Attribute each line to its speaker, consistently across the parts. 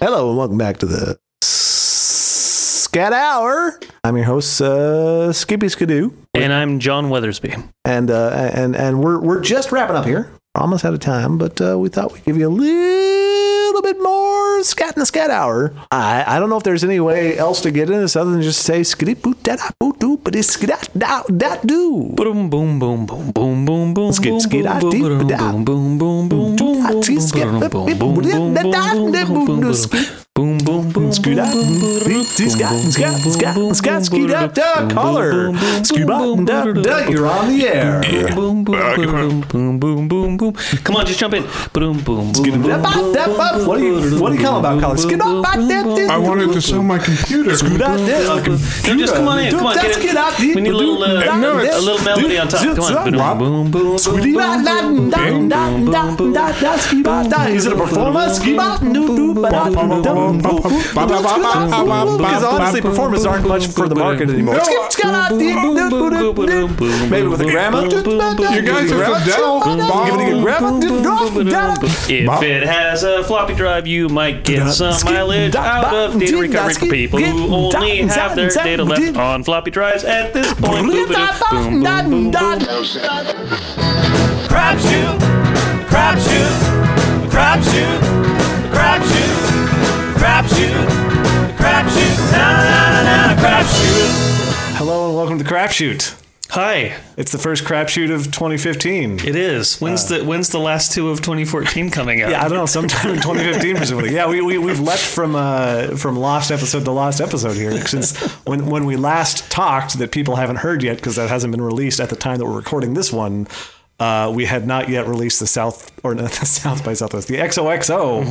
Speaker 1: Hello and welcome back to the Scat Hour. I'm your host, uh, Skippy Skidoo,
Speaker 2: And I'm John Weathersby.
Speaker 1: and uh, and and we're we're just wrapping up here, almost out of time, but uh, we thought we'd give you a little bit more Scat in the Scat Hour. I I don't know if there's any way else to get in this other than just say skiddy boot da da boot doo, but it's scat da da doo.
Speaker 2: Boom, boom, boom, boom, boom, boom, boom.
Speaker 1: Skid, skid, ah,
Speaker 2: boom,
Speaker 1: dee,
Speaker 2: boom,
Speaker 1: da.
Speaker 2: boom, boom, boom, boom, boom,
Speaker 1: Ah, skid, skid,
Speaker 2: boom,
Speaker 1: ah,
Speaker 2: boom,
Speaker 1: bip,
Speaker 2: boom,
Speaker 1: da,
Speaker 2: boom,
Speaker 1: da, da,
Speaker 2: boom, boom,
Speaker 1: da,
Speaker 2: boom,
Speaker 1: boom,
Speaker 2: boom,
Speaker 1: skid.
Speaker 2: boom, boom, boom,
Speaker 1: Scoot out.
Speaker 2: boom, boom, boom,
Speaker 1: Scott,
Speaker 2: boom,
Speaker 1: Scott,
Speaker 2: boom,
Speaker 1: Scott,
Speaker 2: boom,
Speaker 1: Scott,
Speaker 2: boom,
Speaker 1: scoot up, duck,
Speaker 2: boom,
Speaker 1: caller.
Speaker 2: boom, boom,
Speaker 1: Scoot
Speaker 2: boom,
Speaker 1: up, duck,
Speaker 2: boom,
Speaker 1: duck,
Speaker 2: boom,
Speaker 1: you're on the
Speaker 2: boom,
Speaker 1: air.
Speaker 2: boom, boom, boom, boom, boom, boom. Come on, just jump in. Boom, boom, boom,
Speaker 1: Dap,
Speaker 2: boom,
Speaker 1: up, dap, up. What are you, what are you calling about, caller? Scoot up, up, dap, dap.
Speaker 3: I wanted to sell my computer.
Speaker 1: Scoot up,
Speaker 2: No,
Speaker 1: dap, computer.
Speaker 2: just come on in. Come on,
Speaker 1: Let's
Speaker 2: get in.
Speaker 1: get out
Speaker 2: We
Speaker 1: deep,
Speaker 2: need a little, uh,
Speaker 1: dap,
Speaker 3: no,
Speaker 1: dap,
Speaker 2: a little melody on top.
Speaker 1: dip,
Speaker 2: Come
Speaker 1: dip,
Speaker 2: on. Boom,
Speaker 1: dap.
Speaker 2: boom, boom, boom,
Speaker 1: Scoot up, da,
Speaker 2: boom,
Speaker 1: da,
Speaker 2: boom,
Speaker 1: da,
Speaker 2: boom,
Speaker 1: da,
Speaker 2: boom, boom.
Speaker 1: da, da, scoot up, da. Is it a performance? Scoot up, doo, doo, ba, da, doo, doo, doo. Because honestly, performances aren't much for the market anymore.
Speaker 3: No.
Speaker 1: Scoot, scoot up, doo, doo, doo, doo, doo. Maybe with a grandma.
Speaker 3: You guys are
Speaker 1: Grandma,
Speaker 3: Fidel.
Speaker 1: Give it a good grandma. Doo, doo, doo.
Speaker 2: If it has a floppy drive, you might get some mileage out of data recovery for people who only have their data left on floppy drives at this point. Boom, boom, boom, boom, boom.
Speaker 4: Crab shoot, crab shoot, crab shoot, crab shoot, crab shoot, crab shoot, na na na na, crab shoot.
Speaker 5: Hello and welcome to Crapshoot.
Speaker 2: Hi,
Speaker 5: It's the first crapshoot of 2015.
Speaker 2: it is. When's the when's the last two of 2014 coming out?
Speaker 5: Yeah, I don't know, sometime in 2015 presumably. Yeah, we, we we've leapt from uh from last episode to last episode here since when when we last talked that people haven't heard yet because that hasn't been released at the time that we're recording this one. Uh, we had not yet released the South or not the South by Southwest, the XOXO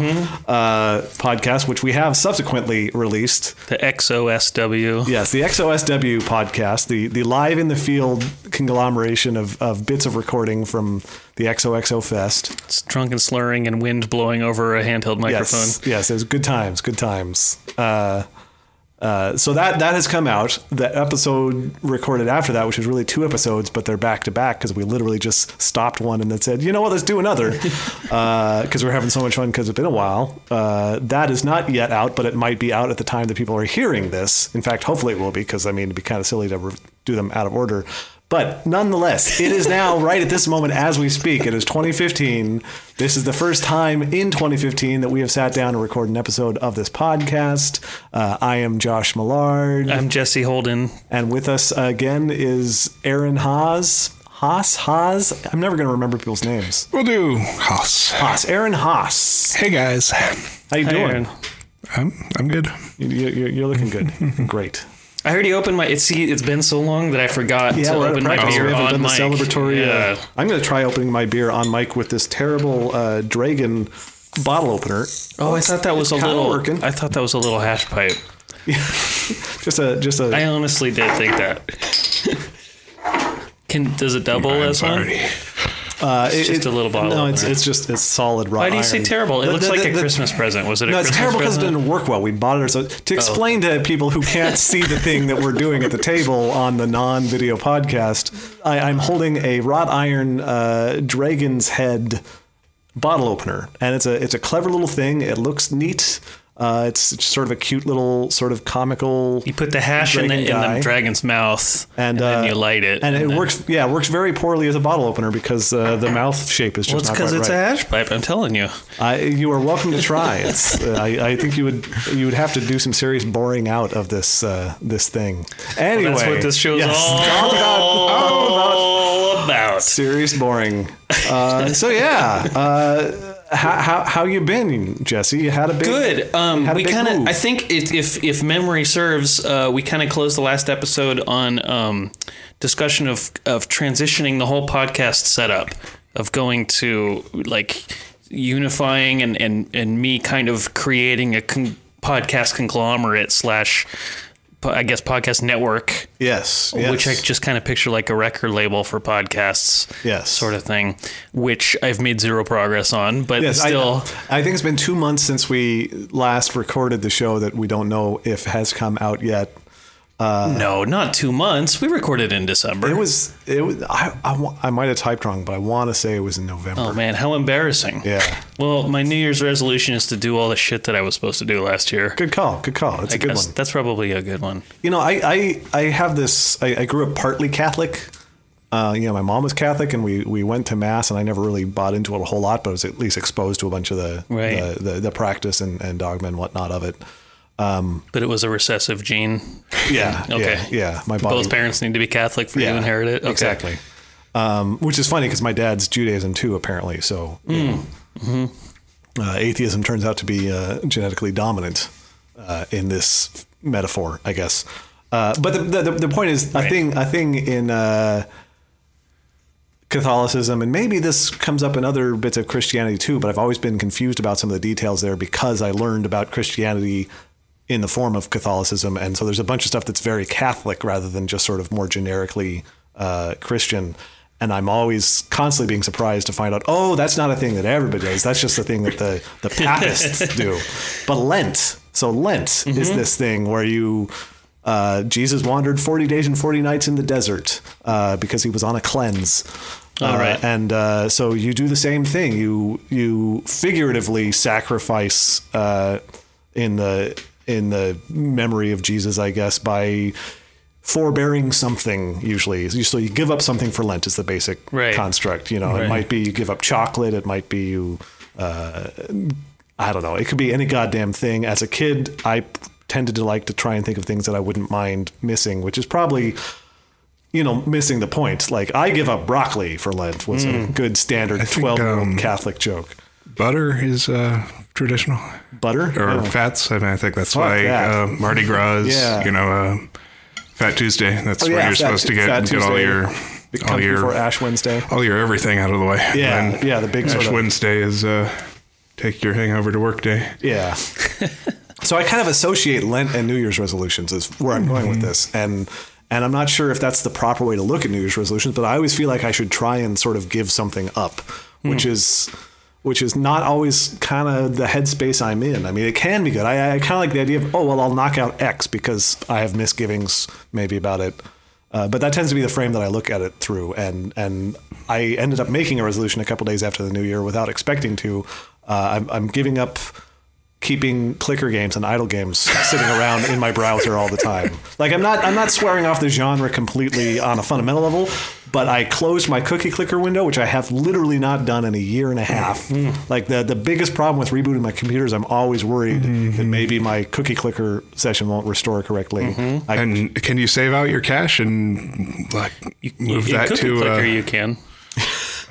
Speaker 5: uh, podcast, which we have subsequently released.
Speaker 2: The XOSW.
Speaker 5: Yes, the XOSW podcast, the the live in the field conglomeration of, of bits of recording from the XOXO Fest.
Speaker 2: It's drunk and slurring and wind blowing over a handheld microphone.
Speaker 5: Yes, yes, it was good times, good times. Uh, uh, so that that has come out. The episode recorded after that, which was really two episodes, but they're back to back because we literally just stopped one and then said, you know what, let's do another because we're having so much fun because it's been a while. Uh, that is not yet out, but it might be out at the time that people are hearing this. In fact, hopefully it will be because I mean it'd be kind of silly to re- do them out of order. But nonetheless, it is now right at this moment as we speak. It is 2015. This is the first time in 2015 that we have sat down and recorded an episode of this podcast. Uh, I am Josh Millard,
Speaker 2: I'm Jesse Holden.
Speaker 5: and with us again is Aaron Haas. Haas, Haas. I'm never going to remember people's names.
Speaker 3: We'll do Haas.
Speaker 5: Haas, Aaron Haas.
Speaker 3: Hey guys,
Speaker 5: How you
Speaker 2: Hi,
Speaker 5: doing?
Speaker 2: Aaron.
Speaker 3: I'm I'm good.
Speaker 5: You, you, you're looking good. Great.
Speaker 2: I heard you opened my. It's see, it's been so long that I forgot to
Speaker 5: we're out of
Speaker 2: open my
Speaker 5: practice.
Speaker 2: beer
Speaker 5: We haven't
Speaker 2: on
Speaker 5: done the
Speaker 2: mic.
Speaker 5: celebratory. uh,
Speaker 2: Yeah.
Speaker 5: I'm going to try opening my beer on mic with this terrible uh, dragon bottle opener.
Speaker 2: oh, I thought that was a
Speaker 5: kinda
Speaker 2: little.
Speaker 5: working.
Speaker 2: I thought that was a little hash pipe.
Speaker 5: Just a just a.
Speaker 2: I honestly did think that. Can does it double as one?
Speaker 3: Sorry.
Speaker 5: uh, it- it-
Speaker 2: just a little bottle
Speaker 5: No, it's
Speaker 2: opener.
Speaker 5: it's just it's solid raw.
Speaker 2: Why do you say
Speaker 5: iron.
Speaker 2: terrible? It
Speaker 5: The-
Speaker 2: looks
Speaker 5: the-
Speaker 2: like
Speaker 5: the-
Speaker 2: a
Speaker 5: the-
Speaker 2: Christmas present. Was it a
Speaker 5: No, it's
Speaker 2: Christmas
Speaker 5: terrible because it
Speaker 2: present? Oh.
Speaker 5: didn't work well. We bought it. So to explain to people who can't see the thing that we're doing at the table on the non-video podcast, I, I'm holding a wrought iron uh, dragon's head bottle opener, and it's a it's a clever little thing. It looks neat. Uh, it's sort of a cute little sort of comical.
Speaker 2: You put the hash in the, in
Speaker 5: Dragon guy.
Speaker 2: the dragon's mouth,
Speaker 5: and,
Speaker 2: and, then
Speaker 5: uh,
Speaker 2: you light it,
Speaker 5: and, it
Speaker 2: then-
Speaker 5: works. Yeah, it works very poorly as a bottle opener because uh, the mouth shape is
Speaker 2: Well,
Speaker 5: just
Speaker 2: it's
Speaker 5: not
Speaker 2: because
Speaker 5: quite
Speaker 2: it's
Speaker 5: right.
Speaker 2: a hash pipe. I'm telling you.
Speaker 5: I, you are welcome to try. It's, uh, I, I think you would you would have to do some serious boring out of this uh, this thing. Anyway,
Speaker 2: That's what this show's
Speaker 5: yes.
Speaker 2: all,
Speaker 5: Talk about- all about
Speaker 2: about.
Speaker 5: serious boring. Uh, so yeah, uh, how, how how you been, Jesse? You had a big
Speaker 2: Good. Um,
Speaker 5: had a
Speaker 2: we
Speaker 5: big
Speaker 2: kind of.
Speaker 5: move.
Speaker 2: I think if if, if memory serves, uh, we kind of closed the last episode on um, discussion of of transitioning the whole podcast setup of going to like unifying and and and me kind of creating a con- podcast conglomerate slash. po- I guess podcast network,
Speaker 5: yes, yes,
Speaker 2: Oh, which I just kind of picture like a record label for podcasts,
Speaker 5: Yes.
Speaker 2: sort of thing, which I've made zero progress on, but
Speaker 5: Yes, I-
Speaker 2: still,
Speaker 5: I, think it's been two months since we last recorded the show that we don't know if has come out yet.
Speaker 2: no, not two months. We recorded in December.
Speaker 5: It was it was I I, wa- I might have typed wrong, but I want to say it was in November.
Speaker 2: Oh man, how embarrassing.
Speaker 5: Yeah.
Speaker 2: Well, my New Year's resolution is to do all the shit that I was supposed to do last year.
Speaker 5: Good call. Good call. It's a
Speaker 2: I
Speaker 5: good
Speaker 2: guess
Speaker 5: one.
Speaker 2: that's probably a good one.
Speaker 5: You know, I I, I have this. I, I grew up partly Catholic. Uh, you know, my mom was Catholic, and we we went to mass, and I never really bought into it a whole lot, but I was at least exposed to a bunch of the
Speaker 2: Right.
Speaker 5: the, the, the practice and, and dogma and whatnot of it.
Speaker 2: But it was a recessive gene.
Speaker 5: Yeah.
Speaker 2: Okay.
Speaker 5: Yeah. yeah. My body.
Speaker 2: Both parents need to be Catholic for you to
Speaker 5: Yeah,
Speaker 2: inherit it. Okay.
Speaker 5: Exactly. Um, which is funny because my dad's Judaism too, apparently. So you
Speaker 2: Hmm.
Speaker 5: know.
Speaker 2: Mm-hmm.
Speaker 5: uh, atheism turns out to be uh, genetically dominant uh, in this metaphor, I guess. Uh, but the, the, the point is, I think I think in uh, Catholicism, and maybe this comes up in other bits of Christianity too, but I've always been confused about some of the details there because I learned about Christianity in the form of Catholicism. And so there's a bunch of stuff that's very Catholic rather than just sort of more generically uh, Christian. And I'm always constantly being surprised to find out, oh, that's not a thing that everybody does. That's just the thing that the, the papists do. But Lent, so Lent is this thing where you uh, Jesus wandered 40 days and 40 nights in the desert uh, because he was on a cleanse.
Speaker 2: All
Speaker 5: Uh,
Speaker 2: right.
Speaker 5: and uh, so you do the same thing. You you figuratively sacrifice uh, in the in the memory of Jesus, I guess, by forbearing something. Usually, so you give up something for Lent is the basic
Speaker 2: Right.
Speaker 5: construct. You know, it
Speaker 2: Right.
Speaker 5: might be you give up chocolate. It might be you uh, I don't know. It could be any goddamn thing. As a kid, I p- tended to like to try and think of things that I wouldn't mind missing, which is probably, you know, missing the point. Like I give up broccoli for Lent was
Speaker 2: Mm.
Speaker 5: a good standard
Speaker 3: think,
Speaker 5: twelve-year-old
Speaker 3: um,
Speaker 5: Catholic joke.
Speaker 3: Butter is uh, traditional.
Speaker 5: Butter
Speaker 3: Or
Speaker 5: Oh.
Speaker 3: fats. I mean, I think that's
Speaker 5: Fuck
Speaker 3: why
Speaker 5: that.
Speaker 3: uh, Mardi Gras is,
Speaker 5: Yeah.
Speaker 3: you know, uh, Fat Tuesday. That's
Speaker 5: Oh,
Speaker 3: where
Speaker 5: yeah,
Speaker 3: you're
Speaker 5: Fat-
Speaker 3: supposed to get,
Speaker 5: Fat
Speaker 3: get all
Speaker 5: Tuesday.
Speaker 3: your,
Speaker 5: It
Speaker 3: all
Speaker 5: comes before
Speaker 3: your,
Speaker 5: Ash Wednesday.
Speaker 3: all your everything out of the way.
Speaker 5: Yeah,
Speaker 3: And then
Speaker 5: yeah, the big
Speaker 3: Ash
Speaker 5: sort of-
Speaker 3: Wednesday is uh, take your hangover to work day.
Speaker 5: Yeah. so I kind of associate Lent and New Year's resolutions is where I'm going with this, and and I'm not sure if that's the proper way to look at New Year's resolutions, but I always feel like I should try and sort of give something up, which is which is not always kind of the headspace I'm in. I mean, it can be good. I, I kind of like the idea of oh well, I'll knock out X because I have misgivings maybe about it. Uh, but that tends to be the frame that I look at it through, and and I ended up making a resolution a couple days after the new year without expecting to. Uh, I'm, I'm giving up keeping clicker games and idle games sitting around in my browser all the time. Like I'm not I'm not swearing off the genre completely on a fundamental level, but I closed my cookie clicker window, which I have literally not done in a year and a half. Like the the biggest problem with rebooting my computers, I'm always worried that maybe my cookie clicker session won't restore correctly. I,
Speaker 3: And can you save out your cash and like move
Speaker 2: In
Speaker 3: that
Speaker 2: Cookie
Speaker 3: to?
Speaker 2: Clicker,
Speaker 3: Uh,
Speaker 2: you can.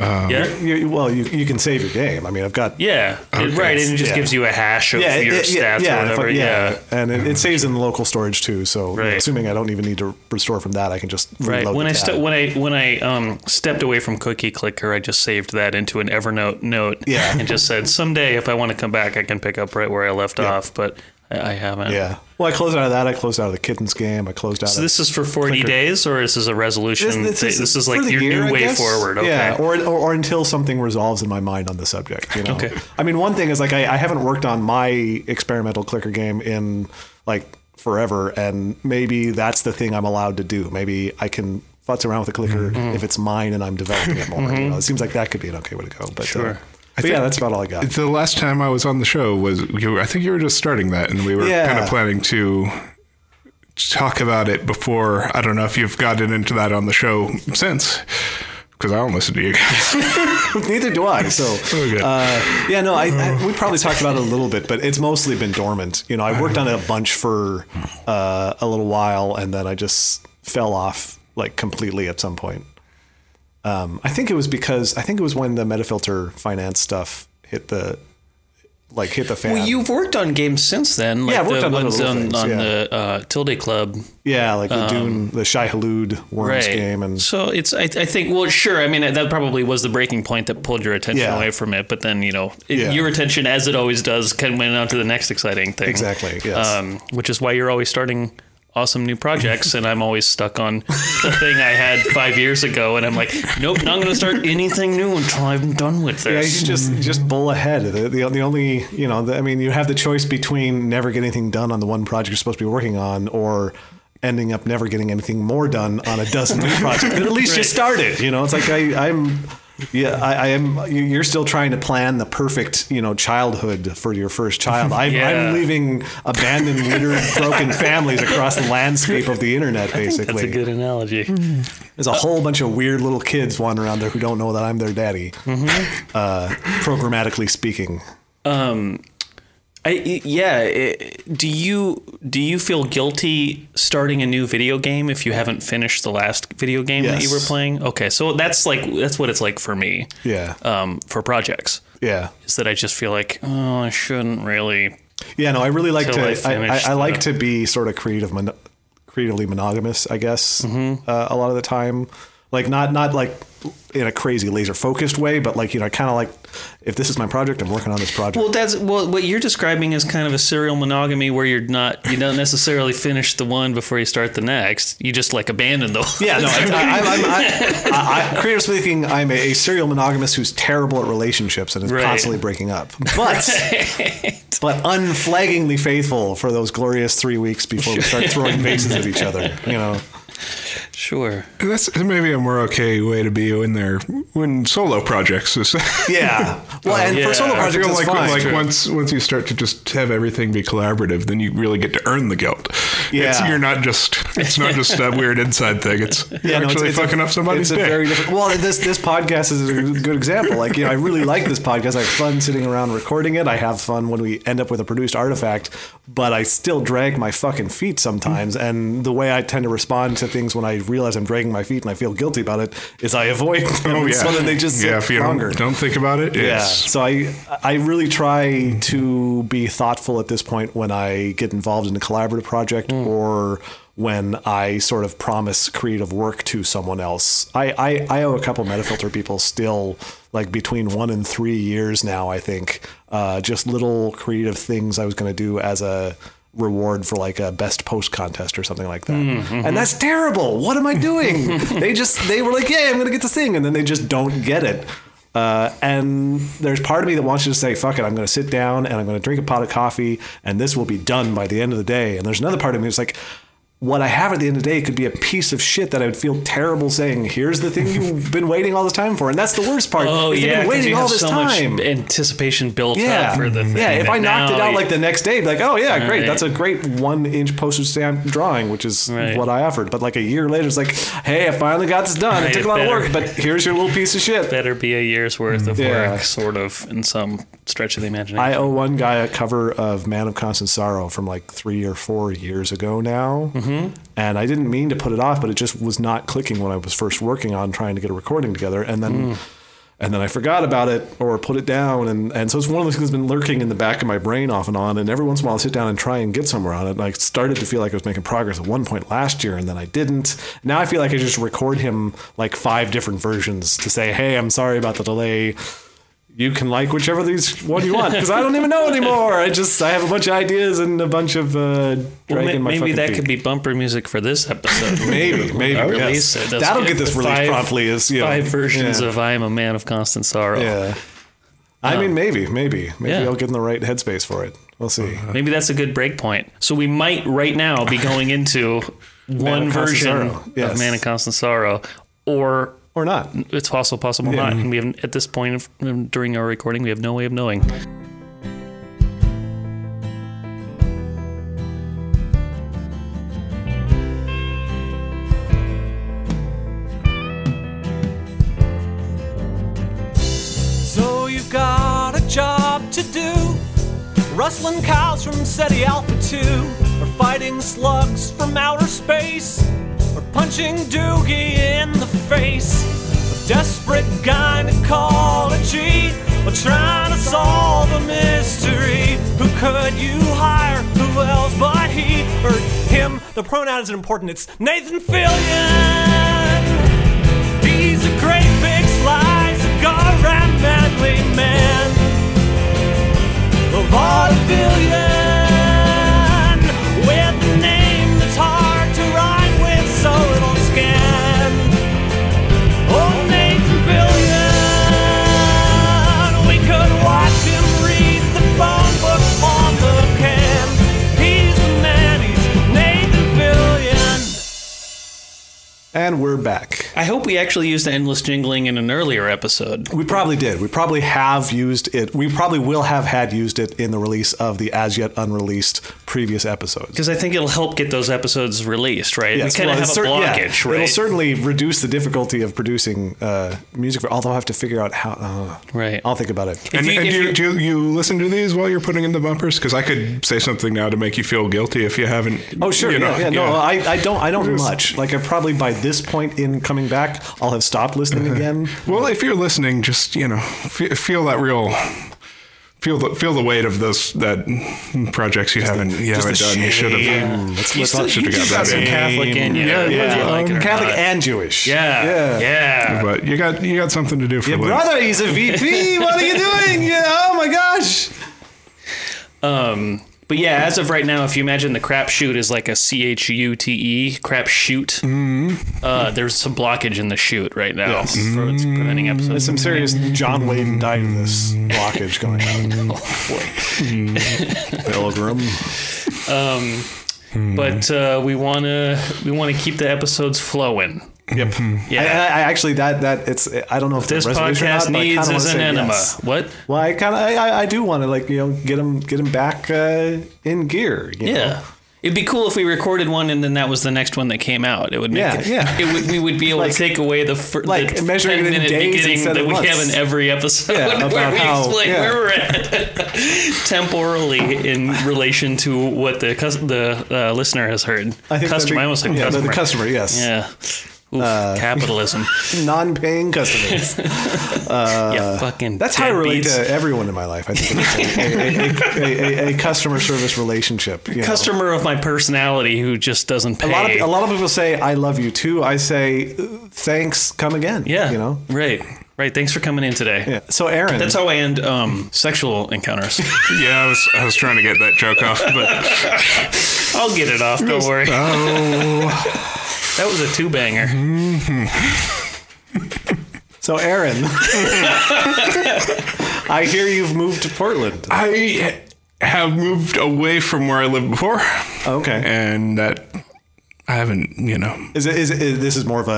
Speaker 5: Um,
Speaker 2: yeah.
Speaker 5: you, well, you you can save your game. I mean, I've got
Speaker 2: Yeah. It- right. And it just
Speaker 5: Yeah.
Speaker 2: gives you a hash of
Speaker 5: it-
Speaker 2: your
Speaker 5: it-
Speaker 2: stats
Speaker 5: yeah,
Speaker 2: or
Speaker 5: and if I-
Speaker 2: whatever. yeah.
Speaker 5: and it, it saves in the local storage too. So you know,
Speaker 2: Right.
Speaker 5: assuming I don't even need to restore from that, I can just
Speaker 2: Right.
Speaker 5: reload
Speaker 2: When
Speaker 5: the
Speaker 2: I
Speaker 5: tab.
Speaker 2: st- when I when I um, stepped away from Cookie Clicker, I just saved that into an Evernote note.
Speaker 5: Yeah.
Speaker 2: And just said someday if I want to come back, I can pick up right where I left off. But I, I haven't.
Speaker 5: Yeah. Well, I closed out of that. I closed out of the kittens game. I closed out.
Speaker 2: So
Speaker 5: of
Speaker 2: this is for 40 days, or is this a resolution? thi- Mm, This, is
Speaker 5: for
Speaker 2: like
Speaker 5: the
Speaker 2: your
Speaker 5: year, I
Speaker 2: new way
Speaker 5: guess.
Speaker 2: forward. Okay.
Speaker 5: Yeah. Or, or or until something resolves in my mind on the subject. You know.
Speaker 2: Okay.
Speaker 5: I mean, one thing is like I, I haven't worked on my experimental clicker game in like forever, and maybe that's the thing I'm allowed to do. Maybe I can futz around with a clicker if it's mine and I'm developing it more. you know? It seems like that could be an okay way to go. But, sure. but yeah,
Speaker 3: think-
Speaker 5: that's about all I got.
Speaker 3: the last time I was on the show was you were, I think you were just starting that, and we were
Speaker 5: Yeah.
Speaker 3: kind of planning to talk about it before. I don't know if you've gotten into that on the show since, because I don't listen to you guys.
Speaker 5: Neither do I. So,
Speaker 3: good.
Speaker 5: uh, yeah, no, I, I we probably talked about it a little bit, but it's mostly been dormant. You know, I worked on it a bunch for uh, a little while, and then I just fell off like completely at some point. Um, I think it was because I think it was when the Metafilter finance stuff hit the like hit the fan.
Speaker 2: Well, you've worked on games since then. Like
Speaker 5: Yeah, I've worked
Speaker 2: the
Speaker 5: on other
Speaker 2: ones
Speaker 5: little
Speaker 2: on,
Speaker 5: things,
Speaker 2: on
Speaker 5: yeah.
Speaker 2: the uh, Tilde Club.
Speaker 5: yeah, like the Dune, the Shai Halud Worms game, and
Speaker 2: so it's I, I think well sure I mean that probably was the breaking point that pulled your attention
Speaker 5: Yeah.
Speaker 2: away from it but then you know it-
Speaker 5: Yeah.
Speaker 2: your attention as it always does can went on to the next exciting thing
Speaker 5: Exactly, yes.
Speaker 2: um, which is why you're always starting awesome new projects and I'm always stuck on the thing I had five years ago and I'm like nope not going to start anything new until I'm done with
Speaker 5: Yeah,
Speaker 2: this
Speaker 5: you just
Speaker 2: Mm-hmm.
Speaker 5: just bull ahead. The, the, the only you know, the, I mean, you have the choice between never getting anything done on the one project you're supposed to be working on, or ending up never getting anything more done on a dozen new projects. But at least you started. You know, it's like I, I'm. Yeah, I, I am. you- You're still trying to plan the perfect, you know, childhood for your first child. I'm,
Speaker 2: Yeah.
Speaker 5: I'm leaving abandoned, littered, broken families across the landscape of the internet. Basically,
Speaker 2: That's a good analogy.
Speaker 5: there's a
Speaker 2: Uh,
Speaker 5: whole bunch of weird little kids wandering around there who don't know that I'm their daddy,
Speaker 2: Mm-hmm.
Speaker 5: uh, programmatically speaking.
Speaker 2: Um, I, I- yeah. i do you do you feel guilty starting a new video game if you haven't finished the last video game that you
Speaker 5: Yes.
Speaker 2: were playing? Okay, so that's like that's what it's like for me.
Speaker 5: Yeah.
Speaker 2: Um, for projects,
Speaker 5: yeah.
Speaker 2: is that I just feel like oh, I shouldn't really.
Speaker 5: Yeah, no, I really like
Speaker 2: Till I
Speaker 5: to. I, I,
Speaker 2: finish
Speaker 5: I like
Speaker 2: the-
Speaker 5: to be sort of creative, mon- creatively monogamous. I guess
Speaker 2: Mm-hmm.
Speaker 5: uh, a lot of the time, like not not like in a crazy laser focused way, but like you know, kind of like if this is my project, I'm working on this project.
Speaker 2: Well, that's well. What you're describing is kind of a serial monogamy where you're not you don't necessarily finish the one before you start the next. You just like abandon the one.
Speaker 5: yeah, no, I, I, I'm, I'm, I, I, I, creative speaking, I'm a, a serial monogamous who's terrible at relationships and is
Speaker 2: Right.
Speaker 5: constantly breaking up, but but unflaggingly faithful for those glorious three weeks before we start throwing vases at each other. You know.
Speaker 2: sure.
Speaker 3: That's maybe a more okay way to be in there when solo projects. Is,
Speaker 5: Yeah. Well, and
Speaker 2: yeah.
Speaker 5: for solo
Speaker 2: I
Speaker 3: I
Speaker 5: projects,
Speaker 3: feel
Speaker 5: it's
Speaker 3: like,
Speaker 5: fine.
Speaker 3: like once once you start to just have everything be collaborative, then you really get to earn the guilt. It's,
Speaker 5: Yeah.
Speaker 3: you're not just it's not just that weird inside thing. It's you're
Speaker 5: no,
Speaker 3: actually fucking up
Speaker 5: it's
Speaker 3: somebody's
Speaker 5: a
Speaker 3: dick.
Speaker 5: very different. Well, this this podcast is a good example. Like, you know, I really like this podcast. I have fun sitting around recording it. I have fun when we end up with a produced artifact, but I still drag my fucking feet sometimes. And the way I tend to respond to things when I realize I'm dragging my feet and I feel guilty about it is I avoid them.
Speaker 3: oh yeah.
Speaker 5: So then they just
Speaker 3: yeah.
Speaker 5: sit
Speaker 3: If you
Speaker 5: longer.
Speaker 3: don't, don't think about it,
Speaker 5: Yeah.
Speaker 3: it's
Speaker 5: So I I really try to be thoughtful at this point when I get involved in a collaborative project or when I sort of promise creative work to someone else. I, I, I owe a couple Metafilter people still like between one and three years now, I think. Uh, just little creative things I was gonna do as a reward for like a best post contest or something like that. And that's terrible. What am I doing? they just they were like, "Yeah, I'm going to get this thing." And then they just don't get it. Uh, and there's part of me that wants you to say, "Fuck it, I'm going to sit down and I'm going to drink a pot of coffee and this will be done by the end of the day." And there's another part of me that's like, what I have at the end of the day could be a piece of shit that I would feel terrible saying. Here's the thing you've been waiting all this time for, and that's the worst part.
Speaker 2: Oh
Speaker 5: is they've
Speaker 2: yeah,
Speaker 5: been
Speaker 2: 'cause
Speaker 5: waiting
Speaker 2: you
Speaker 5: all
Speaker 2: have
Speaker 5: this
Speaker 2: so
Speaker 5: time.
Speaker 2: much anticipation built up
Speaker 5: Yeah.
Speaker 2: for the thing.
Speaker 5: yeah, if
Speaker 2: that
Speaker 5: I knocked it
Speaker 2: now
Speaker 5: out
Speaker 2: you-
Speaker 5: like the next day, be like, oh yeah, great,
Speaker 2: Right.
Speaker 5: that's a great one inch postage stamp drawing, which is
Speaker 2: Right.
Speaker 5: what I offered. But like a year later, it's like, hey, I finally got this done.
Speaker 2: Right,
Speaker 5: It took a lot
Speaker 2: better.
Speaker 5: of work, but here's your little piece of shit.
Speaker 2: better be a year's worth of
Speaker 5: Yeah.
Speaker 2: work, sort of, in some stretch of the imagination.
Speaker 5: I owe one guy a cover of Man of Constant Sorrow from like three or four years ago now. Mm-hmm. And I didn't mean to put it off, but it just was not clicking when I was first working on trying to get a recording together. And then. And then I forgot about it or put it down. And, and so it's one of those things that's been lurking in the back of my brain off and on. And every once in a while, I'll sit down and try and get somewhere on it. And I started to feel like I was making progress at one point last year, and then I didn't. Now I feel like I just record him like five different versions to say, hey, I'm sorry about the delay. You can like whichever of these one you want because I don't even know anymore. I just I have a bunch of ideas and a bunch of uh,
Speaker 2: Well, ma-
Speaker 5: dragging my
Speaker 2: maybe
Speaker 5: fucking
Speaker 2: that
Speaker 5: feet.
Speaker 2: could be bumper music for this episode.
Speaker 5: maybe maybe
Speaker 2: A
Speaker 5: yes.
Speaker 2: release. That's
Speaker 5: that'll
Speaker 2: good.
Speaker 5: get this released
Speaker 2: Five-
Speaker 5: promptly. Is you know,
Speaker 2: Five versions
Speaker 5: yeah.
Speaker 2: of "I Am a Man of Constant Sorrow."
Speaker 5: Yeah. I mean, maybe, maybe, maybe
Speaker 2: Yeah. Uh-huh.
Speaker 5: I'll get in the right headspace for it. We'll see.
Speaker 2: Maybe that's a good break point. So we might right now be going into one
Speaker 5: of Constant
Speaker 2: version
Speaker 5: Sorrow. Yes.
Speaker 2: of Man of Constant Sorrow, or
Speaker 5: Or not.
Speaker 2: it's also possible not. And we have at this point of, during our recording, we have no way of knowing.
Speaker 4: So you've got a job to do. Rustling cows from SETI Alpha 2, or fighting slugs from outer space, or punching Doogie in the face. A desperate gynecology, or trying to solve a mystery. Who could you hire? Who else but he or him? The pronoun isn't important, it's Nathan Fillion. He's a great big slice of God-ran manly man. A vaudevillian with a name that's hard to rhyme with, so it'll scan. Oh, Nathan Fillion, we could watch him read the phone book on the can. He's the man, he's Nathan Fillion.
Speaker 5: we're back.
Speaker 2: I hope we actually used endless jingling in an earlier episode.
Speaker 5: We probably did. We probably have used it. We probably will have had used it in the release of the as yet unreleased previous episodes.
Speaker 2: Because I think it'll help get those episodes released, right? we kind
Speaker 5: well,
Speaker 2: of have
Speaker 5: it's
Speaker 2: a
Speaker 5: cer- yeah,
Speaker 2: blockage, right?
Speaker 5: It'll certainly reduce the difficulty of producing uh, music. For, although I have to figure out how. Uh,
Speaker 2: Right.
Speaker 5: I'll think about it.
Speaker 3: And,
Speaker 2: you-
Speaker 3: and
Speaker 2: if
Speaker 3: do, you,
Speaker 2: you-
Speaker 3: do you listen to these while you're putting in the bumpers? Because I could say something now to make you feel guilty if you haven't.
Speaker 5: Oh sure,
Speaker 3: you
Speaker 5: yeah,
Speaker 3: know,
Speaker 5: yeah, no,
Speaker 3: yeah.
Speaker 5: I, I don't, I don't much. Like I probably by this point in coming back, I'll have stopped listening again.
Speaker 3: well, if you're listening, just you know, fe feel that real, feel the feel the weight of those that projects you haven't you haven't done. You should have.
Speaker 5: Let's,
Speaker 2: you
Speaker 5: let's
Speaker 2: still,
Speaker 5: not-
Speaker 3: should
Speaker 2: you
Speaker 3: have
Speaker 2: just
Speaker 3: got
Speaker 2: got
Speaker 3: that
Speaker 2: some
Speaker 3: in.
Speaker 2: Catholic in you.
Speaker 3: Yeah,
Speaker 2: whether
Speaker 3: yeah.
Speaker 2: you like it or
Speaker 5: Catholic
Speaker 2: not.
Speaker 5: and Jewish.
Speaker 2: Yeah, yeah.
Speaker 5: yeah.
Speaker 3: But you got you got something to do for
Speaker 5: Your
Speaker 3: Luke.
Speaker 5: brother, he's a VP. what are you doing? Yeah, oh my gosh.
Speaker 2: Um, but yeah, as of right now, if you imagine the crapshoot is like a C H U T E crapshoot, uh, there's some blockage in the shoot right
Speaker 5: Mm-hmm.
Speaker 2: now.
Speaker 5: Yes. Mm-hmm.
Speaker 2: for what's preventing episodes.
Speaker 5: Some serious John Wayne died in this blockage going on. Oh, Pilgrim.
Speaker 2: But uh, we wanna we wanna keep the episodes flowing.
Speaker 5: Yep.
Speaker 2: Yeah.
Speaker 5: Yeah. I, I actually that that it's I don't know if
Speaker 2: This
Speaker 5: the resolution or
Speaker 2: podcast
Speaker 5: not, but I kinda
Speaker 2: needs
Speaker 5: wanna
Speaker 2: is an
Speaker 5: say
Speaker 2: enema.
Speaker 5: yes.
Speaker 2: What?
Speaker 5: Well, I kind of I, I, I do want to like you know get him get him back uh, in gear. you know?
Speaker 2: Yeah. It'd be cool if we recorded one and then that was the next one that came out. It would make
Speaker 5: Yeah,
Speaker 2: it,
Speaker 5: yeah.
Speaker 2: it would, we would be able
Speaker 5: Like-
Speaker 2: to take away the fir-
Speaker 5: like
Speaker 2: the
Speaker 5: measuring it in
Speaker 2: 10-minute
Speaker 5: days instead
Speaker 2: that
Speaker 5: of
Speaker 2: we have
Speaker 5: months.
Speaker 2: in every episode
Speaker 5: Yeah,
Speaker 2: where
Speaker 5: about
Speaker 2: we
Speaker 5: how-
Speaker 2: explain
Speaker 5: yeah.
Speaker 2: where we're at temporally in relation to what the cus- the uh, listener has heard.
Speaker 5: that'd
Speaker 2: customer,
Speaker 5: be-
Speaker 2: I almost said
Speaker 5: yeah, the- uh,
Speaker 2: customer.
Speaker 5: The customer, yes,
Speaker 2: Yeah. Oof, capitalism.
Speaker 5: non-paying customers.
Speaker 2: yeah, fucking.
Speaker 5: uh, That's how I relate
Speaker 2: deadbeats.
Speaker 5: to everyone in my life. I think it's a, a, a, a, a customer service relationship. you know.
Speaker 2: customer of my personality who just doesn't pay.
Speaker 5: A lot, of, a lot of people say "I love you too." I say "Thanks, come again."
Speaker 2: yeah,
Speaker 5: you know.
Speaker 2: Right. Right. Thanks for coming in today.
Speaker 5: Yeah. So Aaron,
Speaker 2: That's how I end um, sexual encounters.
Speaker 3: Yeah, I was I was trying to get that joke off, but
Speaker 2: I'll get it off. Don't worry. Oh. That was a two banger.
Speaker 5: so Aaron, I hear you've moved to Portland.
Speaker 3: I have moved away from where I lived before,
Speaker 5: Okay.
Speaker 3: and that I haven't, you know.
Speaker 5: Is it, is it is this is more of a, a,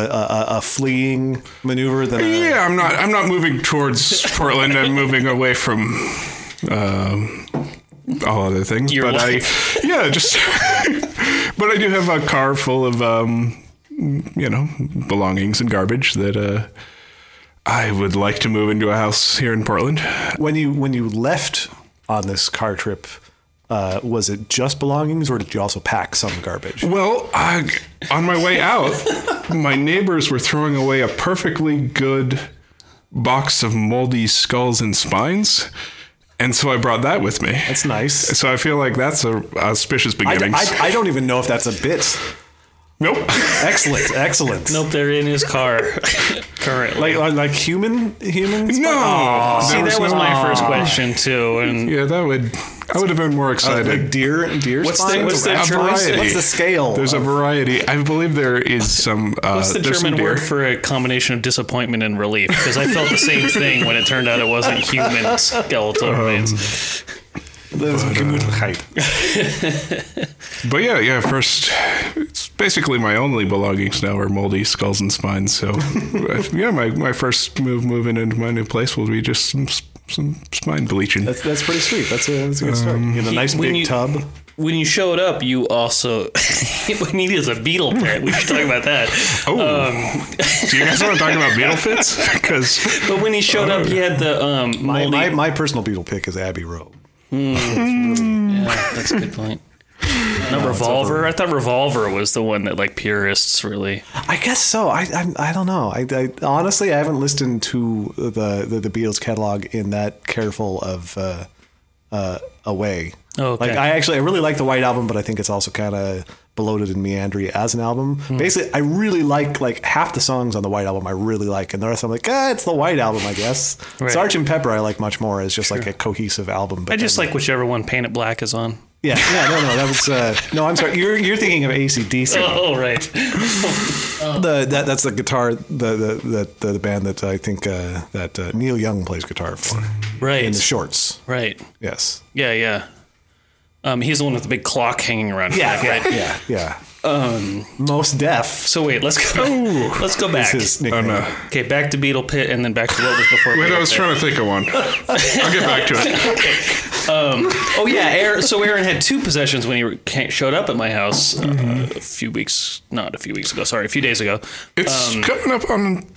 Speaker 5: a- a fleeing maneuver than a,
Speaker 3: Yeah, I'm not. I'm not moving towards Portland. I'm moving away from um, all other things.
Speaker 2: Your
Speaker 3: but
Speaker 2: life.
Speaker 3: I, yeah, just. but I do have a car full of, um, you know, belongings and garbage that uh, I would like to move into a house here in Portland.
Speaker 5: when you when you left on this car trip uh, was it just belongings or did you also pack some garbage
Speaker 3: Well, I, on my way out, my neighbors were throwing away a perfectly good box of moldy skulls and spines, and so I brought that with me.
Speaker 5: that's nice
Speaker 3: So I feel like that's a auspicious
Speaker 5: I, d-
Speaker 3: beginnings.
Speaker 5: I- I don't even know if that's a bit
Speaker 3: nope.
Speaker 5: excellent excellent
Speaker 2: Nope, they're in his car currently.
Speaker 5: like uh, like like human Oh, humans
Speaker 3: no.
Speaker 2: See,
Speaker 3: There
Speaker 2: that was
Speaker 3: no-
Speaker 2: my first question too. And
Speaker 3: Yeah, that would. I would have been more
Speaker 5: like
Speaker 3: excited.
Speaker 5: deer deer
Speaker 2: What's the-
Speaker 5: spines?
Speaker 2: what's the
Speaker 5: Or
Speaker 2: term-
Speaker 5: what's the- what's
Speaker 3: variety.
Speaker 5: the scale Uh,
Speaker 3: There's a variety. I believe there is some. Uh,
Speaker 2: what's the
Speaker 3: there's some
Speaker 2: German
Speaker 3: deer.
Speaker 2: word for a combination of disappointment and relief? Because I felt the same thing when it turned out it wasn't human skeletal
Speaker 3: Um,
Speaker 2: remains.
Speaker 5: There's Gemütlichkeit.
Speaker 3: But yeah, yeah. First, it's basically my only belongings now are moldy skulls and spines. So, uh, yeah, my, my first move moving into my new place will be just some some spine bleaching.
Speaker 5: that's that's pretty sweet that's a, that's a good start in a nice
Speaker 2: when
Speaker 5: big
Speaker 2: you-
Speaker 5: tub
Speaker 2: When you showed up, you also we needed a beetle pit. We should talk about that.
Speaker 3: Oh, do you guys want to talk about beetle fits? Because
Speaker 2: But when he showed up, he had the um,
Speaker 5: my,
Speaker 2: moldy-
Speaker 5: my, my personal beetle pick is Abbey Road
Speaker 2: Yeah, that's a good point. Not revolver. I thought revolver was the one that like purists really.
Speaker 5: I guess so. I I, I don't know. I, I honestly I haven't listened to the, the the Beatles catalog in that careful of uh, uh, a way.
Speaker 2: Oh, okay.
Speaker 5: Like I actually I really like the White Album, but I think it's also kind of bloated and meandry as an album.
Speaker 2: Hmm.
Speaker 5: Basically, I really like like half the songs on the White Album. I really like, and the rest I'm like, ah, it's the White Album, I guess.
Speaker 2: Right.
Speaker 5: Sgt. and Pepper I like much more as just like a cohesive album. But
Speaker 2: I just like whichever one Paint It Black is on.
Speaker 5: yeah yeah no no that was uh, no I'm sorry you're you're thinking of ACDC.
Speaker 2: Oh right.
Speaker 5: The that that's the guitar the the the, the, the band that I think uh, that uh, Neil Young plays guitar for in the
Speaker 2: Right.
Speaker 5: shorts.
Speaker 2: Right.
Speaker 5: Yes.
Speaker 2: Yeah, yeah. Um, he's the one with the big clock hanging around. his neck, right?
Speaker 5: Yeah. Yeah.
Speaker 2: Um,
Speaker 5: Most deaf.
Speaker 2: so wait, let's go. Let's go back.
Speaker 5: His nickname.
Speaker 3: I'm, uh,
Speaker 2: Okay, back to Beetle Pit, and then back to what was before.
Speaker 3: wait, I
Speaker 2: Beetle
Speaker 3: was
Speaker 2: Pit.
Speaker 3: trying to think of one. I'll get back to it.
Speaker 2: Oh yeah, Aaron, so Aaron had two possessions when he ca- showed up at my house uh, a few weeks, not a few weeks ago. Sorry, a few days ago.
Speaker 3: It's
Speaker 2: Um,
Speaker 3: coming up on.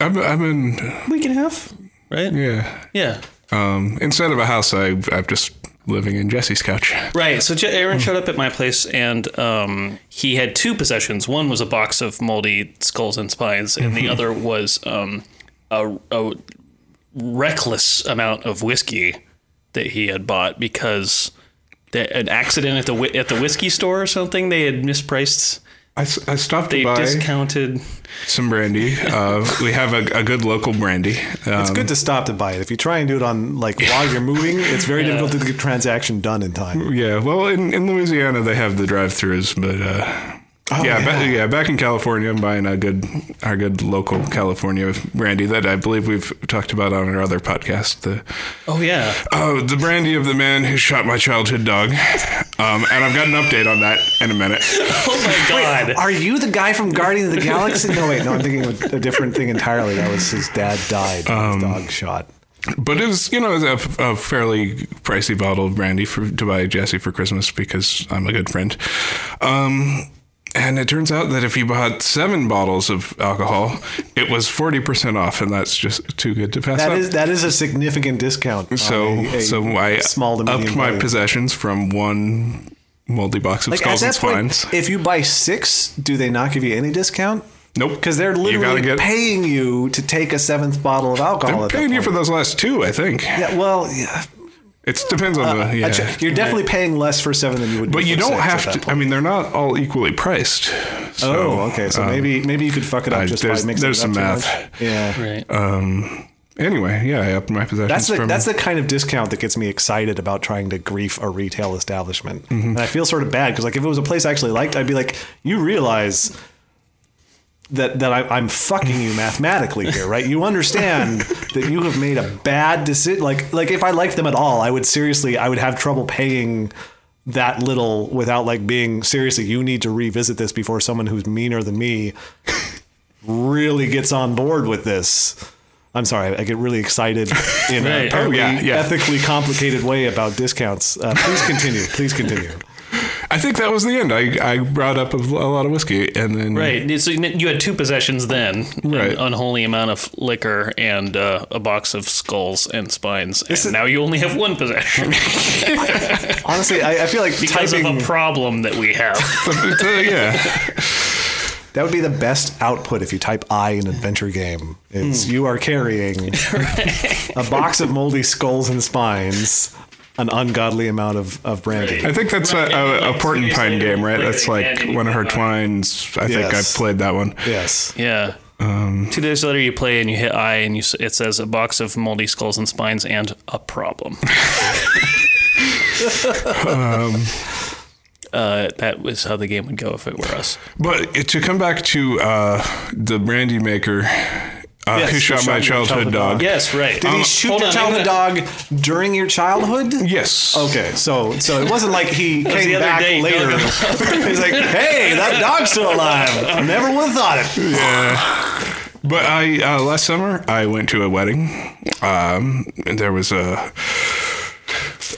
Speaker 3: I'm, I'm in.
Speaker 2: Week and a half, right?
Speaker 3: Yeah.
Speaker 2: Yeah.
Speaker 3: Um, instead of a house, I, I'm just living in Jesse's couch.
Speaker 2: Right. So Je- Aaron showed up at my place, and um, he had two possessions. One was a box of moldy skulls and spines, and the other was um, a, a reckless amount of whiskey that he had bought because the, an accident at the whi- at the whiskey store or something. They had mispriced.
Speaker 3: I, s- I stopped
Speaker 2: They
Speaker 3: to buy
Speaker 2: discounted.
Speaker 3: some brandy. Uh, we have a, a good local brandy. Um,
Speaker 5: It's good to stop to buy it. If you try and do it on like while you're moving, it's very difficult to get the transaction done in time.
Speaker 3: Yeah, well, in, in Louisiana they have the drive-throughs, but uh, yeah,
Speaker 5: yeah.
Speaker 3: ba- yeah. back in California, I'm buying a good our good local California brandy that I believe we've talked about on our other podcast. The
Speaker 2: Oh yeah.
Speaker 3: oh, the brandy of the man who shot my childhood dog, um, and I've got an update on that in a minute.
Speaker 2: Oh my god.
Speaker 5: Are you the guy from Guardians of the Galaxy? No, wait, no, I'm thinking of a different thing entirely. That was his dad died. by his dog shot.
Speaker 3: But it was, you know, a, a fairly pricey bottle of brandy for, to buy Jesse for Christmas because I'm a good friend. Um, and it turns out that if you bought seven bottles of alcohol, it was 40% off, and that's just too good to pass
Speaker 5: That
Speaker 3: up.
Speaker 5: is that is a significant discount. on
Speaker 3: so,
Speaker 5: a- a
Speaker 3: so I
Speaker 5: small to medium
Speaker 3: upped my
Speaker 5: value.
Speaker 3: possessions from one moldy box of
Speaker 5: Like at
Speaker 3: skulls and
Speaker 5: that point,
Speaker 3: spines.
Speaker 5: if you buy six, do they not give you any discount?
Speaker 3: nope.
Speaker 5: Because they're
Speaker 3: You gotta
Speaker 5: literally
Speaker 3: get-
Speaker 5: paying you to take a seventh bottle of alcohol.
Speaker 3: They're
Speaker 5: at that
Speaker 3: paying you
Speaker 5: point.
Speaker 3: for those last two, I think.
Speaker 5: Yeah, Uh, well, yeah,
Speaker 3: It depends on the. Uh, Yeah.
Speaker 5: I check- you're definitely paying less for seven than you would.
Speaker 3: but
Speaker 5: do
Speaker 3: you
Speaker 5: for
Speaker 3: don't
Speaker 5: six at
Speaker 3: have
Speaker 5: that
Speaker 3: to. I mean, they're not all equally priced. So,
Speaker 5: Oh, okay. So
Speaker 3: um,
Speaker 5: maybe maybe you could fuck it up
Speaker 3: I-
Speaker 5: just
Speaker 3: there's-
Speaker 5: by mixing
Speaker 3: there's
Speaker 5: it up
Speaker 3: some
Speaker 5: too
Speaker 3: math.
Speaker 5: much. Yeah.
Speaker 2: right.
Speaker 3: Um. Anyway, yeah, I upped my possessions.
Speaker 5: That's the,
Speaker 3: from,
Speaker 5: that's the kind of discount that gets me excited about trying to grief a retail establishment.
Speaker 3: Mm-hmm.
Speaker 5: And I feel sort of bad because like if it was a place I actually liked, I'd be like, you realize that that I, I'm fucking you mathematically here, right? You understand that you have made a bad decision. Like like if I liked them at all, I would seriously I would have trouble paying that little without like being seriously. You need to revisit this before someone who's meaner than me really gets on board with this. I'm sorry, I get really excited in
Speaker 2: Right. Oh,
Speaker 5: a apparently
Speaker 3: yeah, yeah.
Speaker 5: ethically complicated way about discounts. Uh, please continue. Please continue.
Speaker 3: I think that was the end. I, I brought up a, a lot of whiskey, and then
Speaker 2: Right. So you had two possessions then,
Speaker 3: Right.
Speaker 2: an unholy amount of liquor and uh, a box of skulls and spines, and now you only have one possession
Speaker 5: Honestly, I, I feel like
Speaker 2: because
Speaker 5: typing
Speaker 2: of a problem that we have.
Speaker 3: But, uh, yeah,
Speaker 5: that would be the best output if you type "I" in adventure game. Is
Speaker 2: Hmm.
Speaker 5: you are carrying a box of moldy skulls and spines, an ungodly amount of of brandy.
Speaker 3: I think that's a, a, a porcupine game, right? That's like one of her twines. I think
Speaker 5: Yes.
Speaker 3: I played that one.
Speaker 5: Yes.
Speaker 2: yeah. two days later, you play and you hit I, and you s- it says a box of moldy skulls and spines and a problem. Um, uh, that was how the game would go if it were us.
Speaker 3: But it- to come back to uh, the brandy maker uh,
Speaker 5: Yes,
Speaker 3: who shot my childhood dog.
Speaker 2: Yes, right. Um,
Speaker 5: Did he shoot
Speaker 2: hold
Speaker 5: your
Speaker 2: on, I'm
Speaker 5: childhood dog during your childhood?
Speaker 3: Yes.
Speaker 5: Okay, so so it wasn't like he
Speaker 2: the
Speaker 5: came
Speaker 2: other
Speaker 5: back
Speaker 2: day, you
Speaker 5: later.
Speaker 2: know,
Speaker 5: He's like, "Hey, that dog's still alive." Never would have thought it.
Speaker 3: But I uh, last summer I went to a wedding. Um, and there was a,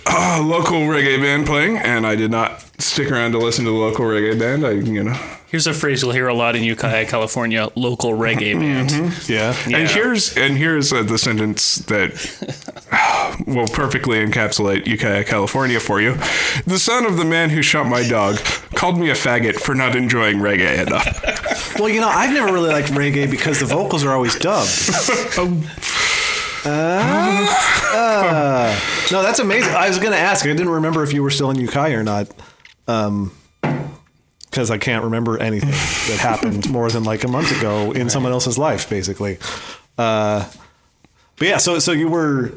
Speaker 3: a local reggae band playing, and I did not stick around to listen to the local reggae band. I, you know,
Speaker 2: Here's a phrase you'll hear a lot in Ukiah, California: local reggae band.
Speaker 5: Yeah.
Speaker 3: and
Speaker 2: Yeah.
Speaker 3: here's and here's uh, the sentence that uh, will perfectly encapsulate Ukiah, California for you. The son of the man who shot my dog called me a faggot for not enjoying reggae enough.
Speaker 5: Well, you know, I've never really liked reggae because the vocals are always dubbed.
Speaker 3: Oh,
Speaker 5: Uh, no, that's amazing. I was going to ask. I didn't remember if you were still in Ukiah or not. because I can't remember anything that happened more than like a month ago in someone else's life, basically. Uh, but yeah, so so you were.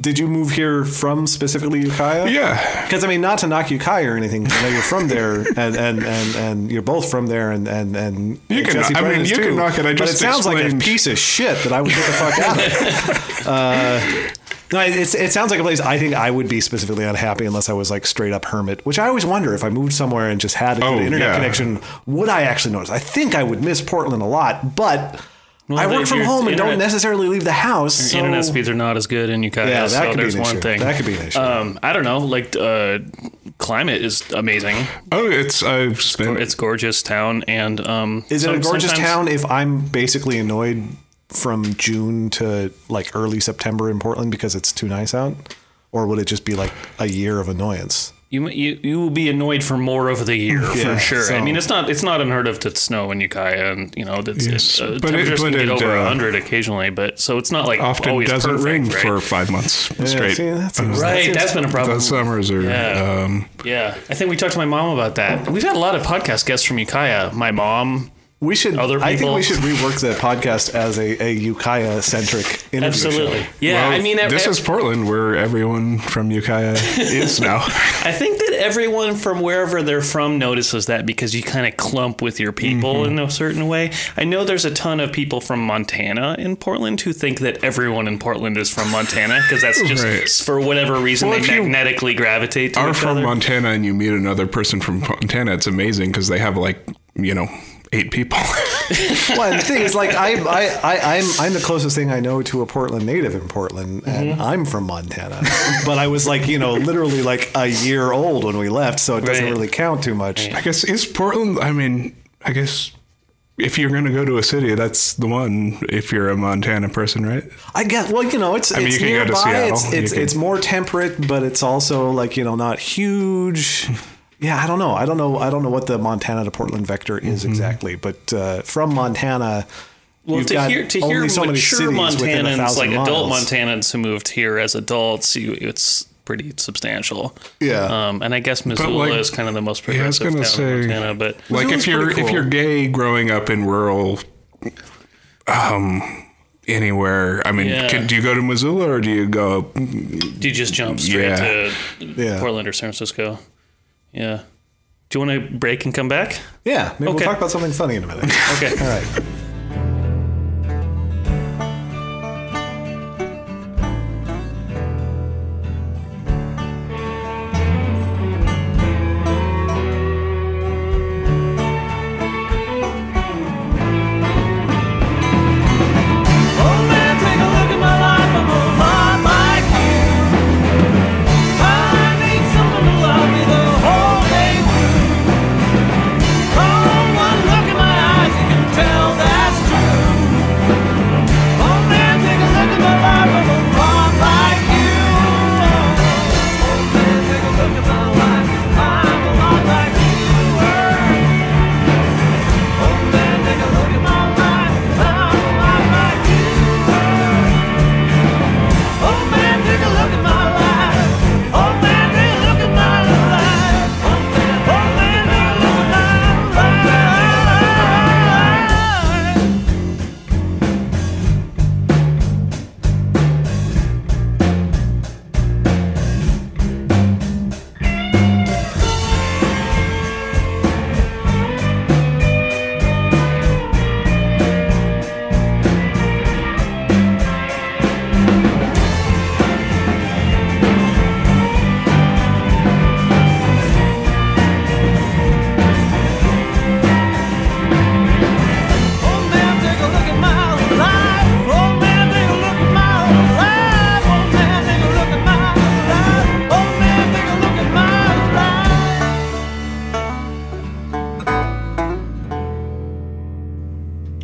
Speaker 5: Did you move here from specifically Ukiah?
Speaker 3: Yeah.
Speaker 5: Because I mean, not to knock Ukiah or anything. 'cause I know you're from there, and and and, and you're both from there, and and and
Speaker 3: You
Speaker 5: and
Speaker 3: can- I mean,
Speaker 5: Brennan is
Speaker 3: you can knock it. I
Speaker 5: but it
Speaker 3: just
Speaker 5: sounds like a
Speaker 3: explained-
Speaker 5: piece of shit that I would get the fuck out of. No, it- it's, it sounds like a place I think I would be specifically unhappy unless I was like straight up hermit, which I always wonder if I moved somewhere and just had a good
Speaker 3: Oh,
Speaker 5: internet
Speaker 3: yeah.
Speaker 5: connection, would I actually notice? I think I would miss Portland a lot, but I
Speaker 2: but
Speaker 5: work
Speaker 2: if
Speaker 5: from
Speaker 2: your
Speaker 5: home and don't
Speaker 2: internet-
Speaker 5: necessarily leave the house. so-
Speaker 2: Internet speeds are not as good in Ukiah.
Speaker 5: Yeah, that
Speaker 2: so
Speaker 5: could be
Speaker 2: there's
Speaker 5: an
Speaker 2: one
Speaker 5: issue.
Speaker 2: thing.
Speaker 5: That could be an issue.
Speaker 2: Um, I don't know. Like uh, climate is amazing.
Speaker 3: Oh, it's I've spent
Speaker 2: It's gorgeous town, and um,
Speaker 5: Is it a
Speaker 2: some-
Speaker 5: gorgeous
Speaker 2: sometimes-
Speaker 5: town if I'm basically annoyed from June to like early September in Portland because it's too nice out? Or would it just be like a year of annoyance?
Speaker 2: You, you you will be annoyed for more of the year
Speaker 5: Yeah,
Speaker 2: for sure.
Speaker 5: so-
Speaker 2: I mean, it's not it's not unheard of to snow in Ukiah, and you know, it's,
Speaker 3: Yes,
Speaker 2: it's uh,
Speaker 3: but it-
Speaker 2: temperatures
Speaker 3: but
Speaker 2: can get
Speaker 3: it,
Speaker 2: over
Speaker 3: uh,
Speaker 2: hundred occasionally, but so it's not like
Speaker 3: often
Speaker 2: always
Speaker 3: doesn't
Speaker 2: perfect,
Speaker 3: rain
Speaker 2: right?
Speaker 3: for five months straight.
Speaker 5: see, that seems- that
Speaker 3: Uh,
Speaker 2: right.
Speaker 5: seems-
Speaker 2: That's been a problem.
Speaker 3: the summers are
Speaker 2: Oh, Yeah.
Speaker 3: um,
Speaker 2: Yeah, I think we talked to my mom about that. We've had a lot of podcast guests from Ukiah. My mom,
Speaker 5: We should.
Speaker 2: Other
Speaker 5: I think
Speaker 2: people-
Speaker 5: we should rework the podcast as a, a Ukiah centric interview.
Speaker 2: absolutely.
Speaker 5: show.
Speaker 2: Yeah,
Speaker 3: well,
Speaker 2: I mean,
Speaker 3: this
Speaker 2: e-
Speaker 3: is Portland, where everyone from Ukiah is now.
Speaker 2: I think that everyone from wherever they're from notices that because you kind of clump with your people
Speaker 5: Mm-hmm.
Speaker 2: in a certain way. I know there's a ton of people from Montana in Portland who think that everyone in Portland is from Montana because that's just
Speaker 3: Right.
Speaker 2: for whatever reason
Speaker 3: Well, if
Speaker 2: they
Speaker 3: you
Speaker 2: magnetically gravitate to
Speaker 3: are
Speaker 2: each
Speaker 3: from
Speaker 2: other.
Speaker 3: Montana and you meet another person from Montana, it's amazing because they have like you know eight people.
Speaker 5: Well, and the thing is, like, I, I, I, I'm, I'm the closest thing I know to a Portland native in Portland, and
Speaker 2: Mm-hmm.
Speaker 5: I'm from Montana. But I was like, you know, literally like a year old when we left, so it doesn't
Speaker 2: Right.
Speaker 5: really count too much.
Speaker 3: I guess is Portland. I mean, I guess if you're going to go to a city, that's the one. If you're a Montana person, right?
Speaker 5: I guess. Well, you know, it's
Speaker 3: mean,
Speaker 5: it's
Speaker 3: you can go to
Speaker 5: nearby. It's
Speaker 3: Seattle. You
Speaker 5: it's,
Speaker 3: can-
Speaker 5: it's more temperate, but it's also like you know not huge. Yeah, I don't know. I don't know. I don't know what the Montana to Portland vector is
Speaker 3: Mm-hmm.
Speaker 5: exactly, but uh, from Montana,
Speaker 2: Well,
Speaker 5: you've
Speaker 2: to
Speaker 5: got
Speaker 2: hear to hear
Speaker 5: only so many
Speaker 2: mature
Speaker 5: cities within a
Speaker 2: Montanans, like
Speaker 5: thousand
Speaker 2: adult
Speaker 5: miles.
Speaker 2: Montanans who moved here as adults, you, it's pretty substantial.
Speaker 5: Yeah.
Speaker 2: Um, and I guess Missoula
Speaker 3: like-
Speaker 2: is kind of the most
Speaker 3: Yeah, I was
Speaker 2: progressive
Speaker 3: going
Speaker 2: town in
Speaker 3: to say
Speaker 2: Montana, but
Speaker 3: like
Speaker 5: Missoula's
Speaker 3: if you're
Speaker 5: pretty
Speaker 3: if
Speaker 5: cool.
Speaker 3: you're gay growing up in rural, um, anywhere. I mean,
Speaker 2: Yeah.
Speaker 3: can, do you go to Missoula or do you go?
Speaker 2: Do you just jump straight
Speaker 3: Yeah.
Speaker 2: to
Speaker 5: Yeah.
Speaker 2: Portland or San Francisco? Yeah. Do you want to break and come back?
Speaker 5: Yeah, maybe we'll
Speaker 2: Okay.
Speaker 5: talk about something funny in a minute.
Speaker 2: Okay.
Speaker 5: All right.
Speaker 4: Oh man, take a look at my life. I'm a lot like you. I need someone to love me the whole day through. From one look in my eyes, you can tell that's true. Oh man, take a look at my life. I'm a lot like you. Oh man, take a look at my life. I'm a lot like you were. Oh man, take a look at my life. I'm a lot like you were. Oh man, take a look at my life. Oh man, take a look at my life. Oh man, oh man, take a look at my life. Oh man, take a look at my life. Oh man, take a look at my life. Oh man, take a look at my life. Oh man, take a look at my life.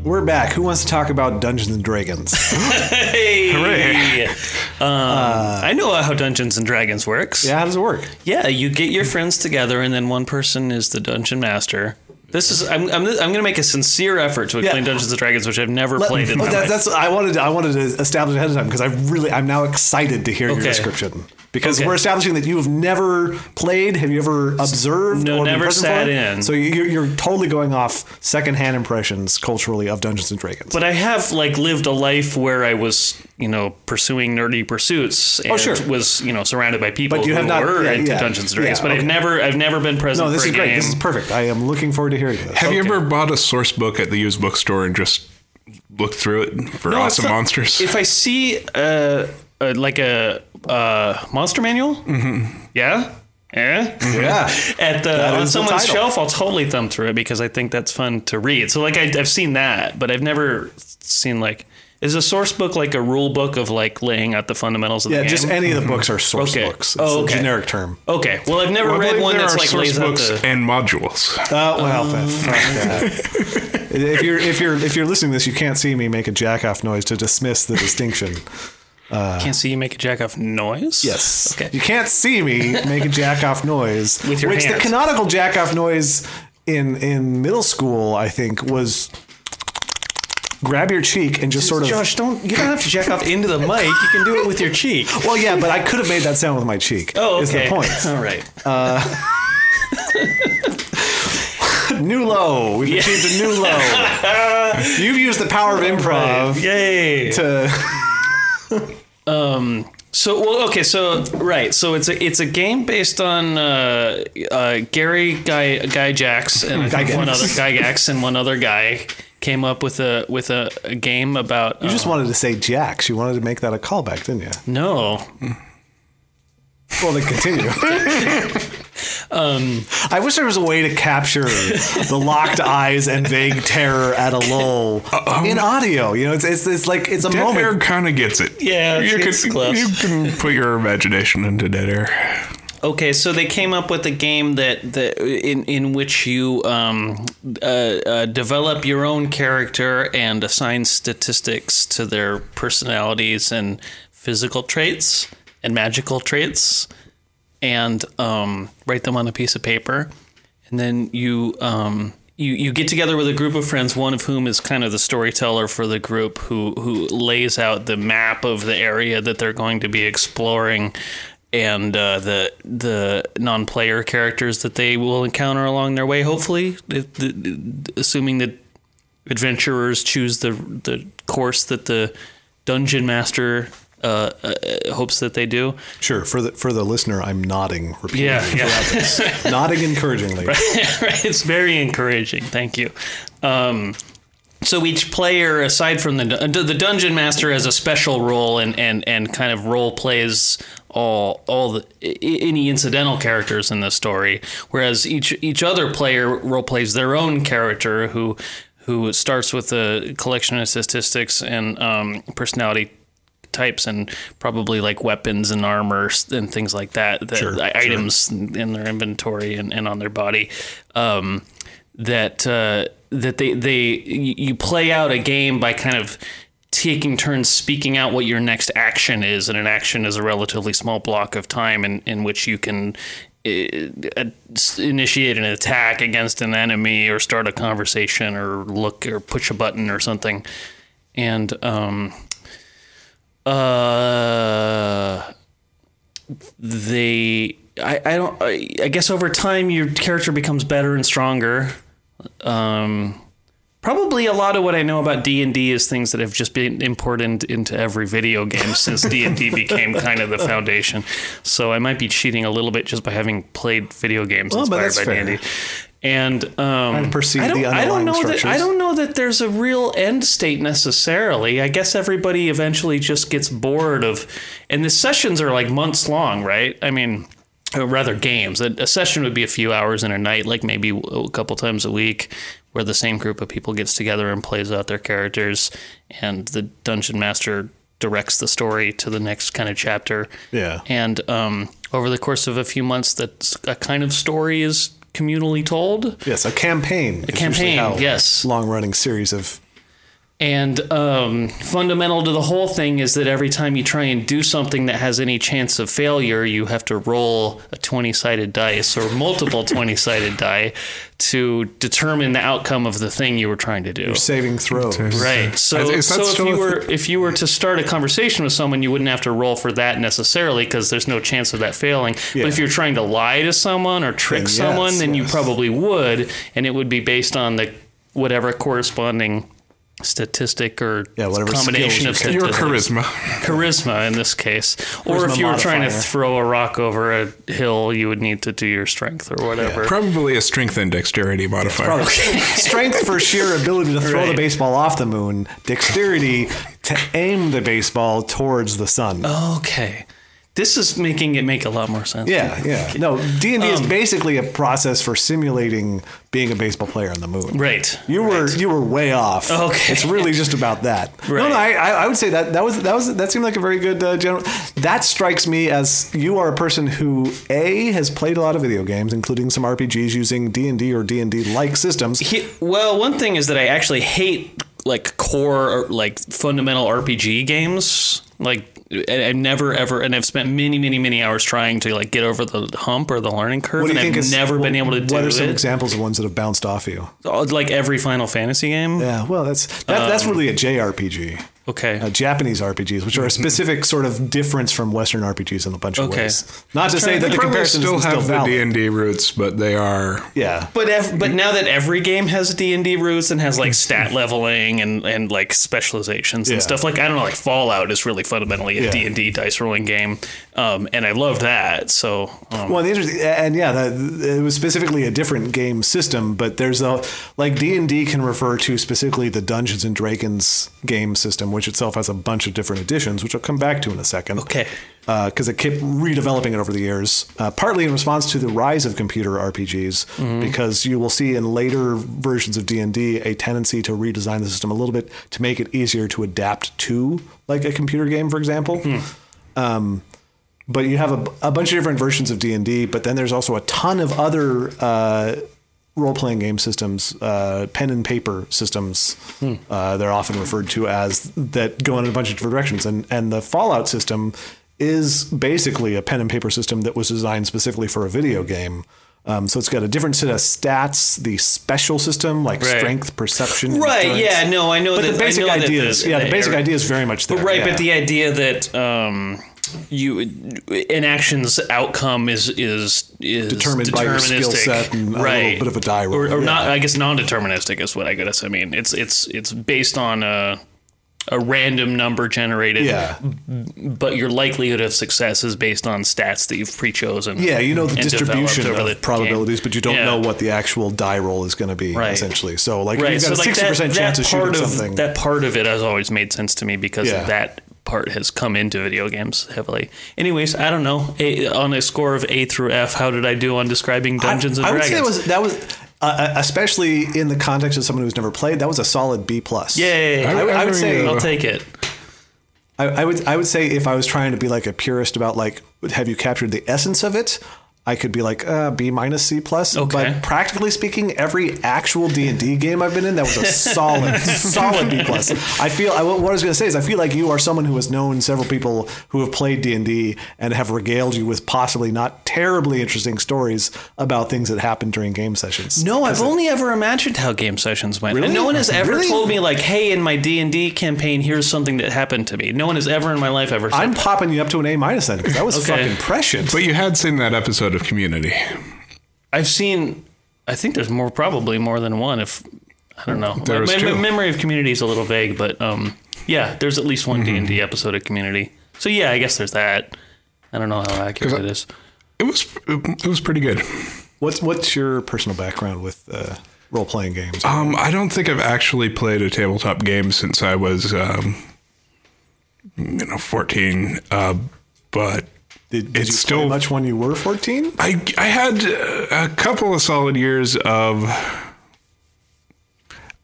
Speaker 5: We're back. Who wants to talk about Dungeons and Dragons?
Speaker 2: Hey! Um, I know how Dungeons and Dragons works.
Speaker 5: yeah, how does it work?
Speaker 2: Yeah, you get your friends together, and then one person is the dungeon master. This is I'm I'm, I'm going to make a sincere effort to explain Dungeons and Dragons, which I've never played in
Speaker 5: Oh,
Speaker 2: my
Speaker 5: that,
Speaker 2: life.
Speaker 5: that's I wanted. To, I wanted to establish ahead of time because I really, I'm now excited to hear your
Speaker 2: Okay.
Speaker 5: description because
Speaker 2: Okay.
Speaker 5: we're establishing that you have never played. Have you ever observed? or
Speaker 2: No,
Speaker 5: been
Speaker 2: never
Speaker 5: present for
Speaker 2: sat
Speaker 5: it?
Speaker 2: in.
Speaker 5: So you- you're, you're totally going off secondhand impressions culturally of Dungeons and Dragons.
Speaker 2: but I have like lived a life where I was, you know, pursuing nerdy pursuits and
Speaker 5: Oh, sure.
Speaker 2: was, you know, surrounded by people
Speaker 5: But you
Speaker 2: who
Speaker 5: have not-
Speaker 2: were
Speaker 5: yeah,
Speaker 2: into
Speaker 5: yeah.
Speaker 2: Dungeons and Dragons.
Speaker 5: Yeah,
Speaker 2: but I've
Speaker 5: okay.
Speaker 2: never, I've never been present.
Speaker 5: no, this
Speaker 2: for
Speaker 5: is
Speaker 2: a
Speaker 5: great.
Speaker 2: Game.
Speaker 5: This is perfect. I am looking forward to hearing this.
Speaker 3: Have you ever bought a source book at the used bookstore and just looked through it for
Speaker 2: No, it's
Speaker 3: awesome
Speaker 2: not-
Speaker 3: monsters?
Speaker 2: If I see uh, uh, like a uh, monster manual? Mm-hmm. Yeah. Eh?
Speaker 5: Yeah.
Speaker 2: At the on
Speaker 5: Mm-hmm. is the
Speaker 2: someone's
Speaker 5: title.
Speaker 2: shelf, I'll totally thumb through it because I think that's fun to read. So like I, I've seen that, but I've never seen like is a source book like a rule book of like laying out the fundamentals of
Speaker 5: Yeah,
Speaker 2: the game.
Speaker 5: just any of the books are source
Speaker 2: Okay.
Speaker 5: books. It's
Speaker 2: Oh, okay.
Speaker 5: a generic term.
Speaker 2: okay. Well, I've never
Speaker 3: Well, I
Speaker 2: read
Speaker 3: believe
Speaker 2: one
Speaker 3: there
Speaker 2: that's
Speaker 3: are
Speaker 2: like
Speaker 3: source
Speaker 2: lays out
Speaker 3: books
Speaker 2: the.
Speaker 3: and modules.
Speaker 5: Uh, well, then,
Speaker 2: Um.
Speaker 5: fuck that. if you're if you're if you're listening to this, you can't see me make a jackoff noise to dismiss the distinction.
Speaker 2: Can't see you make a jack off noise. Okay.
Speaker 5: You can't see me make a jackoff noise
Speaker 2: With your
Speaker 5: which
Speaker 2: hands.
Speaker 5: the canonical jackoff noise in in middle school, I think, was grab your cheek and just sort of.
Speaker 2: Josh, don't you don't have to jack off into the mic. You can do it with your cheek.
Speaker 5: Well, yeah, but I could have made that sound with my cheek.
Speaker 2: Oh, okay.
Speaker 5: Is the point.
Speaker 2: All right.
Speaker 5: New low. We've achieved a new low. You've used the power of improv
Speaker 2: Yay.
Speaker 5: to.
Speaker 2: So well, okay, so right, so it's a it's a game based on uh, uh, Gary Guy Guy Jax and I think one other Guy Jax and one other guy came up with a with a, a game about.
Speaker 5: You
Speaker 2: uh,
Speaker 5: just wanted to say Jax. You wanted to make that a callback, didn't you?
Speaker 2: no,
Speaker 5: Well, to continue.
Speaker 2: Um,
Speaker 5: I wish there was a way to capture the locked eyes and vague terror at a lull in audio. You know, it's, it's, it's like it's a
Speaker 3: Dead
Speaker 5: moment.
Speaker 3: air kind of gets it.
Speaker 2: Yeah,
Speaker 3: you can,
Speaker 2: it's close.
Speaker 3: you can put your imagination into dead air.
Speaker 2: Okay, so they came up with a game that, that in in which you um, uh, uh, develop your own character and assign statistics to their personalities and physical traits and magical traits, and um, write them on a piece of paper, and then you. Um, you, you get together with a group of friends, one of whom is kind of the storyteller for the group, who who lays out the map of the area that they're going to be exploring, and uh, the the non-player characters that they will encounter along their way. Hopefully, if the, assuming that adventurers choose the the course that the dungeon master uh, uh, hopes that they do.
Speaker 5: Sure, for the for the listener, I'm nodding repeatedly,
Speaker 2: yeah.
Speaker 5: nodding encouragingly.
Speaker 2: right? It's very encouraging. Thank you. Um, so each player, aside from the dun- the dungeon master, has a special role and and and kind of role plays all all the i- any incidental characters in the story. Whereas each each other player role plays their own character who who starts with a collection of statistics and um, personality types and probably like weapons and armor s- and things like that, the, the items in their inventory and, and on their body. Um, that uh, that they they y- you play out a game by kind of taking turns speaking out what your next action is, and an action is a relatively small block of time in, in which you can uh, initiate an attack against an enemy or start a conversation or look or push a button or something. And um, uh, they. I, I don't. I, I guess over time your character becomes better and stronger. Um, probably a lot of what I know about D and D is things that have just been imported into every video game since D and D became kind of the foundation. So I might be cheating a little bit just by having played video games
Speaker 5: Well, but
Speaker 2: inspired
Speaker 5: that's
Speaker 2: by D
Speaker 5: fair.
Speaker 2: and D. And um,
Speaker 5: perceive the
Speaker 2: I don't
Speaker 5: underlying
Speaker 2: know that I
Speaker 5: structures.
Speaker 2: don't know that there's a real end state necessarily. I guess everybody eventually just gets bored of, and the sessions are like months long, right? I mean, or rather games. A, a session would be a few hours in a night, like maybe a couple times a week, where the same group of people gets together and plays out their characters, and the dungeon master directs the story to the next kind of chapter.
Speaker 5: Yeah.
Speaker 2: And um, over the course of a few months, that a kind of story is communally told.
Speaker 5: Yes, a campaign. A
Speaker 2: campaign, yes.
Speaker 5: long running series of
Speaker 2: And um, fundamental to the whole thing is that every time you try and do something that has any chance of failure, you have to roll a 20 sided dice or multiple 20 sided die to determine the outcome of the thing you were trying to do.
Speaker 5: saving throws.
Speaker 2: Right. So,
Speaker 3: Is- is that
Speaker 2: so if
Speaker 3: still
Speaker 2: you
Speaker 3: a
Speaker 2: were if you were to start a conversation with someone, you wouldn't have to roll for that necessarily because there's no chance of that failing. But if
Speaker 5: Yeah.
Speaker 2: you're trying to lie to someone or trick
Speaker 5: Then yes,
Speaker 2: someone, then you
Speaker 5: yes.
Speaker 2: probably would, and it would be based on the whatever corresponding statistic or
Speaker 5: Yeah, whatever
Speaker 2: combination of
Speaker 5: skills
Speaker 3: Your
Speaker 2: statistics.
Speaker 3: charisma.
Speaker 2: charisma in this case, or
Speaker 5: Charisma
Speaker 2: if you were trying to
Speaker 5: modifier.
Speaker 2: throw a rock over a hill, you would need to do your strength or whatever.
Speaker 3: Probably a strength and dexterity modifier.
Speaker 5: Strength for sheer ability to throw
Speaker 2: Right.
Speaker 5: the baseball off the moon. Dexterity to aim the baseball towards the sun.
Speaker 2: Okay. This is making it make a lot more sense.
Speaker 5: Yeah, yeah. No, D and D
Speaker 2: Um,
Speaker 5: is basically a process for simulating being a baseball player on the moon.
Speaker 2: Right.
Speaker 5: You were you were way off.
Speaker 2: Okay.
Speaker 5: It's really just about that. No,
Speaker 2: Right.
Speaker 5: no. I, I I would say that that was that was that seemed like a very good uh, general. That strikes me as you are a person who a has played a lot of video games, including some RPGs using D and D or D and D like systems.
Speaker 2: He- well, one thing is that I actually hate like core or, like fundamental RPG games. Like I- I've never ever, and I've spent many, many, many hours trying to like get over the hump or the learning curve,
Speaker 5: What do
Speaker 2: and
Speaker 5: you think
Speaker 2: I've
Speaker 5: is
Speaker 2: never been able to do
Speaker 5: What are some
Speaker 2: it.
Speaker 5: examples of ones that have bounced off you?
Speaker 2: Oh, like every Final Fantasy game.
Speaker 5: Yeah, well, that's that, that's
Speaker 2: Um,
Speaker 5: really a JRPG.
Speaker 2: Okay.
Speaker 5: uh, Japanese RPGs, which are
Speaker 3: Mm-hmm.
Speaker 5: a specific sort of difference from Western RPGs in a bunch of
Speaker 2: Okay.
Speaker 5: ways. Not to say that
Speaker 3: They
Speaker 5: the
Speaker 3: probably
Speaker 5: comparison
Speaker 3: still
Speaker 5: is
Speaker 3: have
Speaker 5: still
Speaker 3: the D
Speaker 5: valid.
Speaker 3: and D roots, but they are
Speaker 5: yeah,
Speaker 2: But ev- but now that every game has D and D roots and has like stat leveling and, and like specializations and
Speaker 5: Yeah.
Speaker 2: stuff like I don't know like Fallout is really fundamentally a
Speaker 5: Yeah.
Speaker 2: D and D dice rolling game, um, and I love that. So um,
Speaker 5: Well, the interesting, and yeah, that, it was specifically a different game system, but there's a like D and D can refer to specifically the Dungeons and Dragons game system, which itself has a bunch of different editions, which I'll come back to in a second.
Speaker 2: Okay.
Speaker 5: Because Uh, it kept redeveloping it over the years, uh, partly in response to the rise of computer RPGs, because you will see in later versions of D and D a tendency to redesign the system a little bit to make it easier to adapt to, like a computer game, for example Um, but you have a, a bunch of different versions of d&d but then there's also a ton of other uh, role-playing game systems uh, pen and paper systems
Speaker 2: Hmm.
Speaker 5: uh, they're often referred to as that go in a bunch of different directions and, and the fallout system is basically a pen and paper system that was designed specifically for a video game um, so it's got a different set of stats the special system like
Speaker 2: Right.
Speaker 5: strength perception
Speaker 2: Right,
Speaker 5: endurance.
Speaker 2: yeah, no, I know
Speaker 5: but
Speaker 2: that-
Speaker 5: the
Speaker 2: I
Speaker 5: basic
Speaker 2: know that
Speaker 5: idea
Speaker 2: the-
Speaker 5: is yeah the,
Speaker 2: the
Speaker 5: basic
Speaker 2: area-
Speaker 5: idea is very much there
Speaker 2: right,
Speaker 5: yeah.
Speaker 2: but the idea that um, you an action's outcome is is is
Speaker 5: Determined by your skill
Speaker 2: deterministic.
Speaker 5: set and a little bit of a die roll,
Speaker 2: or, or
Speaker 5: yeah.
Speaker 2: not. I guess non-deterministic is what I guess I mean. It's it's it's based on a a random number generated.
Speaker 5: yeah
Speaker 2: but your likelihood of success is based on stats that you've pre-chosen.
Speaker 5: Yeah, you know the
Speaker 2: and
Speaker 5: distribution
Speaker 2: developed
Speaker 5: of
Speaker 2: over the
Speaker 5: probabilities,
Speaker 2: game.
Speaker 5: but you don't
Speaker 2: Yeah.
Speaker 5: know what the actual die roll is going to be,
Speaker 2: Right.
Speaker 5: essentially. So, like,
Speaker 2: Right,
Speaker 5: you've
Speaker 2: so
Speaker 5: got
Speaker 2: like
Speaker 5: a 60%
Speaker 2: that,
Speaker 5: chance
Speaker 2: that
Speaker 5: of
Speaker 2: part
Speaker 5: shooting
Speaker 2: of
Speaker 5: something.
Speaker 2: that part of it has always made sense to me because
Speaker 5: Yeah.
Speaker 2: that part has come into video games heavily. Anyways, I don't know a, on a score of A through F. How did I do on describing Dungeons
Speaker 5: I,
Speaker 2: and
Speaker 5: I would
Speaker 2: Dragons?
Speaker 5: say that was, that was uh, uh, especially in the context of someone who's never played, that was a solid B. plus.
Speaker 2: Yay!
Speaker 5: I, would- I would say
Speaker 2: I'll take it.
Speaker 5: I, I would I would say if I was trying to be like a purist about like have you captured the essence of it, I could be like uh, B minus C plus.
Speaker 2: Okay.
Speaker 5: But practically speaking, every actual D and D game I've been in, that was a solid solid B plus. I feel I, what I was going to say is I feel like you are someone who has known several people who have played D and D and have regaled you with possibly not terribly interesting stories about things that happened during game sessions.
Speaker 2: No, I've only ever imagined how game sessions went, and
Speaker 5: Really?
Speaker 2: no one has ever
Speaker 5: Really?
Speaker 2: told me like, "Hey, in my D and D campaign, here's something that happened to me." No one has ever in my life ever. Said
Speaker 5: I'm popping you up to an A minus then because that was
Speaker 2: Okay.
Speaker 5: fucking prescient.
Speaker 3: But you had seen that episode of Community.
Speaker 2: I've seen. I think there's more, probably more than one. If I don't know,
Speaker 3: There
Speaker 2: my,
Speaker 3: was
Speaker 2: my-
Speaker 3: two.
Speaker 2: my memory of Community is a little vague, but um, yeah, there's at least one D and D episode of Community. So yeah, I guess there's that. I don't know how accurate it is.
Speaker 3: It was it was pretty good.
Speaker 5: What's what's your personal background with uh, role playing games?
Speaker 3: Um, I don't think I've actually played a tabletop game since I was, um, you know, fourteen. Uh, but
Speaker 5: Did, did
Speaker 3: It's
Speaker 5: you
Speaker 3: still-
Speaker 5: play much when you were 14?
Speaker 3: I I had uh, a couple of solid years of.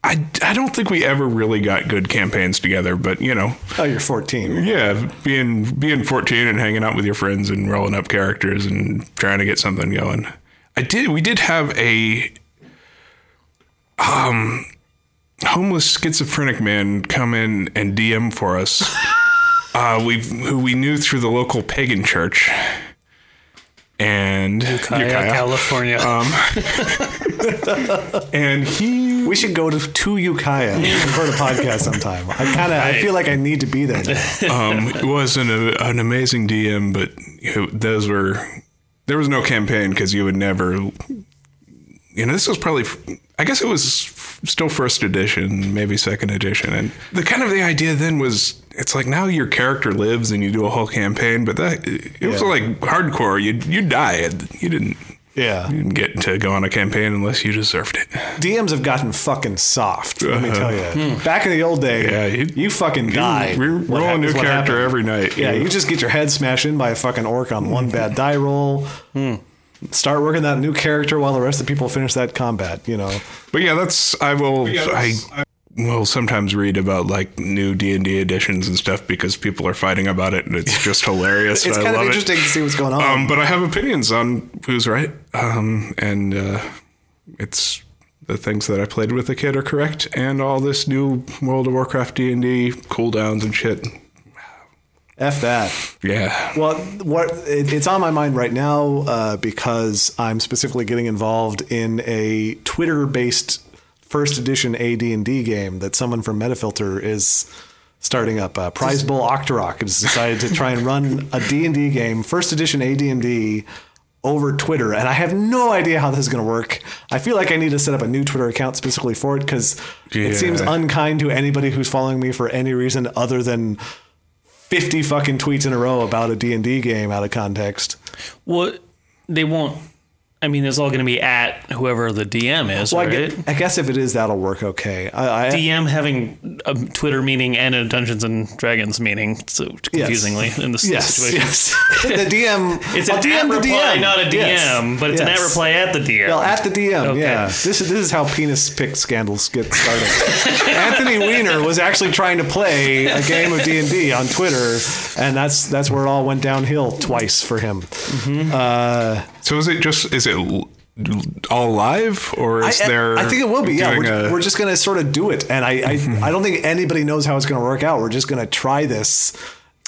Speaker 3: I, I don't think we ever really got good campaigns together, but you know,
Speaker 5: Oh, you're 14.
Speaker 3: yeah, being being 14 and hanging out with your friends and rolling up characters and trying to get something going. I did we did have a um homeless schizophrenic man come in and DM for us. uh we who we knew through the local pagan church. And Ukiah.
Speaker 2: California.
Speaker 5: Um,
Speaker 3: and he
Speaker 5: We should go to, to Ukiah and record a podcast sometime. I kind of I feel like I need to be there. Now.
Speaker 3: um, was an, an amazing DM, but you- those were there was no campaign because you would never. You know, this was probably. I guess it was still first edition, maybe second edition, and the kind of the idea then was it's like now your character lives and you do a whole campaign, but that it was
Speaker 5: Yeah.
Speaker 3: like hardcore. You you died. You didn't.
Speaker 5: Yeah.
Speaker 3: You didn't get to go on a campaign unless you deserved it.
Speaker 5: DMs have gotten fucking soft. Let me tell you. Back in the old day,
Speaker 3: Uh-huh. Hmm. Yeah,
Speaker 5: you,
Speaker 3: you-
Speaker 5: fucking died.
Speaker 3: We
Speaker 5: What
Speaker 3: roll a
Speaker 5: hap-
Speaker 3: new
Speaker 5: is what
Speaker 3: character
Speaker 5: happened.
Speaker 3: every night.
Speaker 5: Yeah, you just get your head smashed in by a fucking orc on one bad die roll. Start working that new character while the rest of the people finish that combat. You know,
Speaker 3: But yeah, that's I will I will sometimes read about like new D and D editions and stuff because people are fighting about it and it's just hilarious.
Speaker 5: it's
Speaker 3: and
Speaker 5: kind
Speaker 3: I
Speaker 5: of
Speaker 3: love
Speaker 5: interesting
Speaker 3: It.
Speaker 5: to see what's going on.
Speaker 3: Um, but I have opinions on who's right. Um, and uh, it's the things that I played with the kid are correct, and all this new World of Warcraft D and D cooldowns and shit.
Speaker 5: F that.
Speaker 3: Yeah,
Speaker 5: Well, what it, it's on my mind right now uh, because I'm specifically getting involved in a Twitter-based first edition AD&D game that someone from Metafilter is starting up. Uh, Prize Bull Octorok has decided to try and run a D&D game, first edition AD&D, over Twitter, and I have no idea how this is going to work. I feel like I need to set up a new Twitter account specifically for it because
Speaker 3: Yeah.
Speaker 5: it seems unkind to anybody who's following me for any reason other than 50 fucking tweets in a row about a D&D game out of context.
Speaker 2: Well, they won't. I mean, it's all going to be at whoever the DM is,
Speaker 5: Well, I,
Speaker 2: right?
Speaker 5: guess, I guess if it is, that'll work okay. I, I,
Speaker 2: DM having a Twitter meeting and a Dungeons and Dragons meeting, so confusingly in this
Speaker 5: yes,
Speaker 2: situation.
Speaker 5: yes. the DM.
Speaker 2: It's an
Speaker 5: I'll
Speaker 2: at
Speaker 5: DM the
Speaker 2: reply,
Speaker 5: DM.
Speaker 2: not a DM,
Speaker 5: Yes,
Speaker 2: but it's an
Speaker 5: yes.
Speaker 2: at reply at the DM.
Speaker 5: Well, at the DM,
Speaker 2: Okay.
Speaker 5: yeah. This is this is how penis pick scandals get started. Anthony Weiner was actually trying to play a game of D and D on Twitter, and that's that's where it all went downhill twice for him.
Speaker 3: So is it just is it l- l- all live or is
Speaker 5: I,
Speaker 3: there?
Speaker 5: I think it will be. Yeah,
Speaker 3: doing
Speaker 5: we're,
Speaker 3: a-
Speaker 5: we're just gonna sort of do it, and I, I I don't think anybody knows how it's gonna work out. We're just gonna try this,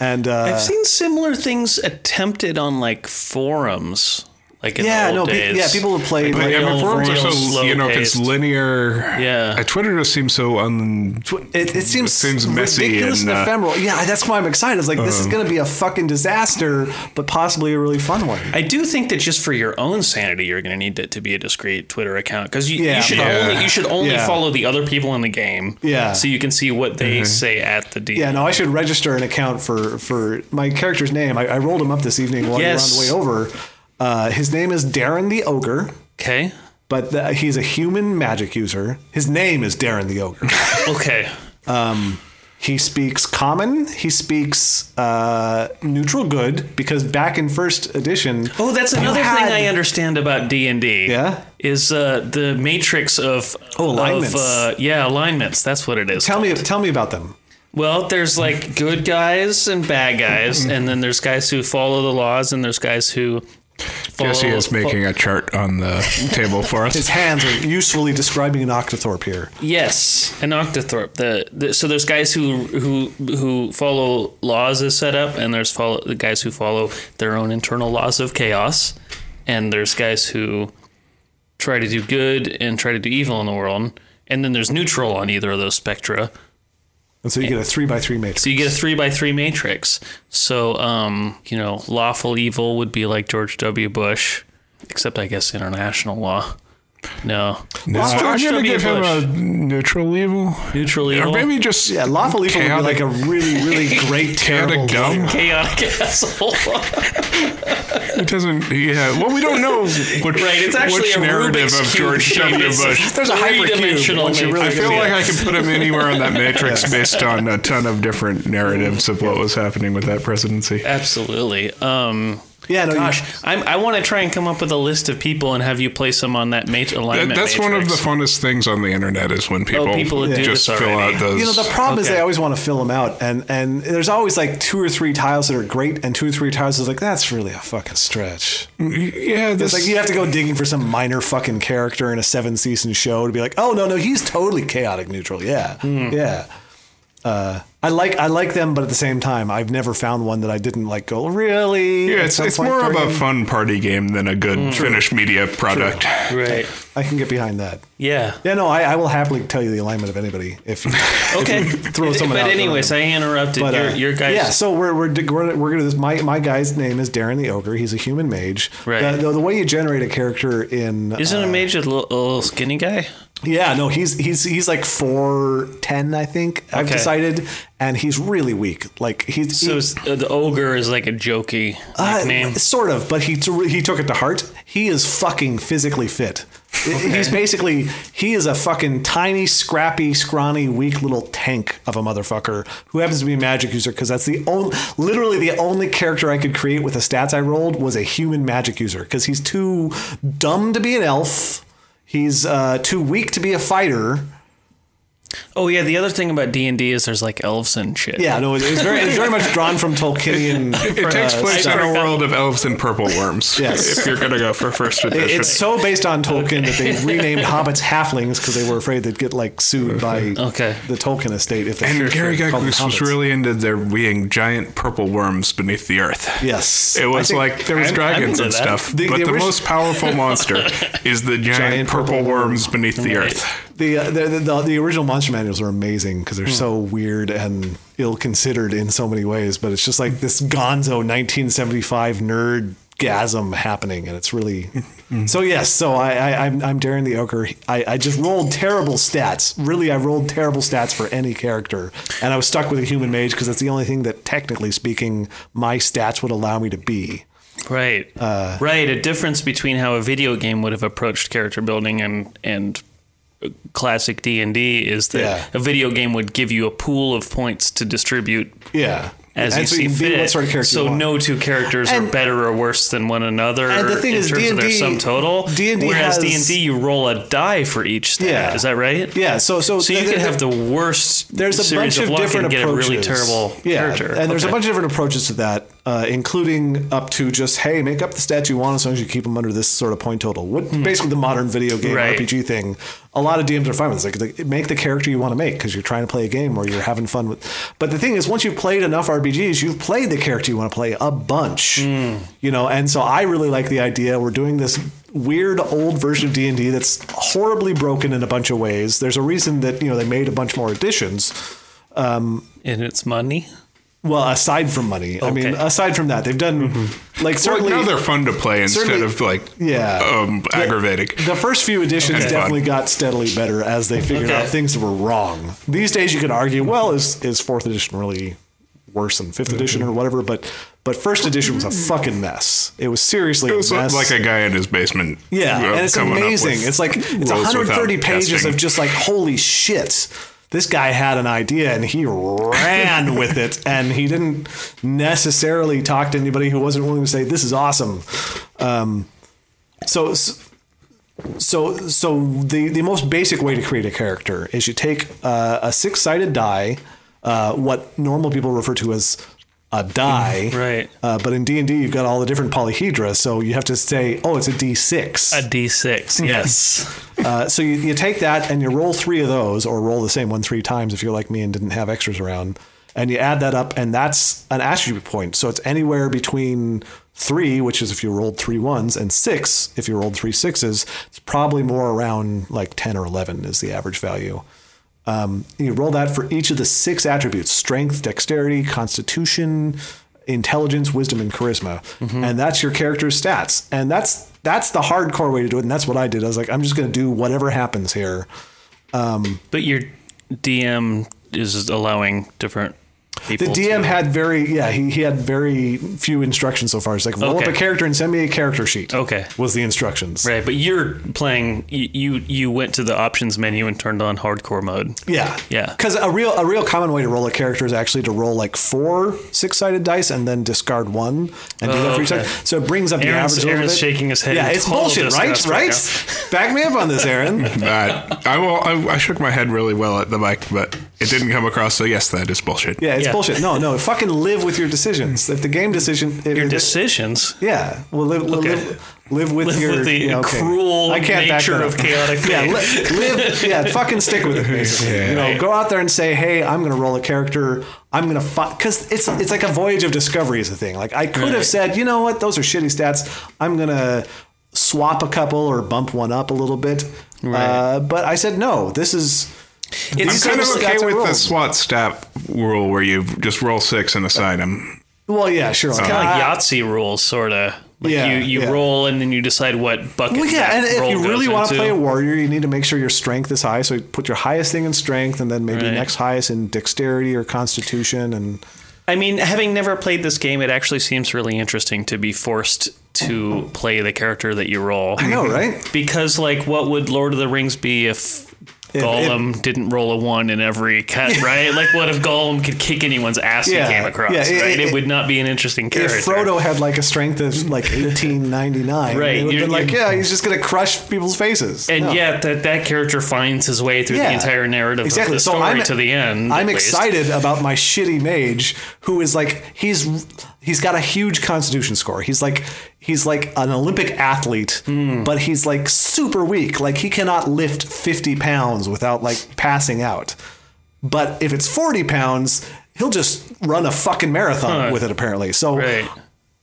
Speaker 5: and uh,
Speaker 2: I've seen similar things attempted on like forums, like in
Speaker 5: yeah,
Speaker 2: the
Speaker 5: no,
Speaker 2: old
Speaker 5: pe-
Speaker 2: days.
Speaker 5: yeah, people have played.
Speaker 3: But
Speaker 5: like,
Speaker 3: yeah,
Speaker 2: real-
Speaker 3: but forums are
Speaker 2: real
Speaker 3: so you know if it's
Speaker 2: slow-paced.
Speaker 3: linear.
Speaker 2: Yeah.
Speaker 3: Uh, Twitter just seems so un.
Speaker 5: It, it seems,
Speaker 3: seems messy
Speaker 5: ridiculous and,
Speaker 3: and, uh, Uh-huh.
Speaker 5: ephemeral. Yeah, that's why I'm excited. It's like this is going to be a fucking disaster, but possibly a really fun one.
Speaker 2: I do think that just for your own sanity, you're going to need it to be a discreet Twitter account because you,
Speaker 5: Yeah,
Speaker 2: you should
Speaker 3: probably.
Speaker 2: only you should only
Speaker 5: Yeah.
Speaker 2: follow the other people in the game.
Speaker 5: Yeah. Mm-hmm.
Speaker 2: so you can see what they say at the DM.
Speaker 5: Yeah, no, I should register an account for for my character's name. I, I rolled him up this evening while
Speaker 2: Yes.
Speaker 5: we were on the way over. Uh, his name is Darren the Ogre,
Speaker 2: Okay.
Speaker 5: but the, he's a human magic user. His name is Darren the Ogre.
Speaker 2: Okay.
Speaker 5: He speaks common. He speaks uh, neutral good because back in first edition.
Speaker 2: Oh, that's
Speaker 5: you
Speaker 2: another
Speaker 5: had-
Speaker 2: thing I understand about D and D.
Speaker 5: Yeah?
Speaker 2: is uh, the matrix of oh
Speaker 5: alignments.
Speaker 2: uh, yeah, alignments. That's what it is.
Speaker 5: Tell me, tell me about them.
Speaker 2: Well, there's
Speaker 3: Mm-hmm.
Speaker 2: like good guys and bad guys, and then there's guys who follow the laws, and there's guys who. Follow,
Speaker 3: Jesse is making a chart on the table for us.
Speaker 5: His hands are usefully describing an octothorpe here.
Speaker 2: Yes, an octothorpe. The, the so there's guys who who who follow laws as set up, and there's follow the guys who follow their own internal laws of chaos, and there's guys who try to do good and try to do evil in the world, and then there's neutral on either of those spectra.
Speaker 5: And so you get a three by three matrix.
Speaker 2: So you get a three by three matrix. So um, you know, lawful evil would be like George W. Bush, except I guess international law. No,
Speaker 3: No,
Speaker 2: It's
Speaker 3: I'm
Speaker 2: George
Speaker 3: gonna
Speaker 2: W.
Speaker 3: give him
Speaker 2: Bush.
Speaker 3: a neutral evil,
Speaker 2: neutral evil.
Speaker 3: or maybe just
Speaker 5: yeah, lawful evil would be like a really, really great, terrible.
Speaker 3: chaotic dumb.
Speaker 2: chaotic asshole.
Speaker 3: He doesn't. Yeah. Well, we don't know which,
Speaker 2: right, it's actually
Speaker 3: which
Speaker 2: a
Speaker 3: narrative
Speaker 2: Rubik's
Speaker 3: of
Speaker 2: cube
Speaker 3: George
Speaker 2: shape.
Speaker 3: W.
Speaker 2: It's-
Speaker 3: Bush.
Speaker 5: There's a hypercube.
Speaker 2: Three-dimensional
Speaker 5: What you
Speaker 2: matrix.
Speaker 5: really
Speaker 3: I feel
Speaker 5: gonna
Speaker 3: like
Speaker 5: get.
Speaker 3: I could put him anywhere on that matrix based on a ton of different narratives of what was happening with that presidency.
Speaker 2: Absolutely. Um,
Speaker 5: Yeah, no, you-
Speaker 2: gosh, I'm, I want to try and come up with a list of people and have you place them on that mate alignment.
Speaker 3: That's one of the
Speaker 2: matrix.
Speaker 3: funnest things on the internet is when people,
Speaker 2: Oh, people do
Speaker 3: just
Speaker 2: this
Speaker 3: fill
Speaker 2: already.
Speaker 3: out those.
Speaker 5: You know, the problem is
Speaker 2: Okay.
Speaker 5: they always want to fill them out, and and there's always like two or three tiles that are great, and two or three tiles is like that's really a fucking stretch.
Speaker 3: yeah,
Speaker 5: It's
Speaker 3: this,
Speaker 5: like you have to go digging for some minor fucking character in a seven season show to be like, oh no no, he's totally chaotic neutral. Yeah,
Speaker 3: Hmm.
Speaker 5: yeah. Uh, I like I like them, but at the same time, I've never found one that I didn't like. Go really?
Speaker 3: yeah,
Speaker 5: at
Speaker 3: it's,
Speaker 5: some
Speaker 3: it's
Speaker 5: point
Speaker 3: more of
Speaker 5: during
Speaker 3: a
Speaker 5: it."
Speaker 3: fun party game than a good finished media product.
Speaker 2: Right.
Speaker 5: I can get behind that.
Speaker 2: Yeah.
Speaker 5: Yeah, no, I, I will happily tell you the alignment of anybody if you,
Speaker 2: Okay.
Speaker 5: if you throw someone
Speaker 2: but
Speaker 5: out. there.
Speaker 2: anyways, I interrupted
Speaker 5: But,
Speaker 2: your,
Speaker 5: uh,
Speaker 2: your guys.
Speaker 5: Yeah, so we're we're we're, we're gonna this. My my guy's name is Darren the Ogre. He's a human mage.
Speaker 2: Right.
Speaker 5: The, the, the way you generate a character in uh,
Speaker 2: Isn't a mage a little, a little skinny guy?
Speaker 5: Yeah, no, he's he's he's like four ten, I think. I've
Speaker 2: Okay.
Speaker 5: decided, and he's really weak. Like he's
Speaker 2: So
Speaker 5: he-
Speaker 2: it's, uh, the ogre is like a jokey
Speaker 5: uh,
Speaker 2: nickname.
Speaker 5: sort of, but he t- he took it to heart. He is fucking physically fit. He's basically he is a fucking tiny, scrappy, scrawny, weak little tank of a motherfucker who happens to be a magic user because that's the only, literally the only character I could create with the stats I rolled was a human magic user because he's too dumb to be an elf. He's uh, too weak to be a fighter.
Speaker 2: oh yeah, the other thing about D and D is there's like elves and shit.
Speaker 5: Yeah, no, it's very, it's very much drawn from Tolkienian.
Speaker 3: It takes
Speaker 5: uh,
Speaker 3: place
Speaker 5: stuff.
Speaker 3: in a world of elves and purple worms.
Speaker 5: Yes.
Speaker 3: If you're going to go for first edition.
Speaker 5: It's so based on Tolkien that they renamed hobbits halflings because they were afraid they'd get like sued by
Speaker 2: Okay.
Speaker 5: the Tolkien estate if they
Speaker 3: and Gary
Speaker 5: called them
Speaker 3: Gygax was
Speaker 5: hobbits.
Speaker 3: really into there being giant purple worms beneath the earth.
Speaker 5: yes.
Speaker 3: It was
Speaker 5: I think-
Speaker 3: like there was
Speaker 2: I'm-
Speaker 3: dragons
Speaker 2: I'm into
Speaker 3: and
Speaker 2: that.
Speaker 3: stuff,
Speaker 5: The-
Speaker 3: but
Speaker 5: the
Speaker 3: the,
Speaker 5: orig-
Speaker 3: most powerful monster is the giant,
Speaker 5: Giant
Speaker 3: purple,
Speaker 5: purple
Speaker 3: worms beneath the earth.
Speaker 5: the, uh, the, the the the original monster manuals are amazing because they're so weird and ill considered in so many ways, but it's just like this Gonzo 1975 nerd gasm happening, and it's really so. Yes, so I, I I'm I'm Darren the Ochre. I, I just rolled terrible stats. Really, I rolled terrible stats for any character, and I was stuck with a human mage because that's the only thing that technically speaking my stats would allow me to be.
Speaker 2: Right.
Speaker 5: Uh,
Speaker 2: right. A difference between how a video game would have approached character building and and classic D and D is that
Speaker 5: Yeah.
Speaker 2: a video game would give you a pool of points to distribute
Speaker 5: Yeah.
Speaker 2: as
Speaker 5: And
Speaker 2: you
Speaker 5: so
Speaker 2: see
Speaker 5: you can be
Speaker 2: fit.
Speaker 5: what sort of character
Speaker 2: so
Speaker 5: you want.
Speaker 2: no two characters
Speaker 5: And-
Speaker 2: are better or worse than one another
Speaker 5: And the thing
Speaker 2: in
Speaker 5: is,
Speaker 2: terms of their
Speaker 5: D&D
Speaker 2: sum total.
Speaker 5: D&D
Speaker 2: whereas
Speaker 5: has-
Speaker 2: D and D, you roll a die for each. Stat.
Speaker 5: Yeah.
Speaker 2: Is that right?
Speaker 5: Yeah, so so,
Speaker 2: So you could have the worst
Speaker 5: there's a
Speaker 2: series
Speaker 5: bunch of,
Speaker 2: luck
Speaker 5: different
Speaker 2: and get
Speaker 5: approaches.
Speaker 2: a really terrible
Speaker 5: yeah,
Speaker 2: character.
Speaker 5: and there's a
Speaker 2: Okay.
Speaker 5: bunch of different approaches to that, uh, including up to just hey, make up the stats you want as long as you keep them under this sort of point total. What basically the modern video game
Speaker 2: Right.
Speaker 5: RPG thing. A lot of DMs are fine with this. Like, they- make the character you want to make because you're trying to play a game or you're having fun with. But the thing is, once you've played enough RPGs, you've played the character you want to play a bunch. You know, and so I really like the idea. We're doing this weird old version of D&D that's horribly broken in a bunch of ways. There's a reason that, you know, they made a bunch more editions.
Speaker 2: and it's money.
Speaker 5: Well, aside from money, I mean,
Speaker 2: Okay.
Speaker 5: aside from that, they've done like
Speaker 3: Mm-hmm. Well,
Speaker 5: certainly
Speaker 3: now they're fun to play instead
Speaker 5: certainly-
Speaker 3: of like
Speaker 5: Yeah.
Speaker 3: um, aggravating.
Speaker 5: the first few editions
Speaker 3: Okay.
Speaker 5: definitely got steadily better as they figured
Speaker 2: Okay.
Speaker 5: out things that were wrong. These days, you could argue, well, is is fourth edition really worse than 5th
Speaker 3: Mm-hmm.
Speaker 5: edition or whatever? But but first edition was a fucking mess. It was seriously
Speaker 3: It was uh,
Speaker 5: a mess.
Speaker 3: like a guy in his basement.
Speaker 5: Yeah,
Speaker 3: uh,
Speaker 5: and it's
Speaker 3: coming up
Speaker 5: amazing.
Speaker 3: with
Speaker 5: It's like it's
Speaker 3: rules without
Speaker 5: 130 pages
Speaker 3: testing.
Speaker 5: of just like holy shit. This guy had an idea and he ran with it, and he didn't necessarily talk to anybody who wasn't willing to say this is awesome. Um, so so so the the most basic way to create a character is you take uh, a six sided die, uh, what normal people refer to as a die,
Speaker 2: Right.
Speaker 5: Uh, but in D and D, you've got all the different polyhedra, so you have to say, oh, it's a D six.
Speaker 2: A D6. Yes.
Speaker 5: Uh, so you, you take that and you roll three of those, or roll the same one three times if you're like me and didn't have extras around, and you add that up, and that's an attribute point. So it's anywhere between three, which is if you rolled three ones, and six if you rolled three sixes. It's probably more around like ten or eleven is the average value. Um, you roll that for each of the six attributes: strength, dexterity, constitution, intelligence, wisdom, and charisma.
Speaker 2: Mm-hmm.
Speaker 5: And that's your character's stats. And that's that's the hardcore way to do it. And that's what I did. I was like, I'm just going to do whatever happens here.
Speaker 2: But your DM is allowing different
Speaker 5: The
Speaker 2: people.
Speaker 5: DM
Speaker 2: to-
Speaker 5: had very yeah he he had very few instructions so far. It's like roll up
Speaker 2: Okay.
Speaker 5: a character and send me a character sheet.
Speaker 2: Okay.
Speaker 5: was the instructions.
Speaker 2: Right, but you're playing. You, you you went to the options menu and turned on hardcore mode.
Speaker 5: Yeah,
Speaker 2: Yeah.
Speaker 5: Because a real a real common way to roll a character is actually to roll like four six sided dice and then discard one and do
Speaker 2: Oh,
Speaker 5: that for each
Speaker 2: okay.
Speaker 5: side. So it brings up
Speaker 2: Aaron's-
Speaker 5: the average. a little
Speaker 2: Aaron's
Speaker 5: bit.
Speaker 2: shaking his head
Speaker 5: Yeah,
Speaker 2: in
Speaker 5: it's
Speaker 2: total
Speaker 5: bullshit, right?
Speaker 2: disgust right
Speaker 5: Right? Back me up on this, Aaron.
Speaker 3: That- I, will, I, I shook my head really well at the mic, but it didn't come across. So yes, that is bullshit.
Speaker 5: Yeah, it's
Speaker 2: Yeah.
Speaker 5: bullshit. No, no, fucking live with your decisions. If the game decision, if,
Speaker 2: Your
Speaker 5: if-
Speaker 2: decisions.
Speaker 5: yeah, well, live, well,
Speaker 2: Okay.
Speaker 5: live, live with
Speaker 2: Live
Speaker 5: your
Speaker 2: with the
Speaker 5: you know, okay.
Speaker 2: cruel
Speaker 5: I can't back
Speaker 2: nature
Speaker 5: that
Speaker 2: of
Speaker 5: up.
Speaker 2: chaotic
Speaker 5: Yeah,
Speaker 2: thing.
Speaker 5: li- live. Yeah, fucking stick with it. Basically. You know, go out there and say, "Hey, I'm going to roll a character. I'm going to fight." Because it's it's like a voyage of discovery is a thing. Like I could have
Speaker 2: Right.
Speaker 5: said, you know what, those are shitty stats. I'm going to swap a couple or bump one up a little bit. Uh, but I said no. This is.
Speaker 3: I'm
Speaker 2: It's
Speaker 3: kind of
Speaker 5: Stats
Speaker 3: okay
Speaker 5: are
Speaker 3: with the
Speaker 5: rolled.
Speaker 3: SWAT stat rule where you just roll six and assign them.
Speaker 5: Well, yeah, sure.
Speaker 3: Oh.
Speaker 2: kind of like Yahtzee rules, sort of. Like
Speaker 5: Yeah,
Speaker 2: you, you
Speaker 5: yeah.
Speaker 2: roll and then you decide what bucket.
Speaker 5: Well, yeah, and
Speaker 2: that
Speaker 5: if
Speaker 2: roll
Speaker 5: you really
Speaker 2: goes
Speaker 5: want to
Speaker 2: into.
Speaker 5: play a warrior, you need to make sure your strength is high. So you put your highest thing in strength, and then maybe
Speaker 2: Right.
Speaker 5: next highest in dexterity or constitution. And
Speaker 2: I mean, having never played this game, it actually seems really interesting to be forced to play the character that you roll.
Speaker 5: I know, right?
Speaker 2: Because, like, what would Lord of the Rings be if.
Speaker 5: If-
Speaker 2: Gollum didn't roll a one in every cut, right? like, what if Gollum could kick anyone's ass
Speaker 5: Yeah,
Speaker 2: he came across?
Speaker 5: yeah, it-
Speaker 2: right? It,
Speaker 5: it-
Speaker 2: would not be an interesting character.
Speaker 5: If Frodo had like a strength of like eighteen ninety nine,
Speaker 2: Right,
Speaker 5: it would
Speaker 2: you-
Speaker 5: have been like,
Speaker 2: you-
Speaker 5: yeah, he's just gonna crush people's faces.
Speaker 2: and
Speaker 5: No.
Speaker 2: yet, that that character finds his way through the
Speaker 5: Yeah.
Speaker 2: entire narrative
Speaker 5: Exactly.
Speaker 2: of the
Speaker 5: So
Speaker 2: story
Speaker 5: I'm-
Speaker 2: to the end.
Speaker 5: I'm
Speaker 2: at least.
Speaker 5: excited about my shitty mage who is like he's he's got a huge constitution score. He's like he's like an Olympic athlete,
Speaker 2: Hmm.
Speaker 5: but he's like super weak. Like he cannot lift 50 pounds without like passing out. But if it's 40 pounds, he'll just run a fucking marathon with it apparently. So
Speaker 2: Right.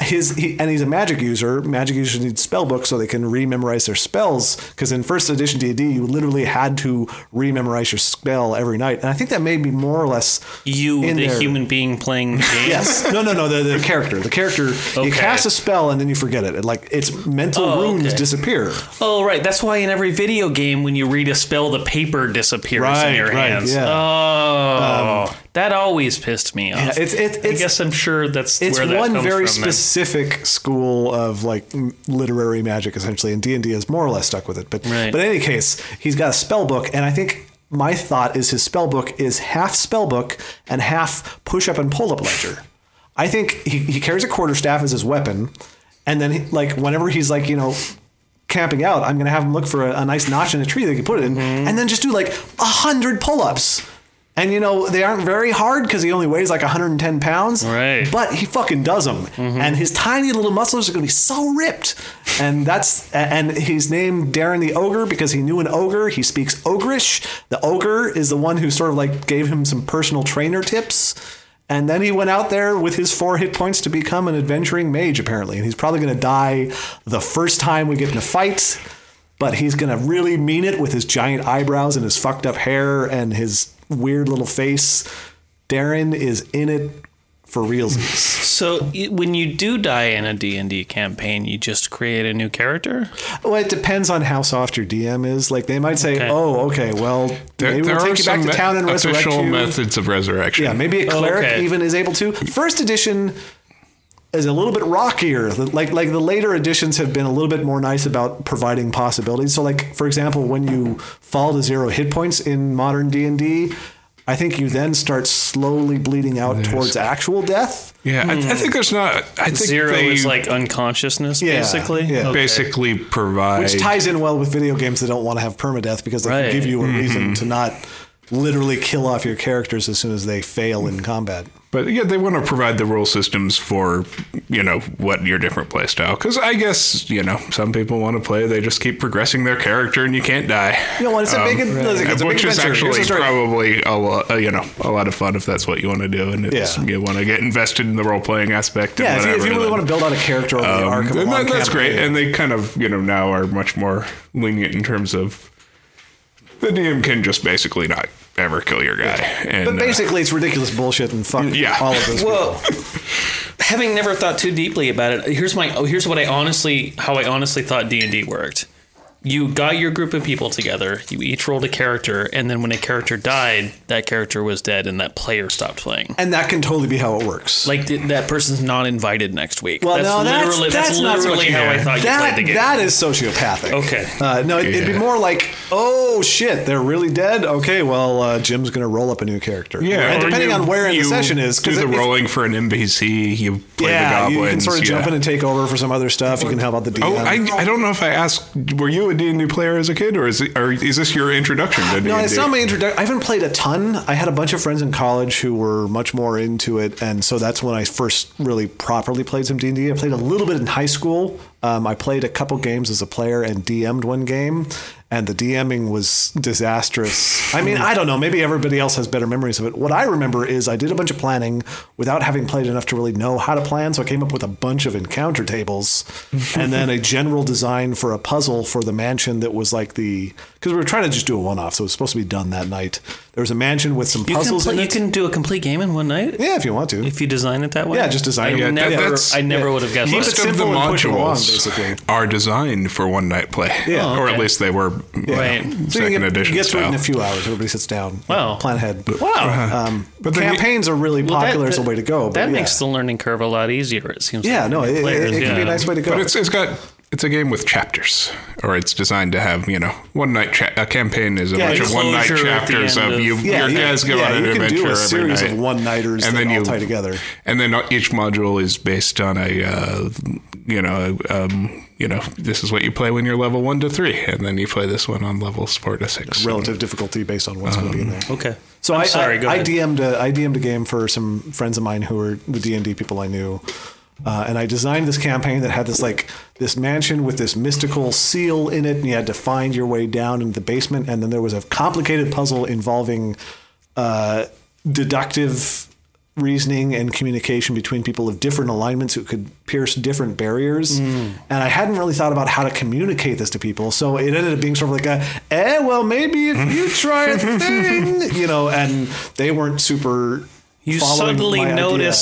Speaker 5: his he, and he's a magic user. Magic users need spell books so they can rememorize their spells. Because in first edition D and D, you literally had to rememorize your spell every night, and I think that may be more or less
Speaker 2: You,
Speaker 5: in
Speaker 2: the
Speaker 5: there.
Speaker 2: human being playing the game.
Speaker 5: Yes. No, no, no. The, the character. The character.
Speaker 2: Okay.
Speaker 5: You cast a spell and then you forget it. it like its mental
Speaker 2: Oh,
Speaker 5: runes
Speaker 2: okay.
Speaker 5: disappear.
Speaker 2: Oh, right. That's why in every video game, when you read a spell, the paper disappears in
Speaker 5: Right,
Speaker 2: your
Speaker 5: right,
Speaker 2: hands.
Speaker 5: yeah. um,
Speaker 2: Oh, that always pissed me off.
Speaker 5: Yeah, it's it's
Speaker 2: I
Speaker 5: it's
Speaker 2: guess I'm sure that's
Speaker 5: it's
Speaker 2: where that
Speaker 5: one
Speaker 2: comes
Speaker 5: very
Speaker 2: from, then.
Speaker 5: specific school of like m- literary magic essentially and d&d is more or less stuck with it but
Speaker 2: Right.
Speaker 5: but in any case he's got a spell book and i think my thought is his spell book is half spell book and half push up and pull up ledger i think he, he carries a quarterstaff as his weapon and then he, like whenever he's like you know camping out i'm gonna have him look for a, a nice notch in a tree they can put it in
Speaker 2: Mm-hmm.
Speaker 5: and then just do like a hundred pull-ups and you know they aren't very hard because he only weighs like 110 pounds
Speaker 2: Right.
Speaker 5: but he fucking does them, and his tiny little muscles are going to be so ripped. And that's and he's named Darren the Ogre because he knew an ogre. He speaks ogreish. The ogre is the one who sort of like gave him some personal trainer tips. And then he went out there with his four hit points to become an adventuring mage, apparently. And he's probably going to die the first time we get in a fight, but he's going to really mean it with his giant eyebrows and his fucked up hair and his weird little face. Darren is in it for reals.
Speaker 2: So y- when you do die in a D&D campaign, you just create a new character?
Speaker 5: Well, it depends on how soft your DM is. Like they might say,
Speaker 2: Okay.
Speaker 5: "Oh, okay, well, maybe we'll take you back to
Speaker 3: me-
Speaker 5: town and resurrect
Speaker 3: official
Speaker 5: you."
Speaker 3: methods of resurrection.
Speaker 5: Yeah, maybe a
Speaker 2: Oh,
Speaker 5: cleric
Speaker 2: okay.
Speaker 5: even is able to. First edition is a little bit rockier. Like like the later editions have been a little bit more nice about providing possibilities. So like for example, when you fall to zero hit points in modern D and D, I think you then start slowly bleeding out towards actual death.
Speaker 3: Yeah, I,
Speaker 5: Hmm.
Speaker 3: I think there's not. I think
Speaker 2: Zero
Speaker 3: they
Speaker 2: is like unconsciousness,
Speaker 5: Yeah,
Speaker 2: basically?
Speaker 5: yeah.
Speaker 2: Okay.
Speaker 3: basically provide.
Speaker 5: Which ties in well with video games that don't want to have permadeath because they
Speaker 2: Right.
Speaker 5: can give you a reason to not literally kill off your characters as soon as they fail in combat.
Speaker 3: But yeah, they want to provide the rule systems for you know what your different play style. Because I guess you know some people want to play. They just keep progressing their character, and you can't die. Um,
Speaker 5: You know what? It's a big, listen, it's a big
Speaker 3: Which is
Speaker 5: adventure. Here's
Speaker 3: actually
Speaker 5: the story.
Speaker 3: probably a lot, uh, you know, a lot of fun if that's what you want to do, and it's,
Speaker 5: Yeah.
Speaker 3: you want to get invested in the role playing aspect.
Speaker 5: yeah,
Speaker 3: and
Speaker 5: if you, if
Speaker 3: whatever,
Speaker 5: you really
Speaker 3: then-
Speaker 5: want to build out a character over the arc of a
Speaker 3: And
Speaker 5: long
Speaker 3: that- that's
Speaker 5: campaign.
Speaker 3: great. And they kind of, you know, now are much more lenient in terms of the DM can just basically not ever kill your guy. And,
Speaker 5: But
Speaker 3: uh,
Speaker 5: basically, it's ridiculous bullshit and fuck
Speaker 3: Yeah.
Speaker 5: all of those.
Speaker 2: Well, having never thought too deeply about it, here's my oh, here's what I honestly how I honestly thought D and D worked. You got your group of people together. You each rolled a character, and then when a character died, that character was dead, and that player stopped playing.
Speaker 5: and that can totally be how it works.
Speaker 2: Like th- that person's not invited next week.
Speaker 5: Well, no, that's-
Speaker 2: literally
Speaker 5: that's not so
Speaker 2: literally
Speaker 5: much-
Speaker 2: how I thought you
Speaker 5: that
Speaker 2: played the game.
Speaker 5: that is sociopathic.
Speaker 2: Okay.
Speaker 5: Uh, no, it, it'd be
Speaker 3: Yeah.
Speaker 5: more like, oh shit, they're really dead. Okay, well, uh, Jim's gonna roll up a new character.
Speaker 3: yeah,
Speaker 5: and
Speaker 3: or
Speaker 5: depending
Speaker 3: you-
Speaker 5: on where in
Speaker 3: you
Speaker 5: the session is,
Speaker 3: do the
Speaker 5: if- if-
Speaker 3: rolling for an NPC. You play
Speaker 5: yeah,
Speaker 3: the
Speaker 5: you,
Speaker 3: goblins.
Speaker 5: you can sort of jump
Speaker 3: yeah.
Speaker 5: in and take over for some other stuff. You can help out the DM.
Speaker 3: Oh, I, I don't know if I asked. Were you a D and D player as a kid, or is it, or is this your introduction to D and D?
Speaker 5: No, it's not my introduction. I haven't played a ton. I had a bunch of friends in college who were much more into it, and so that's when I first really properly played some D and I played a little bit in high school. Um, I played a couple games as a player and DM'd one game, and the DMing was disastrous. I mean, I don't know. Maybe everybody else has better memories of it. What I remember is I did a bunch of planning without having played enough to really know how to plan, so I came up with a bunch of encounter tables, and then a general design for a puzzle for the mansion that was like the because we were trying to just do a one off, so it was supposed to be done that night. There was a mansion with some
Speaker 2: You can,
Speaker 5: puzzles
Speaker 2: play,
Speaker 5: in
Speaker 2: you
Speaker 5: it.
Speaker 2: can do a complete game in one night
Speaker 5: yeah, if you want to.
Speaker 2: if you design it that way.
Speaker 5: Yeah, just design
Speaker 2: I
Speaker 5: it. Yeah,
Speaker 2: never,
Speaker 5: that-
Speaker 3: that's-
Speaker 2: I never would have guessed.
Speaker 5: Keep it
Speaker 2: that.
Speaker 3: Most of the
Speaker 5: simple and push it along,
Speaker 3: modules
Speaker 5: basically.
Speaker 3: are designed for one night play,
Speaker 5: Yeah.
Speaker 2: Oh,
Speaker 3: or at
Speaker 2: okay.
Speaker 3: least they were
Speaker 2: Right.
Speaker 3: right.
Speaker 5: So you
Speaker 3: second
Speaker 5: can get,
Speaker 3: edition
Speaker 5: you get to it in
Speaker 3: style.
Speaker 5: a few hours. Everybody sits down.
Speaker 2: Wow. Uh-huh.
Speaker 5: Plan ahead. But,
Speaker 2: Wow.
Speaker 5: um,
Speaker 3: But then you-
Speaker 5: campaigns are really
Speaker 2: Well, that-
Speaker 5: popular as a
Speaker 2: that-
Speaker 5: way to go. but
Speaker 2: That
Speaker 5: yeah.
Speaker 2: makes the learning curve a lot easier. It seems.
Speaker 5: yeah,
Speaker 2: like,
Speaker 5: no,
Speaker 2: for
Speaker 5: it, it- it
Speaker 2: players,
Speaker 5: can be a
Speaker 2: yeah.
Speaker 5: nice way to go.
Speaker 3: But it's it's got it's a game with chapters, or it's designed to have you know one night cha- a campaign is a
Speaker 5: Yeah,
Speaker 3: bunch
Speaker 5: it's
Speaker 3: of one night
Speaker 2: closure at the
Speaker 3: chapters
Speaker 2: end
Speaker 3: of
Speaker 2: of-
Speaker 3: you
Speaker 5: Yeah,
Speaker 3: your
Speaker 5: you-
Speaker 3: guys go
Speaker 5: yeah,
Speaker 3: on an
Speaker 5: you can do
Speaker 3: adventure
Speaker 5: a
Speaker 3: every
Speaker 5: series
Speaker 3: night.
Speaker 5: of one-nighters
Speaker 3: and
Speaker 5: that
Speaker 3: then
Speaker 5: all
Speaker 3: you
Speaker 5: tie together.
Speaker 3: And then each module is based on a uh, you know um, you know this is what you play when you're level one to three, and then you play this one on levels four to six.
Speaker 5: relative difficulty based on what's going
Speaker 3: Uh-huh.
Speaker 5: to be in there.
Speaker 2: Okay.
Speaker 5: So
Speaker 2: I'm
Speaker 5: I-
Speaker 2: sorry.
Speaker 5: I,
Speaker 2: go
Speaker 5: I
Speaker 2: ahead.
Speaker 5: DM'd a, I DM'd a game for some friends of mine who were the D and D people I knew, uh, and I designed this campaign that had this like this mansion with this mystical seal in it, and you had to find your way down into the basement, and then there was a complicated puzzle involving uh, deductive reasoning and communication between people of different alignments who could pierce different barriers.
Speaker 2: Mm.
Speaker 5: And I hadn't really thought about how to communicate this to people. So it ended up being sort of like a, eh, well, maybe if you try a thing, you know, and they weren't super.
Speaker 2: You
Speaker 5: following
Speaker 2: suddenly
Speaker 5: my idea.
Speaker 2: notice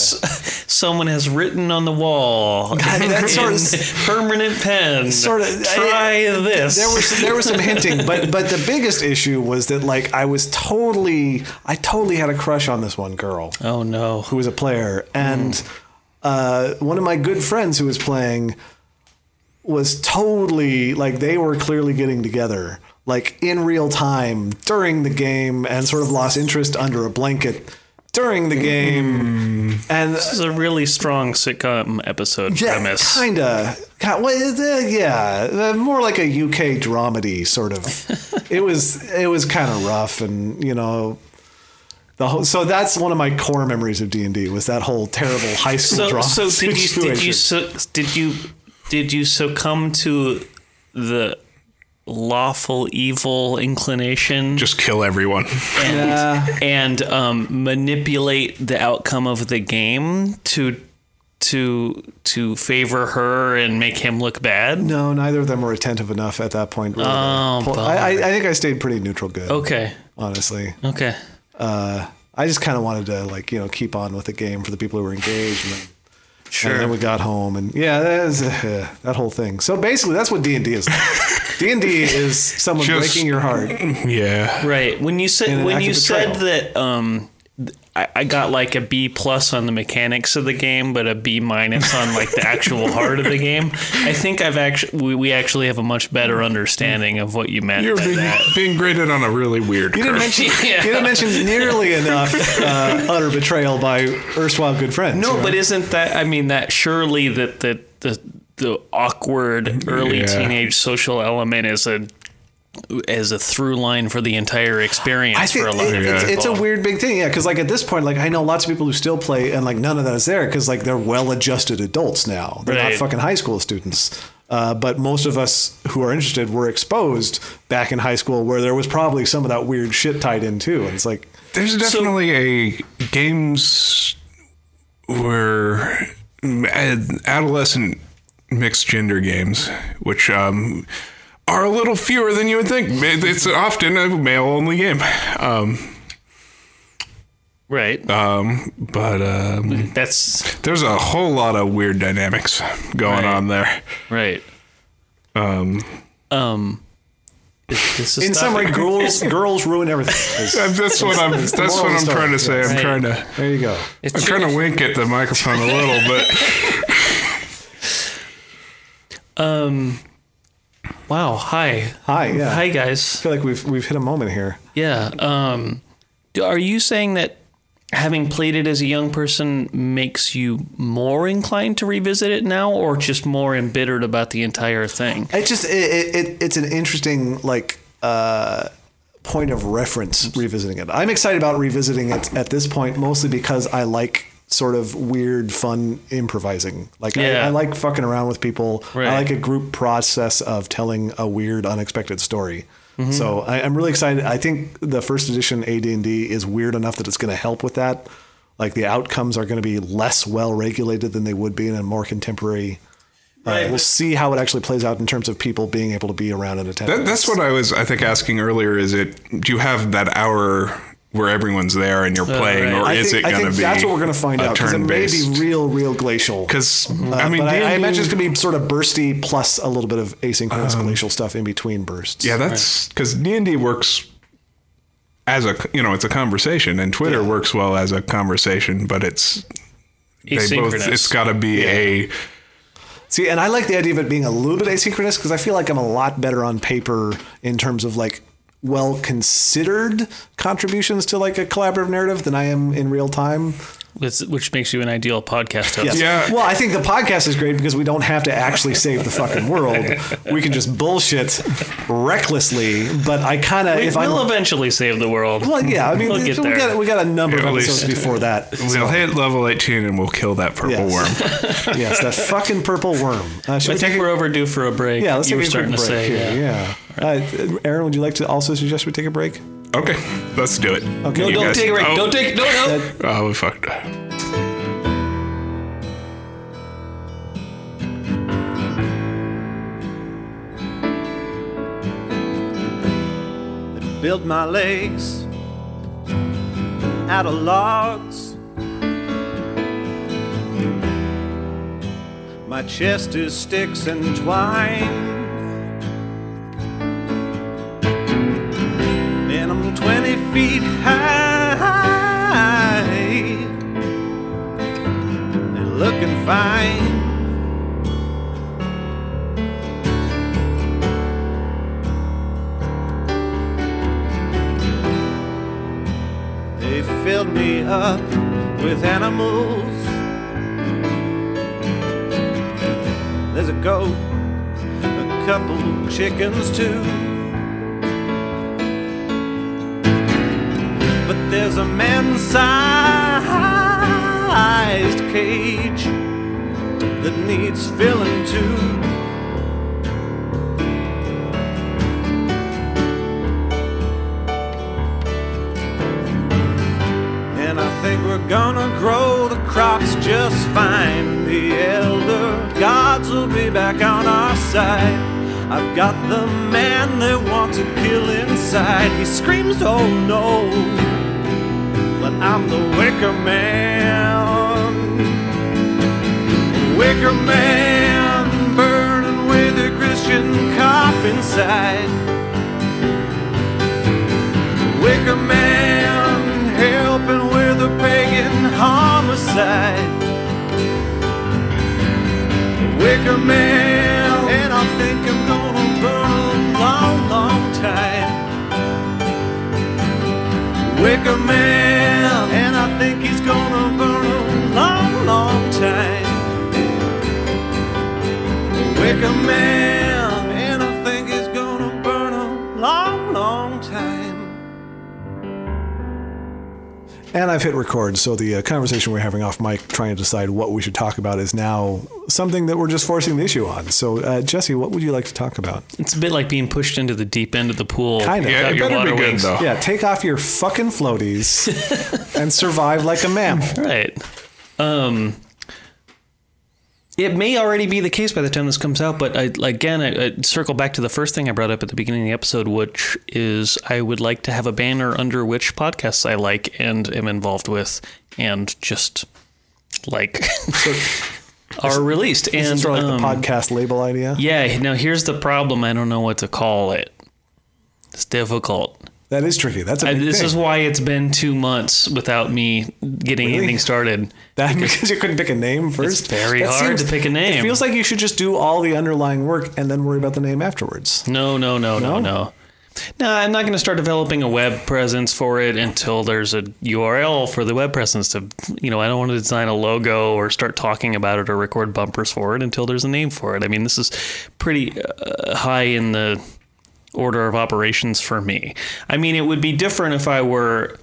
Speaker 2: someone has written on the wall in
Speaker 5: that's sort of-
Speaker 2: permanent pen.
Speaker 5: Sort of-
Speaker 2: try this.
Speaker 5: There was there was some hinting, but but the biggest issue was that like I was totally I totally had a crush on this one girl.
Speaker 2: oh no.
Speaker 5: who was a player, and uh, one of my good friends who was playing was totally like they were clearly getting together, like in real time during the game, and sort of lost interest under a blanket during the game, and
Speaker 2: This is a really strong sitcom episode
Speaker 5: yeah,
Speaker 2: premise.
Speaker 5: kinda. God, what is it? Yeah, uh, more like a UK dramedy sort of. it was it was kind of rough, and you know. The whole, so that's one of my core memories of D and D was that whole terrible high school
Speaker 2: so,
Speaker 5: drama.
Speaker 2: so did you
Speaker 5: situation.
Speaker 2: did you su- did you did you succumb to the lawful evil inclination
Speaker 3: Just kill everyone.
Speaker 2: and, and um, manipulate the outcome of the game to to to favor her and make him look bad?
Speaker 5: No, neither of them were attentive enough at that point. Really.
Speaker 2: Oh,
Speaker 5: Pol-
Speaker 2: bummer.
Speaker 5: I, I, I think I stayed pretty neutral good.
Speaker 2: Okay.
Speaker 5: Honestly,
Speaker 2: Okay.
Speaker 5: I just kind of wanted to like you know keep on with the game for the people who were engaged. And then,
Speaker 2: Sure.
Speaker 5: And then we got home, and yeah, that, is, uh, that whole thing. So basically, that's what D and D is. D and D is someone
Speaker 3: Just-
Speaker 5: breaking your heart.
Speaker 3: yeah.
Speaker 2: right. When you
Speaker 5: in
Speaker 2: said
Speaker 5: an
Speaker 2: when
Speaker 5: act
Speaker 2: you
Speaker 5: of
Speaker 2: said
Speaker 5: betrayal.
Speaker 2: that um th- I, I got like a B plus on the mechanics of the game, but a B minus on like the actual heart of the game. I think I've actually we, we actually have a much better understanding of what you meant.
Speaker 3: You're
Speaker 2: by
Speaker 3: being,
Speaker 2: that.
Speaker 3: being graded on a really weird
Speaker 5: You
Speaker 3: curve.
Speaker 5: didn't mention.
Speaker 2: Yeah.
Speaker 5: You didn't mention nearly enough uh, utter betrayal by erstwhile good friends.
Speaker 2: No,
Speaker 5: you know?
Speaker 2: but isn't that? I mean, that surely that the the the awkward early
Speaker 3: Yeah.
Speaker 2: teenage social element is a as a through line for the entire experience
Speaker 5: I think
Speaker 2: for a lot
Speaker 5: it-
Speaker 2: of
Speaker 5: it's,
Speaker 2: people.
Speaker 5: it's a weird big thing, yeah. Because like at this point, like I know lots of people who still play, and like none of that is there because like they're well-adjusted adults now. They're
Speaker 2: Right.
Speaker 5: not fucking high school students. Uh, but most of us who are interested were exposed back in high school, where there was probably some of that weird shit tied in too. And it's like,
Speaker 3: There's definitely a games where ad- adolescent mixed gender games, which um, are a little fewer than you would think. It- It's often a male only game, um,
Speaker 2: right?
Speaker 3: but
Speaker 2: Mm-hmm.
Speaker 3: um,
Speaker 2: That's
Speaker 3: there's a whole lot of weird dynamics going
Speaker 2: Right.
Speaker 3: on there.
Speaker 2: right. Um. Um. This this is
Speaker 5: in
Speaker 2: stuff-
Speaker 5: summary, girls girls ruin everything. Is-
Speaker 3: Uh, That's what I'm. That's what
Speaker 5: moral
Speaker 3: I'm
Speaker 5: story,
Speaker 3: trying to say. I'm
Speaker 2: yes.
Speaker 3: trying to.
Speaker 5: there you go.
Speaker 2: it's
Speaker 3: I'm trying to wink at the microphone a little, but
Speaker 2: Wow. Hi.
Speaker 5: Hi, yeah.
Speaker 2: Hi,
Speaker 5: I
Speaker 2: guys.
Speaker 5: feel like we've we've hit a moment here.
Speaker 2: Yeah. Um. do- Are you saying that? Having played it as a young person makes you more inclined to revisit it now, or just more embittered about the entire thing?
Speaker 5: It just it, it, it it's an interesting like uh, point of reference revisiting it. I'm excited about revisiting it at this point mostly because I like sort of weird, fun improvising. Like
Speaker 2: Yeah.
Speaker 5: I, I like fucking around with people.
Speaker 2: Right.
Speaker 5: I like a group process of telling a weird, unexpected story. So I, I'm really excited. I think the first edition AD&D is weird enough that it's going to help with that. Like the outcomes are going to be less well regulated than they would be in a more contemporary uh, we'll see how it actually plays out in terms of people being able to be around and attend.
Speaker 3: that, that's what I was. I think asking earlier. Is it? Do you have that hour where everyone's there and you're
Speaker 2: right.
Speaker 3: playing, or
Speaker 5: I
Speaker 3: is
Speaker 5: think,
Speaker 3: it
Speaker 5: I
Speaker 3: going to
Speaker 5: think
Speaker 3: be?
Speaker 5: that's what we're going to find
Speaker 3: a
Speaker 5: out because it may
Speaker 3: turn-based?
Speaker 5: be real, real glacial.
Speaker 3: Because I mean,
Speaker 5: but I, I
Speaker 3: D&D
Speaker 5: imagine it's going to be sort of bursty plus a little bit of asynchronous glacial stuff in between bursts.
Speaker 3: Um, Yeah, that's because D and D works as a you know it's a conversation, and Twitter works well as a conversation, but it's they both
Speaker 2: Asynchronous.
Speaker 3: it's got to be a
Speaker 5: See, and I like the idea of it being a little bit asynchronous because I feel like I'm a lot better on paper in terms of like well considered contributions to like a collaborative narrative than I am in real time.
Speaker 2: Which, which makes you an ideal podcast host.
Speaker 5: Yes.
Speaker 3: Yeah.
Speaker 5: Well, I think the podcast is great because we don't have to actually save the fucking world. We can just bullshit recklessly. But I kind of,
Speaker 2: We
Speaker 5: if
Speaker 2: will
Speaker 5: I'm,
Speaker 2: eventually save the world.
Speaker 5: well, yeah, I mean,
Speaker 2: We'll get
Speaker 5: we
Speaker 2: there.
Speaker 5: got we got a number of
Speaker 3: At
Speaker 5: episodes
Speaker 3: least.
Speaker 5: before that.
Speaker 3: we'll hit level eighteen and we'll kill that purple
Speaker 5: Yes.
Speaker 3: worm.
Speaker 5: yes, that fucking purple worm. Uh, should
Speaker 2: I
Speaker 5: we take
Speaker 2: think
Speaker 5: a-
Speaker 2: we're overdue for a break.
Speaker 5: yeah, let's
Speaker 2: you
Speaker 5: take
Speaker 2: were
Speaker 5: a quick break
Speaker 2: starting to say.
Speaker 5: here.
Speaker 2: yeah.
Speaker 5: Yeah. Uh, Aaron, would you like to also suggest we take a break?
Speaker 3: Okay, let's do it. Okay,
Speaker 5: No,
Speaker 2: Don't take a break. Don't take. No, no.
Speaker 3: Oh, we fucked.
Speaker 6: built my legs out of logs. My chest is sticks and twine. And I'm 20 feet high and looking fine. They filled me up with animals. There's a goat, a couple chickens too. But there's a man sized cage that needs filling too. And I think we're gonna grow the crops just fine. The elder gods will be back on our side. I've got the man they want to kill inside. He screams, oh no. But I'm the wicker man. Wicker man, burning with a Christian cop inside. Wicker man helping with a pagan homicide. Wicker man, and I think I'm gonna burn a long, long time. Wicker man, and I think he's gonna burn a long, long time. Wicker man, and I think he's gonna burn a long, long time.
Speaker 5: And I've hit record, so the uh, conversation we're having off mic, trying to decide what we should talk about, is now something that we're just forcing the issue on. So, uh, Jesse, what would you like to talk about?
Speaker 2: It's a bit like being pushed into the deep end of the pool.
Speaker 5: Kinda.
Speaker 2: without
Speaker 3: Yeah, it
Speaker 2: your
Speaker 3: better
Speaker 2: water
Speaker 3: be good
Speaker 2: wings.
Speaker 3: though.
Speaker 5: Yeah, take off your fucking floaties and survive like a mammal.
Speaker 2: Right. Um, it may already be the case by the time this comes out, but I, again, I, I circle back to the first thing I brought up at the beginning of the episode, which is I would like to have a banner under which podcasts I like and am involved with, and just like are released. and
Speaker 5: And sort of like
Speaker 2: um,
Speaker 5: the podcast label idea.
Speaker 2: yeah, now here's the problem: I don't know what to call it. It's difficult.
Speaker 5: That is tricky. That's a
Speaker 2: I,
Speaker 5: big
Speaker 2: this
Speaker 5: thing.
Speaker 2: is why it's been two months without me getting anything started.
Speaker 5: that, because you couldn't pick a name first.
Speaker 2: very
Speaker 5: That
Speaker 2: hard to pick a
Speaker 5: It
Speaker 2: name.
Speaker 5: feels like you should just do all the underlying work and then worry about the name afterwards.
Speaker 2: No, no, no,
Speaker 5: No?
Speaker 2: no, no. No, I'm not going to start developing a web presence for it until there's a URL for the web presence to, you know, I don't want to design a logo or start talking about it or record bumpers for it until there's a name for it. I mean, this is pretty uh, high in the order of operations for me. I mean, it would be different if I were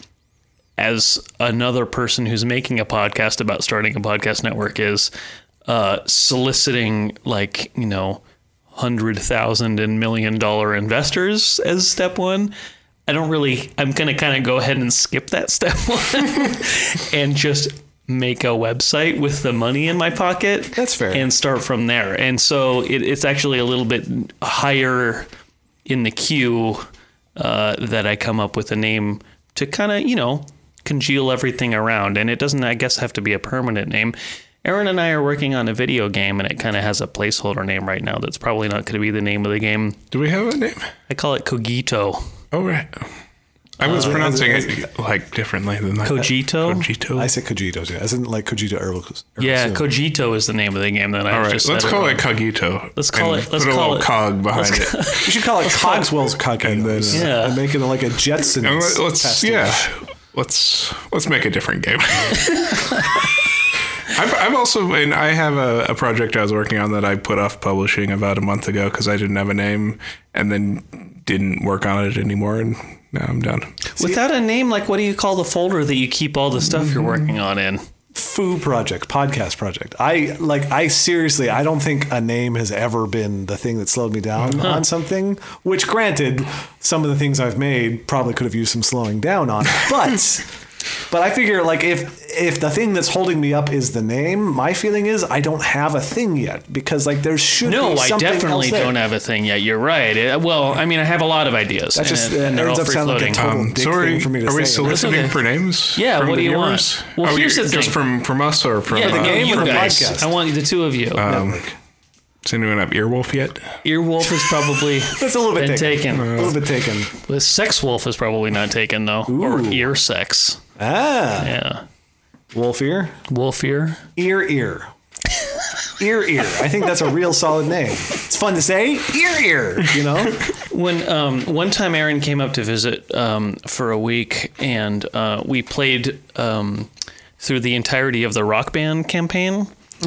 Speaker 2: as another person who's making a podcast about starting a podcast network is uh, soliciting like you know hundred thousand and million dollar investors as step one. I don't really. I'm gonna kind of go ahead and skip that step one and just make a website with the money in my pocket.
Speaker 5: That's fair.
Speaker 2: And start from there. And so it, it's actually a little bit higher in the queue uh, that I come up with a name to kind of, you know, congeal everything around. And it doesn't, I guess, have to be a permanent name. Aaron and I are working on a video game, and it kind of has a placeholder name right now that's probably not going to be the name of the game.
Speaker 3: Do we have a name?
Speaker 2: I call it Cogito.
Speaker 3: Oh, right. Uh, I was pronouncing it like differently than that.
Speaker 2: Cogito?
Speaker 3: Cogito.
Speaker 5: I say Cogito, too. As in, like, Cogito Ergo.
Speaker 2: Yeah, Cogito is the name of the game that I
Speaker 3: All right,
Speaker 2: just
Speaker 3: let's
Speaker 2: said
Speaker 3: call
Speaker 2: wrong.
Speaker 3: it Cogito.
Speaker 2: Let's call
Speaker 3: and
Speaker 2: it- let's
Speaker 3: put
Speaker 2: call
Speaker 3: a little
Speaker 2: it-
Speaker 3: cog behind it.
Speaker 5: You should call it Cogswell's Cogito. And then,
Speaker 2: Yeah.
Speaker 5: and make it like a Jetson.
Speaker 3: And let, us yeah, let's let's make a different game. I've, I've also and I have a, a project I was working on that I put off publishing about a month ago because I didn't have a name and then didn't work on it anymore and now I'm done.
Speaker 2: Without a name, like what do you call the folder that you keep all the stuff you're working on in?
Speaker 5: Foo project, podcast project. I like I seriously I don't think a name has ever been the thing that slowed me down on something, which granted some of the things I've made probably could have used some slowing down on. But but I figure like if if the thing that's holding me up is the name, my feeling is I don't have a thing yet because like there should
Speaker 2: No,
Speaker 5: be
Speaker 2: I
Speaker 5: something
Speaker 2: definitely
Speaker 5: else there.
Speaker 2: don't have a thing yet. You're right. It- well, I mean, I have a lot of ideas.
Speaker 5: That just uh,
Speaker 2: they're
Speaker 5: ends
Speaker 2: all
Speaker 5: up sounding like a
Speaker 2: free-floating.
Speaker 5: total
Speaker 3: Um,
Speaker 5: dick
Speaker 3: sorry,
Speaker 5: thing for me to
Speaker 3: are we
Speaker 5: say.
Speaker 3: soliciting
Speaker 2: okay.
Speaker 3: for names?
Speaker 2: Yeah,
Speaker 3: from
Speaker 2: what
Speaker 3: the
Speaker 2: do you want?
Speaker 3: viewers?
Speaker 2: Well,
Speaker 3: Oh,
Speaker 2: here's
Speaker 3: you-
Speaker 2: the
Speaker 3: just
Speaker 2: thing.
Speaker 3: from from us or from
Speaker 2: yeah,
Speaker 3: uh,
Speaker 2: the game
Speaker 5: you
Speaker 2: you
Speaker 5: from the
Speaker 2: guys.
Speaker 5: podcast. Uh,
Speaker 2: I want the two of you.
Speaker 3: Is anyone up Earwolf yet?
Speaker 2: Earwolf is probably
Speaker 5: That's a little bit
Speaker 2: been
Speaker 5: taken.
Speaker 2: taken.
Speaker 5: A little bit taken.
Speaker 2: The sex wolf is probably not taken though, or ear sex.
Speaker 5: Ah,
Speaker 2: Yeah,
Speaker 5: wolf ear,
Speaker 2: wolf ear.
Speaker 5: ear ear. Ear ear. I think that's a real solid name. It's fun to say. Ear ear. You know.
Speaker 2: When um, one time Aaron came up to visit um, for a week, and uh, we played um, through the entirety of the Rock Band campaign,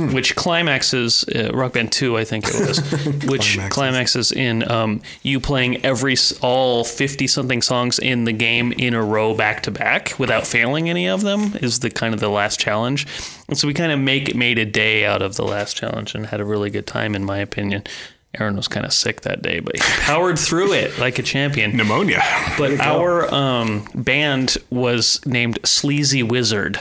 Speaker 2: which climaxes uh, Rock Band Two, I think it was, which climaxes, in um, you playing every s- all fifty something songs in the game in a row back to back without failing any of them is the kind of the last challenge, and so we kind of make made a day out of the last challenge and had a really good time, in my opinion. Aaron was kind of sick that day, but he powered through it like a champion.
Speaker 3: Pneumonia.
Speaker 2: But our um, band was named Sleazy Wizard.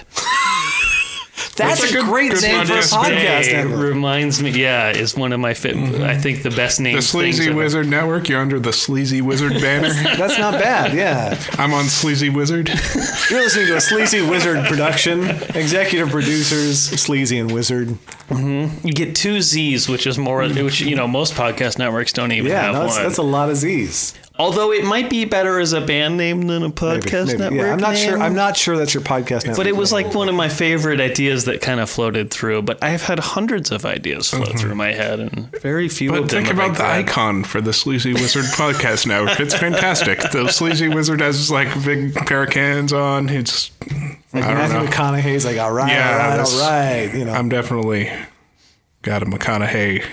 Speaker 5: That's,
Speaker 3: That's
Speaker 5: a,
Speaker 3: a good-
Speaker 5: great
Speaker 3: good
Speaker 5: name for a
Speaker 3: podcast
Speaker 5: podcast. Mm-hmm.
Speaker 2: Hey,
Speaker 5: Edward.
Speaker 2: reminds me, yeah, is one of my fit. I think the best names.
Speaker 3: The Sleazy
Speaker 2: things are-
Speaker 3: Wizard Network. You're under the Sleazy Wizard banner.
Speaker 5: That's not bad. Yeah,
Speaker 3: I'm on Sleazy Wizard.
Speaker 5: you're listening to a Sleazy Wizard production. Executive producers Sleazy and Wizard.
Speaker 2: You get two Z's, which is more, which you know most podcast networks don't even
Speaker 5: Mm-hmm. Yeah,
Speaker 2: have
Speaker 5: no, that's,
Speaker 2: one.
Speaker 5: that's a lot of Z's.
Speaker 2: Although it might be better as a band name than a
Speaker 5: Maybe,
Speaker 2: podcast
Speaker 5: maybe.
Speaker 2: network.
Speaker 5: Yeah, I'm not sure.
Speaker 2: name.
Speaker 5: I'm not sure that's your podcast. Network.
Speaker 2: But it was like one of my favorite ideas that kind of floated through. But I've had hundreds of ideas float
Speaker 5: Mm-hmm.
Speaker 2: through my head, and very few
Speaker 3: But
Speaker 2: of them.
Speaker 3: think
Speaker 2: have I
Speaker 3: about the
Speaker 2: grabbed.
Speaker 3: icon for the Sleazy Wizard podcast now. It's fantastic. The Sleazy Wizard has like big pair of cans on. It's I don't
Speaker 5: Matthew
Speaker 3: know.
Speaker 5: McConaughey's like, all right,
Speaker 3: Yeah,
Speaker 5: all right,
Speaker 3: that's-
Speaker 5: all right. You know,
Speaker 3: I'm definitely got a McConaughey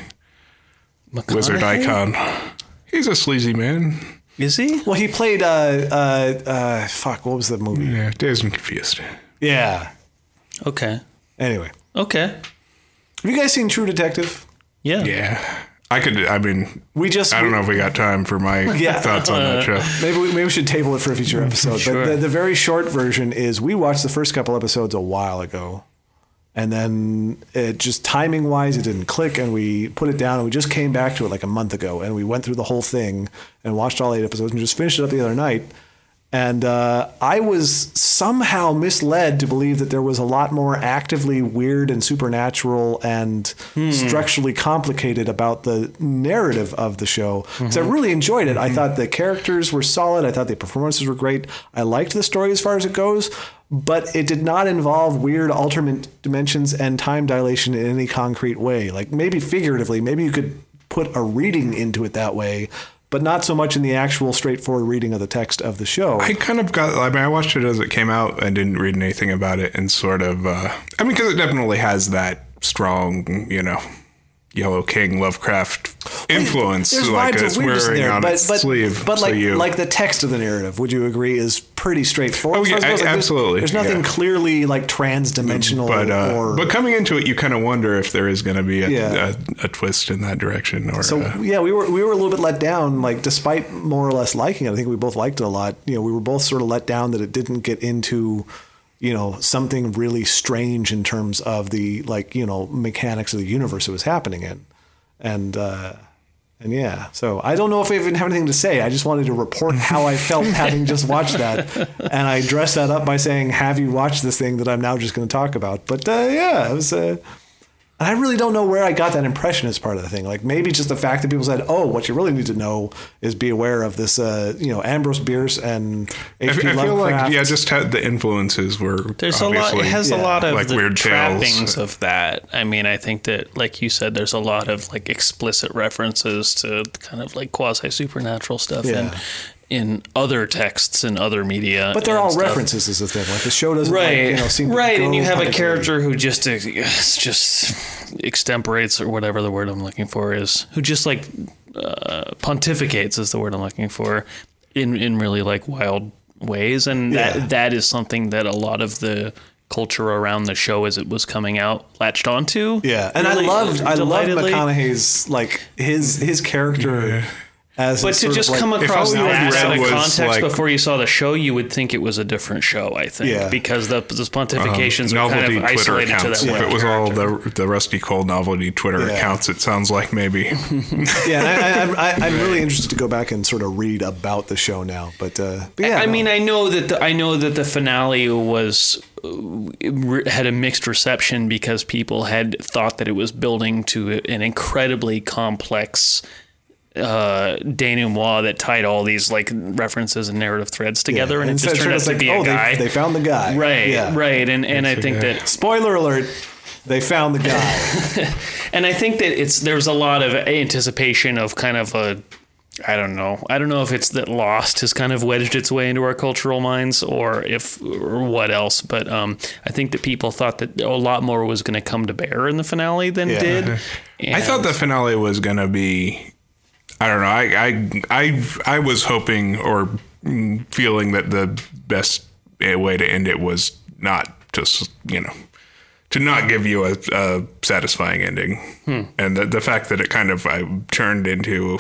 Speaker 3: wizard
Speaker 2: McConaughey?
Speaker 3: icon. He's a sleazy man.
Speaker 2: Is he?
Speaker 5: well, he played. Uh, uh, uh, fuck, what was the movie?
Speaker 3: Yeah, Dave's been confused.
Speaker 5: Yeah.
Speaker 2: Okay.
Speaker 5: Anyway,
Speaker 2: Okay.
Speaker 5: have you guys seen True Detective?
Speaker 2: Yeah.
Speaker 3: Yeah, I could. I mean,
Speaker 5: We just
Speaker 3: I don't know if we got time for my
Speaker 5: Yeah. Uh.
Speaker 3: thoughts on that show.
Speaker 5: Maybe we, maybe we should table it for a future episode.
Speaker 2: Sure.
Speaker 5: But the, the very short version is we watched the first couple episodes a while ago. And then it just timing wise, it didn't click, and we put it down, and we just came back to it like a month ago, and we went through the whole thing and watched all eight episodes, and just finished it up the other night. And uh, I was somehow misled to believe that there was a lot more actively weird and supernatural and
Speaker 3: Hmm.
Speaker 5: structurally complicated about the narrative of the show. Because I really enjoyed it. I thought the characters were solid. I thought the performances were great. I liked the story as far as it goes, but it did not involve weird alternate dimensions and time dilation in any concrete way. Like maybe figuratively, maybe you could put a reading into it that way, but not so much in the actual straightforward reading of the text of the show.
Speaker 3: I kind of got. I mean, I watched it as it came out and didn't read anything about it, and sort of. Uh, I mean, because it definitely has that strong, you know, Yellow King Lovecraft influence.
Speaker 5: There's
Speaker 3: like
Speaker 5: vibes
Speaker 3: it's
Speaker 5: of weirdness in
Speaker 3: wearing
Speaker 5: there,
Speaker 3: on
Speaker 5: but,
Speaker 3: its
Speaker 5: but,
Speaker 3: sleeve.
Speaker 5: but
Speaker 3: so
Speaker 5: like
Speaker 3: you-
Speaker 5: like the text of the narrative, would you agree, is pretty straightforward?
Speaker 3: Oh,
Speaker 5: as far as
Speaker 3: yeah,
Speaker 5: it goes?
Speaker 3: a-
Speaker 5: there's-
Speaker 3: absolutely,
Speaker 5: There's, nothing
Speaker 3: yeah.
Speaker 5: clearly like trans-dimensional
Speaker 3: but uh,
Speaker 5: or
Speaker 3: but coming into it, you kind of wonder if there is going to be a,
Speaker 5: Yeah.
Speaker 3: a, a twist in that direction, or
Speaker 5: So
Speaker 3: uh,
Speaker 5: yeah, we were we were a little bit let down. Like despite more or less liking it, I think we both liked it a lot. You know, we were both sort of let down that it didn't get into, you know, something really strange in terms of the like you know mechanics of the universe it was happening in, and uh, And yeah, so I don't know if I even have anything to say. I just wanted to report how I felt having just watched that, and I dressed that up by saying, "Have you watched this thing that I'm now just going to talk about?" But uh, yeah, it was. Uh, I really don't know where I got that impression as part of the thing. Like maybe just the fact that people said, "Oh, what you really need to know is be aware of this." Uh, you know, Ambrose Bierce and
Speaker 3: I,
Speaker 5: H.P.
Speaker 3: I feel like
Speaker 5: Lovecraft.
Speaker 3: yeah, just had the influences were
Speaker 2: There's a lot. It
Speaker 3: obviously,
Speaker 2: has a lot of
Speaker 3: like
Speaker 2: the
Speaker 3: weird tales.
Speaker 2: trappings of that. I mean, I think that, like you said, there's a lot of like explicit references to kind of like quasi supernatural stuff in
Speaker 5: Yeah.
Speaker 2: in other texts and other media.
Speaker 5: but they're all
Speaker 2: references.
Speaker 5: references is the thing. Like the show doesn't, like,
Speaker 2: right
Speaker 5: you know, seem to
Speaker 2: right and
Speaker 5: go
Speaker 2: you have a
Speaker 5: particularly-
Speaker 2: character who just uh, just extemporates or whatever the word i'm looking for is who just like uh, pontificates is the word i'm looking for in in really like wild ways and
Speaker 5: Yeah.
Speaker 2: that that is something that a lot of the culture around the show as it was coming out latched onto
Speaker 5: Yeah, and
Speaker 2: Really
Speaker 5: I loved I loved
Speaker 2: delightedly.
Speaker 5: McConaughey's like his his character as
Speaker 2: but to just come across
Speaker 3: all you
Speaker 2: that
Speaker 3: had
Speaker 2: out
Speaker 3: read
Speaker 2: of
Speaker 3: was,
Speaker 2: context
Speaker 3: like-
Speaker 2: before you saw the show, you would think it was a different show. I think
Speaker 5: Yeah. Um,
Speaker 2: because the, those pontifications are
Speaker 3: novelty
Speaker 2: kind of
Speaker 3: Twitter
Speaker 2: isolated to
Speaker 3: accounts.
Speaker 2: that one
Speaker 3: If it was all
Speaker 2: character.
Speaker 3: the the rusty cold novelty Twitter
Speaker 5: Yeah.
Speaker 3: accounts, it sounds like maybe
Speaker 5: yeah, and I, I, I, I'm really interested to go back and sort of read about the show now. But, uh, but yeah,
Speaker 2: I
Speaker 5: no.
Speaker 2: mean, I know that the, I know that the finale was uh, re- had a mixed reception because people had thought that it was building to an incredibly complex uh, denouement that tied all these like references and narrative threads together, and, it
Speaker 5: instead
Speaker 2: just turned out
Speaker 5: it's
Speaker 2: to be a
Speaker 5: oh,
Speaker 2: guy.
Speaker 5: They, they found the guy.
Speaker 2: right,
Speaker 5: Yeah.
Speaker 2: right, and and I think that
Speaker 5: Spoiler alert. They found the guy.
Speaker 2: and I think that it's there's a lot of anticipation of kind of a I don't know. I don't know if it's that Lost has kind of wedged its way into our cultural minds or if or what else, but um, I think that people thought that a lot more was going to come to bear in the finale than
Speaker 5: Yeah.
Speaker 2: did.
Speaker 3: I
Speaker 2: And-
Speaker 3: thought the finale was gonna be. I don't know. I I I, I was hoping or mm, feeling that the best eh, way to end it was not just you know to not give you a, a satisfying ending, and the, the fact that it kind of I turned into.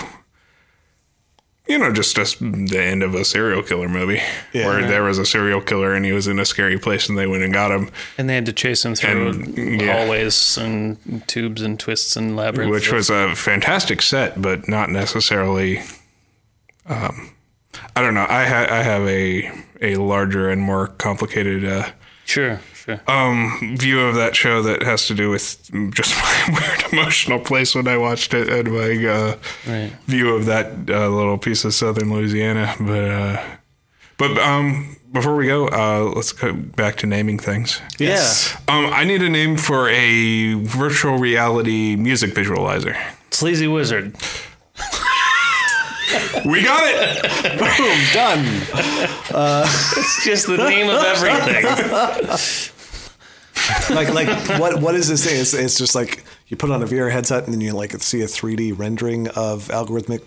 Speaker 3: You know, just, just the end of a serial killer movie where there was a serial killer and he was in a scary place and they went and got him.
Speaker 2: and they had to chase him through
Speaker 3: And- yeah.
Speaker 2: hallways and tubes and twists and labyrinths.
Speaker 3: which was a fantastic set, but not necessarily. Um, I don't know. I ha- I have a a larger and more complicated uh,
Speaker 2: sure, sure.
Speaker 3: Um, view of that show that has to do with just my weird emotional place when I watched it and my uh,
Speaker 2: Right.
Speaker 3: view of that uh, little piece of southern Louisiana. But uh, but um, before we go, uh, let's go back to naming things.
Speaker 2: Yes.
Speaker 3: Um, I need a name for a virtual reality music visualizer.
Speaker 2: Sleazy Wizard.
Speaker 3: We got it.
Speaker 5: Boom, done.
Speaker 2: It's just the name of everything.
Speaker 5: Like, like what? What is this thing? It's, it's just like you put on a VR headset and then you like see a 3D rendering of algorithmic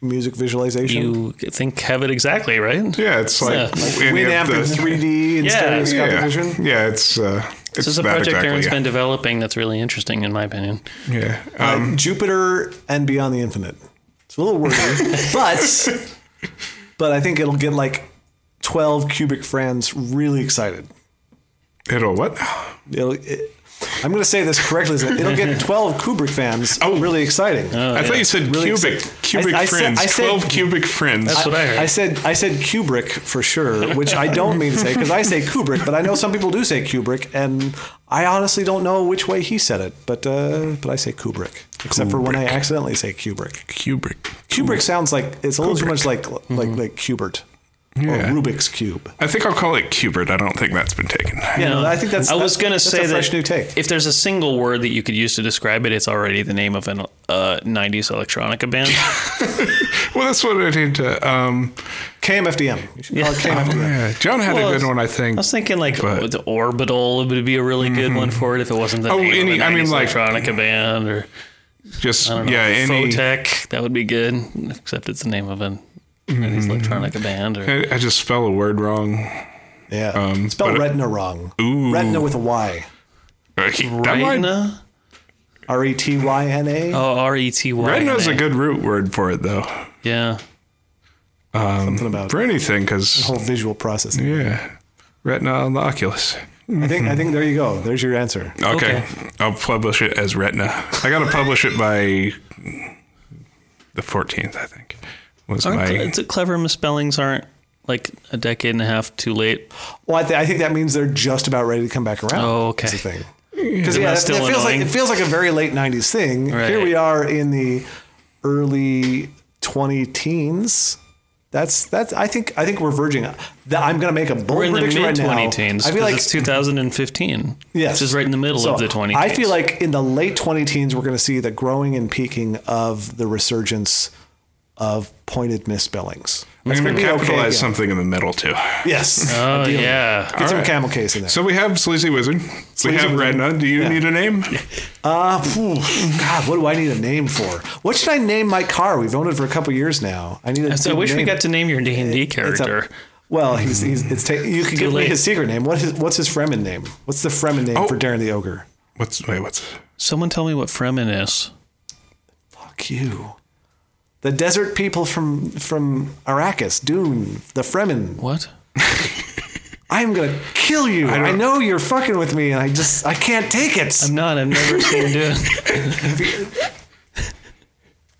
Speaker 5: music visualization.
Speaker 2: you think have it exactly, right?
Speaker 3: Yeah, it's
Speaker 2: Yeah.
Speaker 3: like, any
Speaker 5: Winamp
Speaker 3: of
Speaker 5: in
Speaker 3: the-
Speaker 5: 3D and
Speaker 2: Yeah.
Speaker 5: stereoscopic
Speaker 3: yeah,
Speaker 5: vision.
Speaker 3: yeah, it's uh, it's
Speaker 2: This is a
Speaker 3: that
Speaker 2: project Aaron's
Speaker 3: yeah.
Speaker 2: been developing that's really interesting, in my opinion.
Speaker 3: Yeah, um,
Speaker 5: Jupiter and Beyond the Infinite. It's a little wordy, but but I think it'll get like twelve cubic friends really excited.
Speaker 3: it'll what?
Speaker 2: Uh,
Speaker 5: It'll, it, I'm going to say this correctly. Isn't it? will get twelve Kubrick fans really excited.
Speaker 3: I thought you said
Speaker 5: Really
Speaker 3: cubic
Speaker 5: excited.
Speaker 3: cubic
Speaker 5: I- I said-
Speaker 3: friends.
Speaker 5: I said-
Speaker 3: Twelve cubic friends.
Speaker 2: That's what I heard.
Speaker 5: I said I said Kubrick for sure, which I don't mean to say because I say Kubrick, but I know some people do say Kubrick, and I honestly don't know which way he said it, but uh, but I say Kubrick, except for when I accidentally say Kubrick.
Speaker 3: cubic.
Speaker 5: Kubrick sounds like it's a little too
Speaker 3: Kubrick.
Speaker 5: much like like like Cubert
Speaker 3: Yeah.
Speaker 5: or Rubik's cube.
Speaker 3: I think I'll call it cubert. I don't think that's been taken.
Speaker 5: Yeah, no, I think that's.
Speaker 2: I
Speaker 5: that's-
Speaker 2: was gonna
Speaker 5: that's
Speaker 2: say
Speaker 5: a fresh
Speaker 2: that
Speaker 5: new take.
Speaker 2: if there's a single word that you could use to describe it, it's already the name of an uh, '90s electronica band.
Speaker 3: Well, that's what I did. To, um,
Speaker 5: KMFDM. You should call it
Speaker 3: oh,
Speaker 5: KMFDM.
Speaker 3: yeah. John had
Speaker 2: Well,
Speaker 3: a good one, I think.
Speaker 2: I was thinking like
Speaker 3: But-
Speaker 2: the Orbital would be a really good one for it if it wasn't the
Speaker 3: Oh,
Speaker 2: name
Speaker 3: any-
Speaker 2: of a
Speaker 3: I
Speaker 2: 90s
Speaker 3: mean, like,
Speaker 2: electronica band or
Speaker 3: Just
Speaker 2: I don't know,
Speaker 3: yeah, any.
Speaker 2: Fotech. That would be good, except it's the name of an
Speaker 3: Mm-hmm.
Speaker 2: '90s electronica band. Or
Speaker 3: I I just spell a word wrong.
Speaker 5: Yeah. Spell
Speaker 3: but-
Speaker 5: retina wrong.
Speaker 3: Ooh.
Speaker 5: Retina with a Y.
Speaker 3: Like, that might-
Speaker 2: Retina.
Speaker 5: R E T Y N A.
Speaker 2: Oh, R E T Y.
Speaker 3: Retina's a good root word for it though,
Speaker 2: Yeah.
Speaker 5: Something about
Speaker 3: for anything, because
Speaker 5: whole visual processing.
Speaker 3: yeah, retina on the Oculus.
Speaker 5: I think I think there you go. There's your answer.
Speaker 3: Okay.
Speaker 2: Okay.
Speaker 3: I'll publish it as Retina. I got to publish it by the 14th, I think, was
Speaker 2: Aren't
Speaker 3: my.
Speaker 2: cle- it's a clever misspellings aren't like a decade and a half too late.
Speaker 5: Well, I, th- I think that means they're just about ready to come back around.
Speaker 2: Oh, okay.
Speaker 5: That's the thing. Because
Speaker 2: Isn't
Speaker 5: yeah,
Speaker 2: that
Speaker 5: it,
Speaker 2: still
Speaker 5: it feels like
Speaker 2: annoying?
Speaker 5: it feels like a very late '90s thing.
Speaker 2: Right.
Speaker 5: Here we are in the early 20 teens. That's that's. I think I think we're verging. That I'm going to make a bold
Speaker 2: We're in the
Speaker 5: prediction
Speaker 2: mid
Speaker 5: right now.
Speaker 2: 20 teens.
Speaker 5: I feel
Speaker 2: 'cause
Speaker 5: like
Speaker 2: it's 2015.
Speaker 5: Yes.
Speaker 2: This is right in the middle
Speaker 5: So,
Speaker 2: of the 20
Speaker 5: I
Speaker 2: teens.
Speaker 5: feel like in the late 20 teens, we're going to see the growing and peaking of the resurgence of pointed misspellings.
Speaker 3: I'm going to
Speaker 5: be okay
Speaker 3: capitalize
Speaker 5: again.
Speaker 3: something in the middle, too.
Speaker 5: Yes.
Speaker 2: Oh,
Speaker 5: Ideally.
Speaker 2: yeah.
Speaker 5: Get some
Speaker 3: right.
Speaker 5: camel case in there.
Speaker 3: So we have Sleazy Wizard. we have
Speaker 5: Wizard.
Speaker 3: Redna. Do you
Speaker 5: Yeah.
Speaker 3: need a name?
Speaker 5: Uh, phew, God, what do I need a name for? What should I name my car? We've owned it for a couple years now. I need. A
Speaker 2: So I
Speaker 5: good
Speaker 2: wish we
Speaker 5: name.
Speaker 2: got to name your D and D
Speaker 5: It's a-
Speaker 2: character.
Speaker 5: well, he's, he's it's ta- you can give me
Speaker 2: late.
Speaker 5: his secret name. What is what's his Fremen name? What's the Fremen name
Speaker 3: Oh.
Speaker 5: for Darren the ogre?
Speaker 3: What's wait? What's
Speaker 2: Someone tell me what Fremen is.
Speaker 5: Fuck you. The desert people from from Arrakis, Dune, the Fremen.
Speaker 2: What?
Speaker 5: I'm gonna kill you. I, know you're fucking with me, and I just I can't take it.
Speaker 2: I'm not. I've never seen Dune.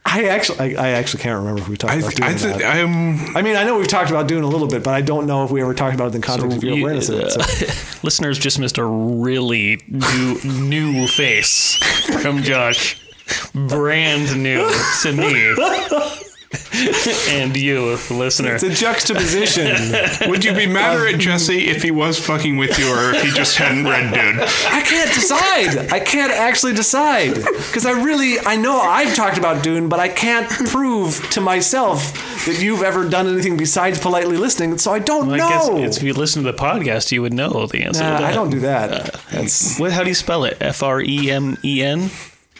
Speaker 5: I actually I, I actually can't remember if we talked
Speaker 3: I?
Speaker 5: about
Speaker 3: Th-
Speaker 5: Dune.
Speaker 3: I
Speaker 5: or
Speaker 3: th-
Speaker 5: not.
Speaker 3: I'm.
Speaker 5: I mean, I know we've talked about Dune a little bit, but I don't know if we ever talked about it in context of your
Speaker 2: You-
Speaker 5: awareness of it. so-
Speaker 2: Listeners just missed a really new, new face from Josh. Brand new to me. and you, listener.
Speaker 5: It's a juxtaposition.
Speaker 3: Would you be madder at Jesse if he was fucking with you, or if he just hadn't read Dune?
Speaker 5: I can't decide. I can't actually decide because I really I know I've talked about Dune, but I can't prove to myself that you've ever done anything besides politely listening. So I don't
Speaker 2: I guess
Speaker 5: know.
Speaker 2: it's- if you listen to the podcast, you would know the answer.
Speaker 5: Nah,
Speaker 2: to that.
Speaker 5: I don't do that. That's
Speaker 2: What, how do you spell it? F R E M E N?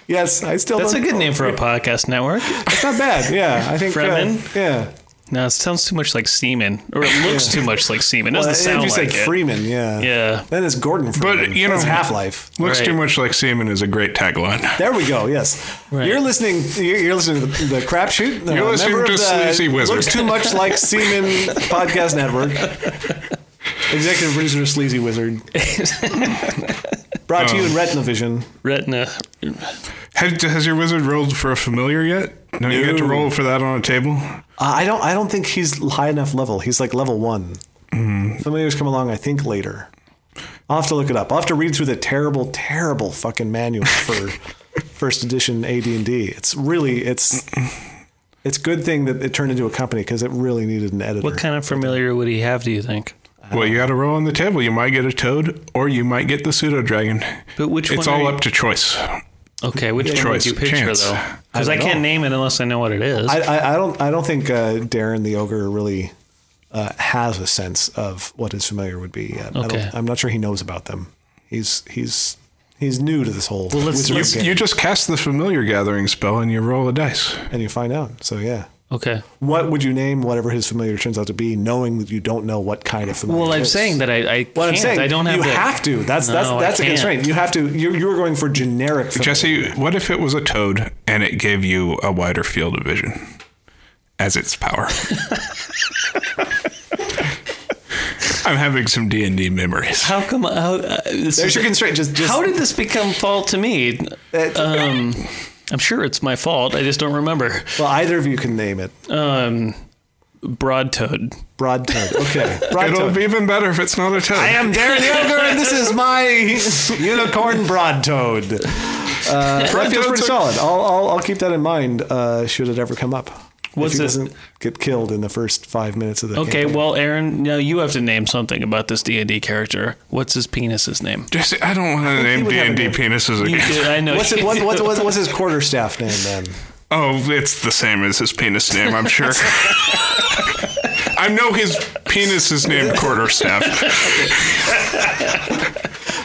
Speaker 5: yes. I still.
Speaker 2: That's a
Speaker 5: don't-
Speaker 2: good name for a podcast network.
Speaker 5: It's not bad. Yeah, I think. uh,
Speaker 2: Fremen?
Speaker 5: yeah.
Speaker 2: No, it sounds too much like semen, or it looks too much like semen. It doesn't
Speaker 5: Well,
Speaker 2: sound
Speaker 5: if you
Speaker 2: like
Speaker 5: said
Speaker 2: it.
Speaker 5: Freeman, yeah.
Speaker 2: Yeah.
Speaker 5: Then it's Gordon Freeman.
Speaker 3: you
Speaker 5: That's
Speaker 3: know-
Speaker 5: Half Life.
Speaker 3: Looks too
Speaker 2: Right.
Speaker 3: much like semen is a great tagline.
Speaker 5: There we go. Yes, you're listening. You're, you're listening to the, the crapshoot. the
Speaker 3: You're listening
Speaker 5: member of
Speaker 3: to
Speaker 5: the
Speaker 3: Sleazy Wizard.
Speaker 5: Looks too much like Seaman Podcast Network. Executive producer Sleazy Wizard. Brought to
Speaker 2: Um,
Speaker 5: you in Retina Vision.
Speaker 2: Retina.
Speaker 3: Has, has your wizard rolled for a familiar yet? No, you get to
Speaker 5: No.
Speaker 3: roll for that on a table.
Speaker 5: Uh, I don't. I don't think he's high enough level. He's like level one.
Speaker 2: Mm-hmm.
Speaker 5: Familiars come along. I think later. I'll have to look it up. I'll have to read through the terrible, terrible fucking manual for first edition AD and D. It's really it's. It's good thing that it turned into a company because it really needed an editor.
Speaker 2: What kind of familiar would he have? Do you think?
Speaker 3: Well, you got to roll on the table. You might get a toad, or you might get the pseudo dragon.
Speaker 2: But which
Speaker 3: It's
Speaker 2: one?
Speaker 3: all
Speaker 2: are you-
Speaker 3: up to choice.
Speaker 2: Okay, which one
Speaker 3: choice,
Speaker 2: would you picture
Speaker 3: chance.
Speaker 2: though? Because
Speaker 5: I
Speaker 2: I,
Speaker 5: don't
Speaker 2: can't
Speaker 5: know.
Speaker 2: name it unless I know what it is.
Speaker 5: I, I, I don't I don't think uh, Darren the ogre really uh, has a sense of what his familiar would be yet. I
Speaker 2: Okay.
Speaker 5: don't, I'm not sure he knows about them. He's he's he's new to this whole
Speaker 2: let's-
Speaker 5: wizard
Speaker 2: let's-
Speaker 5: game,
Speaker 3: You just cast the familiar gathering spell and you roll a dice.
Speaker 5: and you find out. So yeah,
Speaker 2: okay.
Speaker 5: what would you name whatever his familiar turns out to be, knowing that you don't know what kind of familiar?
Speaker 2: Well,
Speaker 5: it
Speaker 2: I'm
Speaker 5: is?
Speaker 2: saying that I, I
Speaker 5: What
Speaker 2: can't.
Speaker 5: I'm saying,
Speaker 2: I don't have.
Speaker 5: You
Speaker 2: the-
Speaker 5: have to. That's that's
Speaker 2: No, I
Speaker 5: that's a
Speaker 2: can't.
Speaker 5: constraint. You have to. You're you're going for generic. Familiar.
Speaker 3: Jesse, what if it was a toad and it gave you a wider field of vision as its power? I'm having some D and D memories.
Speaker 2: How come? How, uh, this
Speaker 5: There's
Speaker 2: is-
Speaker 5: your constraint. Just, just
Speaker 2: how did this become fall to me? Um, I'm sure it's my fault. I just don't remember.
Speaker 5: well, either of you can name it.
Speaker 2: Um, broad toad.
Speaker 5: Broad toad. Okay, broad
Speaker 3: It'll
Speaker 5: toad.
Speaker 3: be even better if it's not a toad.
Speaker 5: I am Darren the Ogre, and this is my unicorn broad toad. Uh, that feels pretty solid. I'll, I'll, I'll keep that in mind uh, should it ever come up.
Speaker 2: What's
Speaker 5: if he
Speaker 2: it-
Speaker 5: doesn't get killed in the first five minutes of the
Speaker 2: Okay,
Speaker 5: campaign.
Speaker 2: well, Aaron, now you have to name something about this D and D character. What's his penis's name?
Speaker 3: Jesse, I don't want to name
Speaker 5: would
Speaker 3: D
Speaker 5: have a
Speaker 3: and D
Speaker 5: good-
Speaker 3: penises
Speaker 2: You
Speaker 3: again.
Speaker 2: did- I know.
Speaker 5: What's, it,
Speaker 2: you
Speaker 5: what,
Speaker 2: did.
Speaker 5: what, what's, what's his quarterstaff name then?
Speaker 3: Oh, it's the same as his penis name, I'm sure. I know his penis is named Quarterstaff.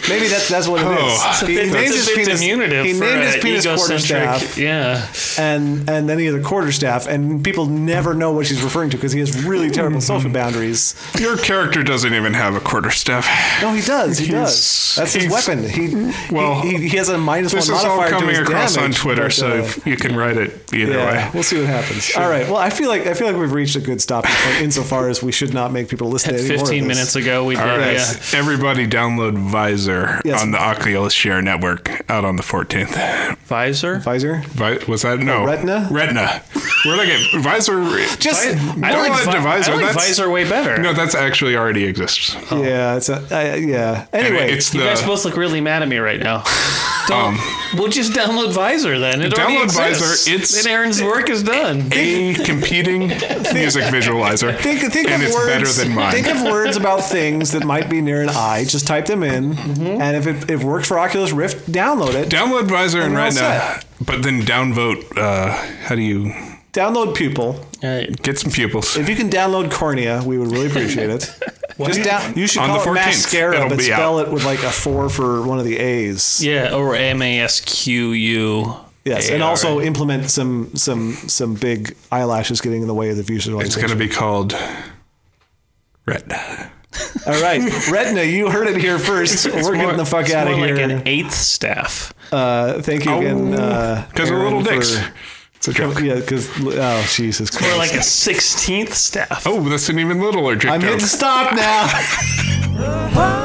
Speaker 5: Maybe that's that's what it is.
Speaker 3: Oh.
Speaker 5: He
Speaker 2: It's
Speaker 5: named
Speaker 2: a
Speaker 5: his
Speaker 2: bit
Speaker 5: penis.
Speaker 2: diminutive
Speaker 5: He
Speaker 2: for
Speaker 5: named his
Speaker 2: a
Speaker 5: penis
Speaker 2: egocentric-
Speaker 5: quarterstaff,
Speaker 2: Yeah.
Speaker 5: and and then he had a quarterstaff, and people never know what she's referring to because he has really terrible social boundaries.
Speaker 3: Your character doesn't even have a quarterstaff.
Speaker 5: No, he does. He
Speaker 3: He's-
Speaker 5: does. That's his
Speaker 3: he's-
Speaker 5: weapon. He
Speaker 3: Well,
Speaker 5: well, he, he has a minus
Speaker 3: This
Speaker 5: one
Speaker 3: is all
Speaker 5: modifier to
Speaker 3: coming
Speaker 5: his
Speaker 3: across
Speaker 5: damage,
Speaker 3: on Twitter,
Speaker 5: but,
Speaker 3: so
Speaker 5: uh,
Speaker 3: you can write it either
Speaker 5: yeah,
Speaker 3: way.
Speaker 5: we'll see what happens. All right. Well, I feel like I feel like we've reached a good stopping point insofar as we should not make people listen to any more of
Speaker 2: 15
Speaker 5: this.
Speaker 2: minutes ago, we did.
Speaker 3: All right,
Speaker 2: Yeah.
Speaker 3: everybody, download Visor
Speaker 5: Yes.
Speaker 3: on the Oculus Share Network out on the 14th.
Speaker 2: Pfizer?
Speaker 5: Pfizer.
Speaker 3: Vi- was that no
Speaker 5: Retina?
Speaker 3: Retina. We're like a visor.
Speaker 2: Just-
Speaker 3: I don't
Speaker 2: I like
Speaker 3: want
Speaker 2: Vi-
Speaker 3: divisor.
Speaker 2: I like
Speaker 3: that's,
Speaker 2: Visor way better.
Speaker 3: No, that's actually already exists.
Speaker 5: Yeah, it's a, I, yeah.
Speaker 3: And
Speaker 5: Anyway,
Speaker 3: it's
Speaker 2: You
Speaker 3: the um,
Speaker 2: guys both look really mad at me right now. Don't. we'll just download Visor then. It already
Speaker 3: Download
Speaker 2: exists.
Speaker 3: Visor, it's-
Speaker 2: then Aaron's work is done.
Speaker 3: a competing music visualizer,
Speaker 5: think, think
Speaker 3: and
Speaker 5: of
Speaker 3: it's
Speaker 5: words,
Speaker 3: better than mine.
Speaker 5: Think of words about things that might be near an eye. Just type them in, and if it, if it works for Oculus Rift, download it.
Speaker 3: Download Visor and
Speaker 5: we're all
Speaker 3: Retina,
Speaker 5: set.
Speaker 3: but then downvote. Uh, how do you
Speaker 5: download Pupil.
Speaker 2: All right.
Speaker 3: get some pupils?
Speaker 5: If you can download Cornea, we would really appreciate it. Just down, you should
Speaker 3: On
Speaker 5: call
Speaker 3: the
Speaker 5: it
Speaker 3: 14th,
Speaker 5: mascara,
Speaker 3: it'll
Speaker 5: but
Speaker 3: be out.
Speaker 5: spell it with like a four for one of the A's.
Speaker 2: Yeah, or M A S Q U.
Speaker 5: Yes,
Speaker 2: Yeah,
Speaker 5: and
Speaker 2: all
Speaker 5: also
Speaker 2: right.
Speaker 5: implement some some some big eyelashes getting in the way of the
Speaker 3: It's
Speaker 5: visualization.
Speaker 3: going to be called Retina.
Speaker 5: All right, Retina, you heard it here first. We're getting
Speaker 2: more-
Speaker 5: the fuck
Speaker 2: it's
Speaker 5: out of
Speaker 2: more
Speaker 5: here.
Speaker 2: Like an eighth staff.
Speaker 5: Uh, thank you again.
Speaker 3: Because
Speaker 5: Because
Speaker 3: of Oh, little dicks. It's a joke.
Speaker 5: yeah, because oh Jesus
Speaker 2: Or
Speaker 5: Christ!
Speaker 2: like a sixteenth staff.
Speaker 3: Oh, that's an even littler joke.
Speaker 5: I'm hitting stop now.
Speaker 4: Oh,